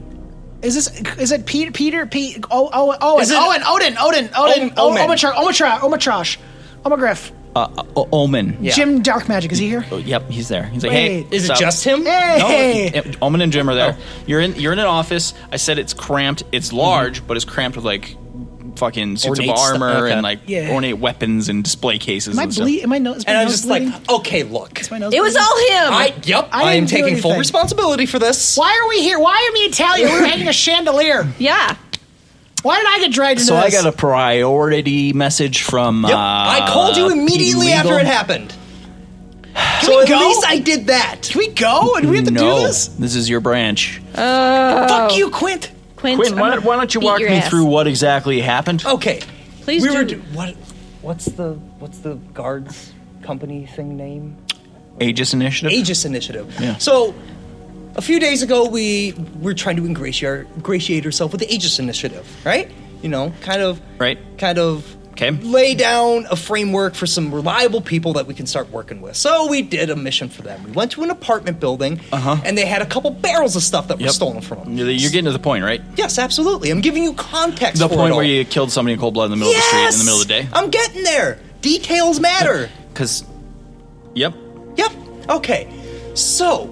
Speaker 4: Is this is it Peter Peter Pete oh oh Owen
Speaker 3: Is it-
Speaker 4: Owen Odin Odin Odin
Speaker 3: Omen.
Speaker 4: oh Omatra Omatra Omatrash Omagriff
Speaker 1: Uh, o- Omen. Yeah.
Speaker 4: Jim Dark Magic is he here?
Speaker 1: Yep, he's there. He's like, hey,
Speaker 4: Wait.
Speaker 3: Is it
Speaker 1: what's up?"
Speaker 3: just him?
Speaker 4: Eh,
Speaker 1: No,
Speaker 4: Hey,
Speaker 1: it- Omen and Jim are there. You're in. You're in an office. I said it's cramped. It's large, but it's cramped with like fucking suits
Speaker 3: Ornate
Speaker 1: of
Speaker 3: stuff,
Speaker 1: armor
Speaker 3: okay.
Speaker 1: and like
Speaker 4: Yeah.
Speaker 1: ornate weapons and display cases.
Speaker 4: am I
Speaker 1: and stuff.
Speaker 4: bleeding? Am I nose? my
Speaker 3: And I'm
Speaker 4: nose
Speaker 3: just
Speaker 4: bleeding?
Speaker 3: like, okay, look.
Speaker 4: my nose
Speaker 2: It was
Speaker 4: bleeding?
Speaker 2: all him.
Speaker 3: I yep. I, am
Speaker 4: didn't do
Speaker 3: taking full
Speaker 4: anything.
Speaker 3: responsibility for this.
Speaker 4: Why are we here? Why am I Italian? We're hanging a chandelier.
Speaker 2: yeah.
Speaker 4: Why did I get dragged into
Speaker 1: So I
Speaker 4: this?
Speaker 1: got a priority message from.
Speaker 3: Yep.
Speaker 1: uh,
Speaker 3: I called you immediately
Speaker 1: PD
Speaker 3: after
Speaker 1: Legal.
Speaker 3: it happened. so at
Speaker 4: go?
Speaker 3: least I did that.
Speaker 4: Can we go? And we have to
Speaker 1: no,
Speaker 4: do this?
Speaker 1: is your branch.
Speaker 2: Oh.
Speaker 4: Fuck you, Quint.
Speaker 2: Quint,
Speaker 1: Quinn, why,
Speaker 2: I'm
Speaker 1: why don't you
Speaker 2: beat
Speaker 1: walk me
Speaker 2: your ass.
Speaker 1: through what exactly happened?
Speaker 3: Okay.
Speaker 2: Please
Speaker 3: we
Speaker 2: do.
Speaker 3: were d- what? What's the what's the guards company thing name?
Speaker 1: Aegis Initiative.
Speaker 3: Aegis Initiative.
Speaker 1: Yeah.
Speaker 3: So a few days ago, we were trying to ingratiate, ingratiate ourselves with the Aegis Initiative, right? You know, kind of,
Speaker 1: Right.
Speaker 3: Kind of,
Speaker 1: 'Kay.
Speaker 3: lay down a framework for some reliable people that we can start working with. So we did a mission for them. We went to an apartment building, uh-huh. and they had a couple barrels of stuff that were
Speaker 1: Yep.
Speaker 3: stolen from them.
Speaker 1: You're you're getting to the point, right?
Speaker 3: Yes, absolutely. I'm giving you context.
Speaker 1: The
Speaker 3: for
Speaker 1: point
Speaker 3: it
Speaker 1: where
Speaker 3: all.
Speaker 1: you killed somebody in cold blood in the middle of the street in the middle of the
Speaker 3: Yes!
Speaker 1: day.
Speaker 3: I'm getting there. Details matter.
Speaker 1: Because, yep,
Speaker 3: Yep. Okay. So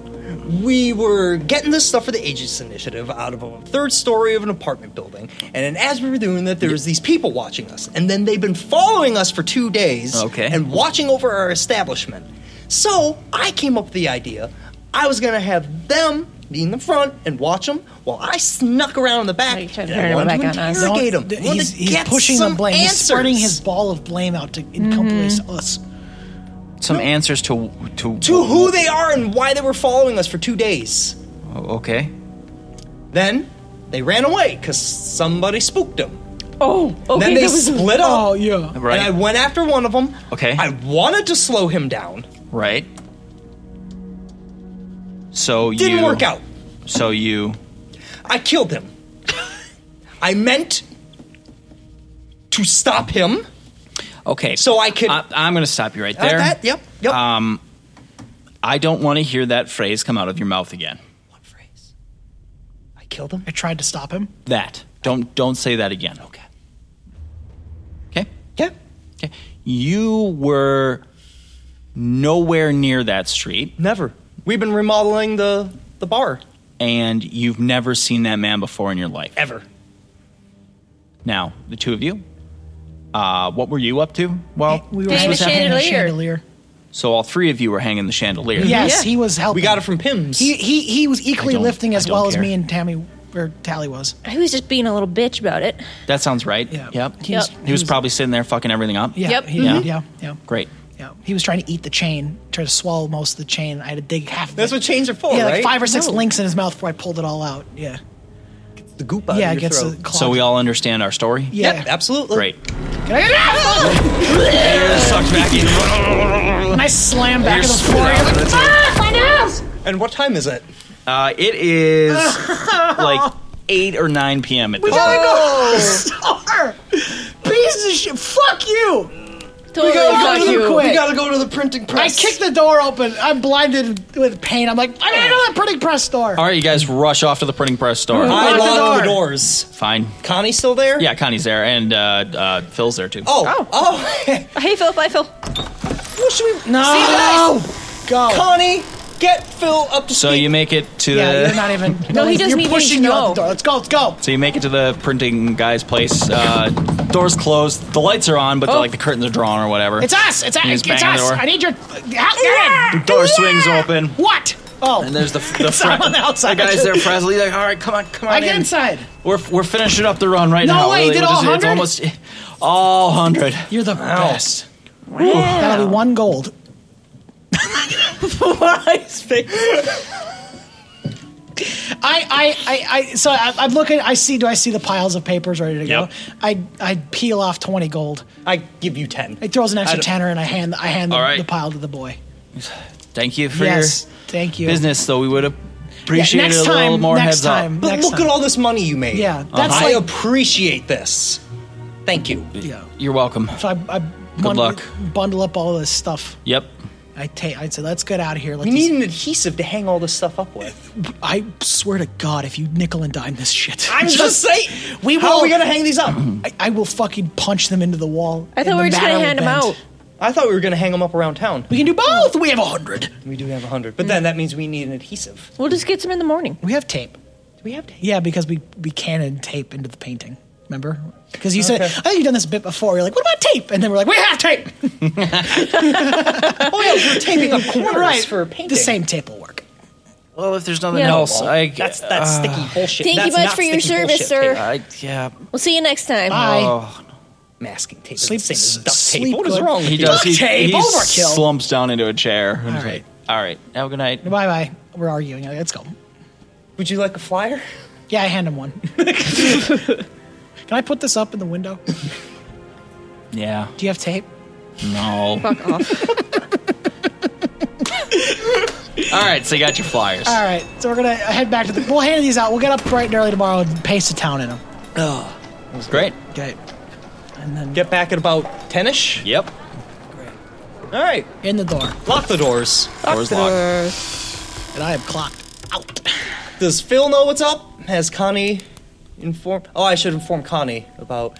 Speaker 3: we were getting this stuff for the Aegis Initiative out of a third story of an apartment building, and then as we were doing that, there was these people watching us, and then they've been following us for two days,
Speaker 1: Okay.
Speaker 3: and watching over our establishment. So I came up with the idea I was gonna have them be in the front and watch them while I snuck around in the back.
Speaker 2: Oh, you should've
Speaker 3: and
Speaker 2: turned
Speaker 3: I
Speaker 2: it
Speaker 3: wanted
Speaker 2: back
Speaker 3: to
Speaker 2: on us.
Speaker 3: interrogate
Speaker 4: Don't-
Speaker 3: 'em.
Speaker 4: th-
Speaker 3: I wanted
Speaker 4: He's,
Speaker 3: to
Speaker 4: he's
Speaker 3: get
Speaker 4: pushing
Speaker 3: some
Speaker 4: the blame. He's spreading
Speaker 3: answers.
Speaker 4: his ball of blame out to encompass us.
Speaker 1: Some answers to to
Speaker 3: to who they are and why they were following us for two days.
Speaker 1: Oh, okay.
Speaker 3: Then they ran away because somebody spooked them.
Speaker 2: Oh, okay.
Speaker 3: then they
Speaker 2: that was-
Speaker 3: split up.
Speaker 4: Oh yeah.
Speaker 1: Right.
Speaker 3: And I went after one of them.
Speaker 1: Okay.
Speaker 3: I wanted to slow him down.
Speaker 1: Right. So you
Speaker 3: Didn't work out.
Speaker 1: So you
Speaker 3: I killed him. I meant to stop him.
Speaker 1: okay?
Speaker 3: So I could-
Speaker 1: I, I'm going to stop you right
Speaker 3: Uh,
Speaker 1: there.
Speaker 3: that- yep. Yep.
Speaker 1: Um, I don't want to hear that phrase come out of your mouth again.
Speaker 3: One phrase. I killed him.
Speaker 4: I tried to stop him.
Speaker 1: That don't don't say that again. Okay. Okay.
Speaker 3: Yeah.
Speaker 1: Okay. You were nowhere near that street,
Speaker 3: Never. We've been remodeling the the bar
Speaker 1: and you've never seen that man before in your life.
Speaker 3: ever.
Speaker 1: Now, the two of you, uh, what were you up to? Well,
Speaker 4: We were
Speaker 2: Hang
Speaker 4: supposed
Speaker 2: the
Speaker 4: to hang a
Speaker 2: chandelier.
Speaker 4: chandelier.
Speaker 1: so all three of you were hanging the chandelier.
Speaker 4: Yes,
Speaker 2: Yeah.
Speaker 4: he was helping.
Speaker 3: We got it from Pims.
Speaker 4: He he he was equally
Speaker 1: don't-
Speaker 4: lifting
Speaker 1: I
Speaker 4: as
Speaker 1: don't
Speaker 4: well as
Speaker 1: care.
Speaker 4: me and Tammy or Tally was.
Speaker 2: He was just being a little bitch about it.
Speaker 1: That sounds right.
Speaker 4: Yeah.
Speaker 1: Yep.
Speaker 4: He
Speaker 1: He,
Speaker 2: Yep.
Speaker 1: was, probably sitting there fucking everything up.
Speaker 4: Yeah.
Speaker 2: Yep.
Speaker 4: He,
Speaker 1: Mhm.
Speaker 4: Yeah. Yeah.
Speaker 1: Great.
Speaker 4: Yeah. He was trying to eat the chain, tried to swallow most of the chain. I had to dig half. of
Speaker 3: That's
Speaker 4: it.
Speaker 3: what chains are for,
Speaker 4: Yeah,
Speaker 3: right?
Speaker 4: like five or six
Speaker 2: No.
Speaker 4: links in his mouth before I pulled it all out. Yeah.
Speaker 3: the goop out
Speaker 4: yeah,
Speaker 3: of
Speaker 4: it
Speaker 3: your
Speaker 4: gets
Speaker 3: throat.
Speaker 4: the
Speaker 1: So we all understand our story?
Speaker 4: Yeah.
Speaker 3: Yep, absolutely.
Speaker 1: Great.
Speaker 4: Can I get it out?
Speaker 1: Sucked back in.
Speaker 4: And I slam back to the floor.
Speaker 3: And what time is it?
Speaker 1: Uh, it is like 8 or 9 p.m. at this point.
Speaker 3: Oh,
Speaker 4: Star! Piece of shit! Fuck you!
Speaker 2: Totally fuck
Speaker 4: go to
Speaker 2: you.
Speaker 4: the quick.
Speaker 3: go to the printing
Speaker 4: I kick the door open. I'm blinded with pain. I'm like, I gotta go to the printing press store.
Speaker 1: All right, you guys rush off to the printing press store.
Speaker 3: I
Speaker 4: Lock the
Speaker 3: lock the
Speaker 4: door.
Speaker 3: doors.
Speaker 1: Fine.
Speaker 3: Connie's still there?
Speaker 1: Yeah, Connie's there, and uh, uh, Phil's there too.
Speaker 3: Oh. Oh.
Speaker 2: Hey, Phil. Bye, Phil.
Speaker 3: Well, should we?
Speaker 4: No.
Speaker 3: See you
Speaker 4: Go.
Speaker 3: guys. Connie, get Phil up to
Speaker 1: So
Speaker 3: speed.
Speaker 1: you make it to
Speaker 4: yeah,
Speaker 1: the
Speaker 4: you're not even.
Speaker 2: No, he doesn't
Speaker 4: You're
Speaker 2: even
Speaker 4: pushing you out
Speaker 2: know.
Speaker 4: the door. Let's go. Let's go.
Speaker 1: so you make it to the printing guy's place. Uh, doors closed. The lights are on, but
Speaker 2: Oh.
Speaker 1: like the curtains are drawn or whatever.
Speaker 4: It's us. It's us.
Speaker 1: He's
Speaker 4: It's
Speaker 1: banging the
Speaker 4: us.
Speaker 1: door.
Speaker 4: I need your help. Get in.
Speaker 1: The door swings open.
Speaker 4: What? Oh.
Speaker 1: And there's the the,
Speaker 4: It's on the outside.
Speaker 1: the guys there, Presley. Like, all right, come on, come on.
Speaker 4: I get
Speaker 1: in."
Speaker 4: inside.
Speaker 1: We're we're finishing up the run right
Speaker 4: No
Speaker 1: now.
Speaker 4: way, you did
Speaker 1: we're
Speaker 4: all
Speaker 1: just-
Speaker 4: 100?
Speaker 1: It's almost all hundred.
Speaker 4: You're the best. That'll be one gold. I, I, I, I so I, I'm looking. I see. Do I see the piles of papers ready to go?
Speaker 1: Yep.
Speaker 4: I, I peel off twenty gold.
Speaker 3: I give you 10.
Speaker 4: He throws an
Speaker 3: I
Speaker 4: extra
Speaker 3: don't-
Speaker 4: tenner, and I hand, I hand the,
Speaker 1: All right.
Speaker 4: the pile to the boy.
Speaker 1: Thank you for
Speaker 4: yes, thank you.
Speaker 1: your business, though. We would have
Speaker 4: Yeah,
Speaker 1: appreciated
Speaker 4: next
Speaker 1: a little
Speaker 4: time,
Speaker 1: more
Speaker 4: next
Speaker 1: heads
Speaker 4: time,
Speaker 1: up.
Speaker 3: But
Speaker 4: next
Speaker 3: look
Speaker 4: time.
Speaker 3: at all this money you made.
Speaker 4: Yeah, that's
Speaker 3: I
Speaker 4: like-
Speaker 3: appreciate this. Thank you.
Speaker 4: Yeah.
Speaker 1: You're welcome.
Speaker 4: So I, I bundle,
Speaker 1: luck.
Speaker 4: bundle up all this stuff.
Speaker 1: Yep.
Speaker 4: I take. I say, let's get out of here. Let's
Speaker 3: We need an adhesive to hang all this stuff up with.
Speaker 4: I swear to God, if you nickel and dime this shit,
Speaker 3: I'm just saying.
Speaker 4: We
Speaker 3: How
Speaker 4: will-
Speaker 3: are we going to hang these up?
Speaker 4: I, I will fucking punch them into the wall.
Speaker 2: I thought
Speaker 4: and
Speaker 2: we
Speaker 4: the
Speaker 2: were just
Speaker 4: matter
Speaker 2: gonna
Speaker 4: will
Speaker 2: hand him
Speaker 4: bend.
Speaker 2: out.
Speaker 3: I thought we were going to hang them up around town.
Speaker 4: We can do both. We have a hundred.
Speaker 3: We do have 100. But then that means we need an adhesive.
Speaker 2: We'll just get some in the morning.
Speaker 4: We have tape.
Speaker 3: Do we have to
Speaker 4: Yeah, because we we cannon tape into the painting. Remember? Because you said I think you've done this bit before. You're like, what about tape? And then we're like, we have tape.
Speaker 3: Oh, yeah, we're taping up corners
Speaker 4: right.
Speaker 3: for
Speaker 4: The
Speaker 3: painting.
Speaker 4: same tape will work.
Speaker 1: Well, if there's nothing
Speaker 2: Yeah.
Speaker 1: else, I
Speaker 3: That's that sticky bullshit.
Speaker 2: Thank you
Speaker 3: That's
Speaker 2: much
Speaker 3: not
Speaker 2: for your
Speaker 3: sticky
Speaker 2: service, sir.
Speaker 3: bullshit tape.
Speaker 1: Uh, I, yeah.
Speaker 2: We'll see you next time.
Speaker 4: Bye.
Speaker 1: Oh,
Speaker 3: Masking tape.
Speaker 4: Sleep-
Speaker 3: Sleep, same as duct
Speaker 4: sleep
Speaker 3: tape. What is
Speaker 4: good.
Speaker 3: wrong?
Speaker 1: he
Speaker 3: with you?
Speaker 1: does. He,
Speaker 4: tape,
Speaker 1: he
Speaker 4: overkill.
Speaker 1: slumps down into a chair. All
Speaker 4: right.
Speaker 1: All right. Have a good night.
Speaker 4: Bye bye. We're arguing. Let's go.
Speaker 3: Would you like a flyer?
Speaker 4: Yeah, I hand him one. Can I put this up in the window? Do
Speaker 1: Yeah.
Speaker 4: you have tape?
Speaker 1: No. Fuck off. All right. So you got your flyers.
Speaker 4: All right. So we're gonna head back to the. We'll hand these out. We'll get up bright and early tomorrow and pace the town in them.
Speaker 1: Great.
Speaker 4: Okay. And then
Speaker 3: Get back at about 10 ish.
Speaker 1: Yep.
Speaker 3: All right.
Speaker 4: in the door,
Speaker 3: Lock the doors.
Speaker 1: Doors locked.
Speaker 4: and I am clocked out.
Speaker 3: Does Phil know what's up? Has Connie informed? Oh, I should inform Connie about.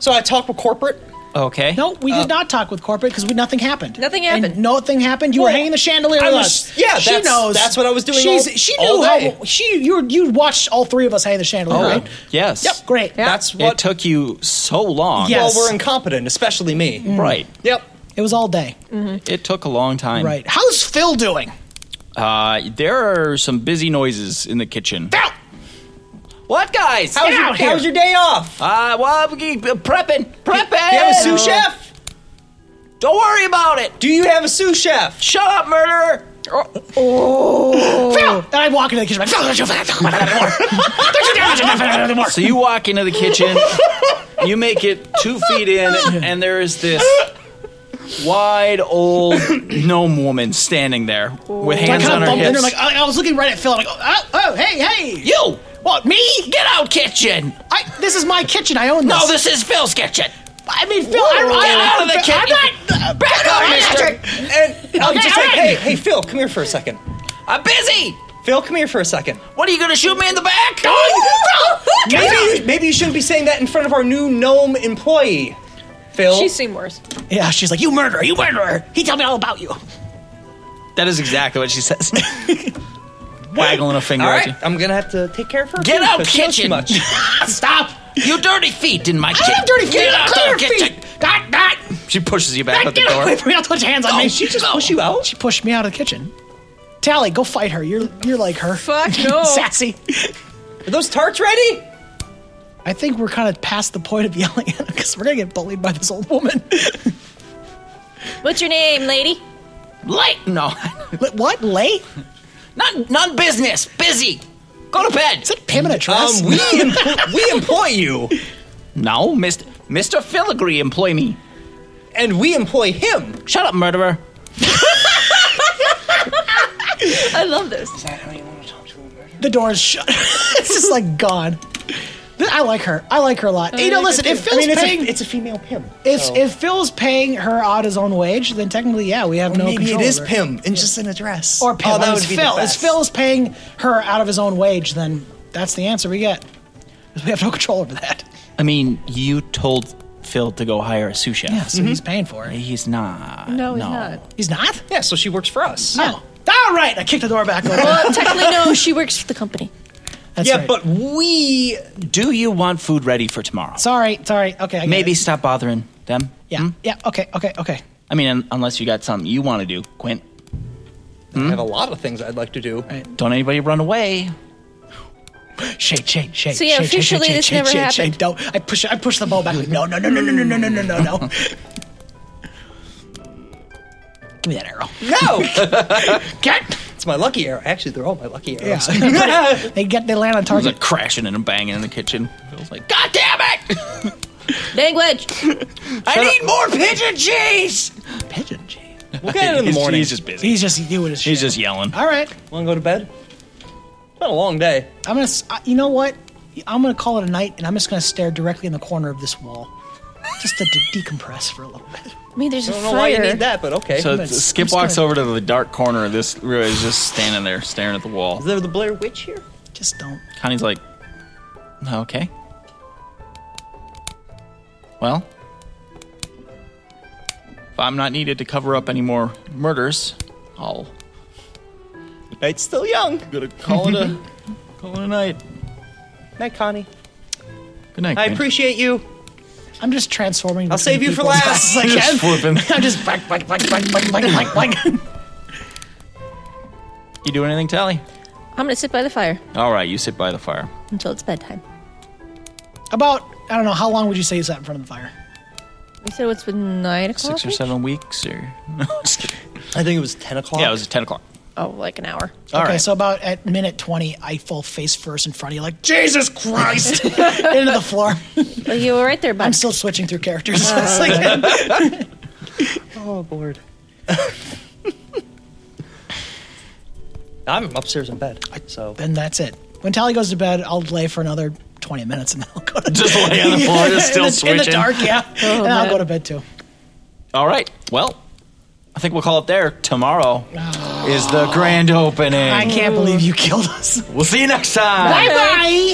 Speaker 3: So I talked with corporate.
Speaker 1: Okay.
Speaker 4: No, we did not talk with corporate because nothing happened.
Speaker 2: Nothing
Speaker 4: And
Speaker 2: happened.
Speaker 4: nothing happened. You were
Speaker 3: Well,
Speaker 4: hanging the chandelier
Speaker 3: I
Speaker 4: with
Speaker 3: was-
Speaker 4: us.
Speaker 3: yeah,
Speaker 4: she
Speaker 3: that's-
Speaker 4: knows.
Speaker 3: that's what I was doing
Speaker 4: She's,
Speaker 3: all-
Speaker 4: she knew
Speaker 3: all day.
Speaker 4: how she you were- you watched all three of us hang the chandelier,
Speaker 1: Oh,
Speaker 4: right?
Speaker 1: yes.
Speaker 4: Yep. Great.
Speaker 3: That's
Speaker 1: It
Speaker 3: what.
Speaker 1: took you so long.
Speaker 4: Yeah.
Speaker 3: well,
Speaker 4: yes.
Speaker 3: we're incompetent, especially me.
Speaker 1: Right.
Speaker 3: Yep.
Speaker 4: It was all day.
Speaker 1: It took a long time.
Speaker 4: Right. How's Phil doing?
Speaker 1: Uh, there are some busy noises in the kitchen. What, guys?
Speaker 3: How's your, how's your day off?
Speaker 1: Uh, well, I'm g- prepping, prepping.
Speaker 3: Do you have a sous chef?
Speaker 1: Don't worry about it.
Speaker 3: Do you have a sous chef?
Speaker 1: Shut up, murderer.
Speaker 4: Phil! And I walk into the kitchen. I'm like, Phil, don't you fucking talk about that anymore. Don't you dare mention that anymore.
Speaker 1: So you walk into the kitchen, you make it two feet in, and there is this wide old gnome woman standing there with
Speaker 4: So I
Speaker 1: hands
Speaker 4: kind
Speaker 1: on
Speaker 4: of
Speaker 1: her
Speaker 4: bumped into her.
Speaker 1: hips.
Speaker 4: Like, uh, I, I was looking right at Phil. I'm like, oh, oh, hey, hey.
Speaker 1: you,
Speaker 4: What, me?
Speaker 1: get out, kitchen.
Speaker 4: I, this is my kitchen. I own this.
Speaker 1: No, this is Phil's kitchen.
Speaker 4: I mean, Phil, I, I,
Speaker 1: Get out of the kitchen.
Speaker 4: Phil, I'm not. uh,
Speaker 1: Back up, mister.
Speaker 3: And I'm just like, hey, hey, Phil, come here for a second.
Speaker 1: I'm busy.
Speaker 3: Phil, come here for a second.
Speaker 1: What are you gonna shoot me in the back?
Speaker 3: Maybe you, maybe you shouldn't be saying that in front of our new gnome employee, Phil.
Speaker 2: She's seen worse.
Speaker 4: Yeah, she's like, you murderer, you murderer. He told me all about you.
Speaker 1: That is exactly what she says. Waggling a finger
Speaker 3: All
Speaker 1: at you.
Speaker 3: right, I'm gonna have to take care of her.
Speaker 1: Get
Speaker 3: food,
Speaker 1: out,
Speaker 3: but she knows too
Speaker 1: kitchen.
Speaker 3: much.
Speaker 4: Ah, Stop.
Speaker 1: You dirty feet in my kitchen.
Speaker 4: I have dirty feet.
Speaker 1: Get out
Speaker 4: Clean
Speaker 1: of the
Speaker 4: your feet.
Speaker 1: kitchen.
Speaker 4: God, God.
Speaker 1: She pushes you back
Speaker 4: God,
Speaker 1: out the
Speaker 4: Get
Speaker 1: door.
Speaker 4: away from me. Don't touch hands on me.
Speaker 1: Go,
Speaker 4: She just
Speaker 1: go.
Speaker 4: pushed you out? She pushed me out of the kitchen. Tally, go fight her. You're you're like her.
Speaker 2: Fuck no.
Speaker 4: Sassy.
Speaker 3: Are those tarts ready?
Speaker 4: I think we're kind of past the point of yelling at her because we're gonna get bullied by this old woman.
Speaker 2: What's your name, lady?
Speaker 1: Late? No,
Speaker 4: Li- what? Late?
Speaker 1: not non business. Busy. Go to bed.
Speaker 4: Is it Pam in a dress?
Speaker 3: Um, we empl- we employ you,
Speaker 1: No, Mister Mister Filigree, employ me.
Speaker 3: and we employ him.
Speaker 1: Shut up, murderer.
Speaker 2: I love this.
Speaker 4: the door's shut. it's just like gone. Th- I like her. I like her a lot. you know,
Speaker 2: like her
Speaker 4: listen. If
Speaker 2: too.
Speaker 4: Phil's
Speaker 3: it's
Speaker 4: paying,
Speaker 3: a, it's a female pimp.
Speaker 4: if
Speaker 3: so-
Speaker 4: if Phil's paying her out his own wage, then technically, yeah, we have no
Speaker 3: maybe it
Speaker 4: control
Speaker 3: is
Speaker 4: over
Speaker 3: pim, and just in a dress.
Speaker 4: Or Pim.
Speaker 3: Oh, that
Speaker 4: It's
Speaker 3: would be the
Speaker 4: Phil.
Speaker 3: best.
Speaker 4: If Phil's paying her out of his own wage, then that's the answer we get. 'Cause We have no control over that.
Speaker 1: I mean, you told Phil to go hire a sous chef.
Speaker 4: Yeah,
Speaker 3: Mm-hmm.
Speaker 4: so he's paying for it.
Speaker 1: He's not.
Speaker 2: No, he's not.
Speaker 4: He's not?
Speaker 3: Yeah, so she works for us.
Speaker 4: No. All right. I kicked the door back open.
Speaker 2: Well, technically, no. She works for the company.
Speaker 4: That's
Speaker 3: yeah,
Speaker 4: right.
Speaker 3: but we.
Speaker 1: Do you want food ready for tomorrow?
Speaker 4: It's all right. It's all right. Okay. I get
Speaker 1: Maybe
Speaker 4: it.
Speaker 1: stop bothering them.
Speaker 4: Yeah.
Speaker 1: Hmm?
Speaker 4: Yeah. Okay. Okay. Okay.
Speaker 1: I mean, un- unless you got something you want to do, Quint.
Speaker 3: I have a lot of things I'd like to do.
Speaker 1: Don't anybody run away.
Speaker 4: Shake, shake, shake.
Speaker 2: So, yeah,
Speaker 4: shake, shake,
Speaker 2: officially
Speaker 4: shake,
Speaker 2: this
Speaker 4: shake,
Speaker 2: never
Speaker 4: shake, shake,
Speaker 2: happened.
Speaker 4: shake. Don't. I push. I push the ball back. Like, no, no, no, no, no, no, no, no, no, no, no. Give me that arrow.
Speaker 3: No,
Speaker 4: Get.
Speaker 3: it's my lucky arrow. Actually, they're all my lucky
Speaker 4: Yeah.
Speaker 3: arrows.
Speaker 4: they get. They land on
Speaker 1: There's a
Speaker 4: target.
Speaker 1: crashing and a banging in the kitchen. Phil's like, God damn it!
Speaker 2: Language.
Speaker 1: I need more pigeon cheese.
Speaker 4: Pigeon. Jay.
Speaker 3: We'll get it in the
Speaker 1: He's-
Speaker 3: morning.
Speaker 1: He's just busy.
Speaker 4: He's just doing his shit.
Speaker 1: He's just yelling.
Speaker 4: All right.
Speaker 3: Want to go to bed? It's been a long day.
Speaker 4: I'm gonna. s- uh, You know what? I'm gonna call it a night, and I'm just gonna stare directly in the corner of this wall, just to de- decompress for a little bit.
Speaker 2: I mean, there's a
Speaker 3: I don't know why you
Speaker 2: fire.
Speaker 3: need that, but okay.
Speaker 1: So
Speaker 4: I'm
Speaker 1: it's-
Speaker 4: gonna-
Speaker 1: Skip
Speaker 4: I'm
Speaker 1: walks
Speaker 4: scared.
Speaker 1: over to the dark corner of this room. He's just standing there, staring at the wall.
Speaker 3: Is there the Blair Witch here?
Speaker 4: Just don't.
Speaker 1: Connie's like, okay. Well, if I'm not needed to cover up any more murders, I'll
Speaker 3: It's still young.
Speaker 1: gonna call it a call it a night.
Speaker 3: Night, Connie.
Speaker 1: Good night.
Speaker 3: I
Speaker 1: Quinn.
Speaker 3: appreciate you.
Speaker 4: I'm just transforming.
Speaker 3: I'll
Speaker 4: between
Speaker 3: save you for
Speaker 4: people as
Speaker 3: last.
Speaker 4: fast as I
Speaker 1: Just
Speaker 4: can.
Speaker 1: flipping.
Speaker 4: I'm just blank, blank, blank, blank, blank, blank, blank, blank.
Speaker 1: You do anything, Tally?
Speaker 2: I'm gonna sit by the fire
Speaker 1: All right, you sit by the fire.
Speaker 2: until it's bedtime.
Speaker 4: About I don't know how long would you say you sat in front of the fire?
Speaker 2: We said what's with nine o'clock?
Speaker 1: Six or seven weeks, or no, just kidding.
Speaker 3: I think it was 10 o'clock.
Speaker 1: yeah, it was ten o'clock.
Speaker 2: Oh, like an hour.
Speaker 1: All
Speaker 4: okay,
Speaker 1: right.
Speaker 4: so about at minute twenty, I fall face first in front of you, like Jesus Christ, into the floor.
Speaker 2: Well, you were right there, bud.
Speaker 4: I'm still switching through characters. It's like-
Speaker 3: Oh, bored. I'm upstairs in bed, so
Speaker 4: then that's it. When Tally goes to bed, I'll lay for another twenty minutes, and then I'll go to
Speaker 1: Just lay on the floor, just still
Speaker 4: in, the, in
Speaker 1: switching.
Speaker 4: the dark. Yeah, and I'll
Speaker 2: man.
Speaker 4: go to bed too.
Speaker 1: All right. Well, I think we'll call it there. Tomorrow is the grand opening.
Speaker 4: I can't believe you killed us.
Speaker 1: We'll see you next time.
Speaker 4: Bye bye.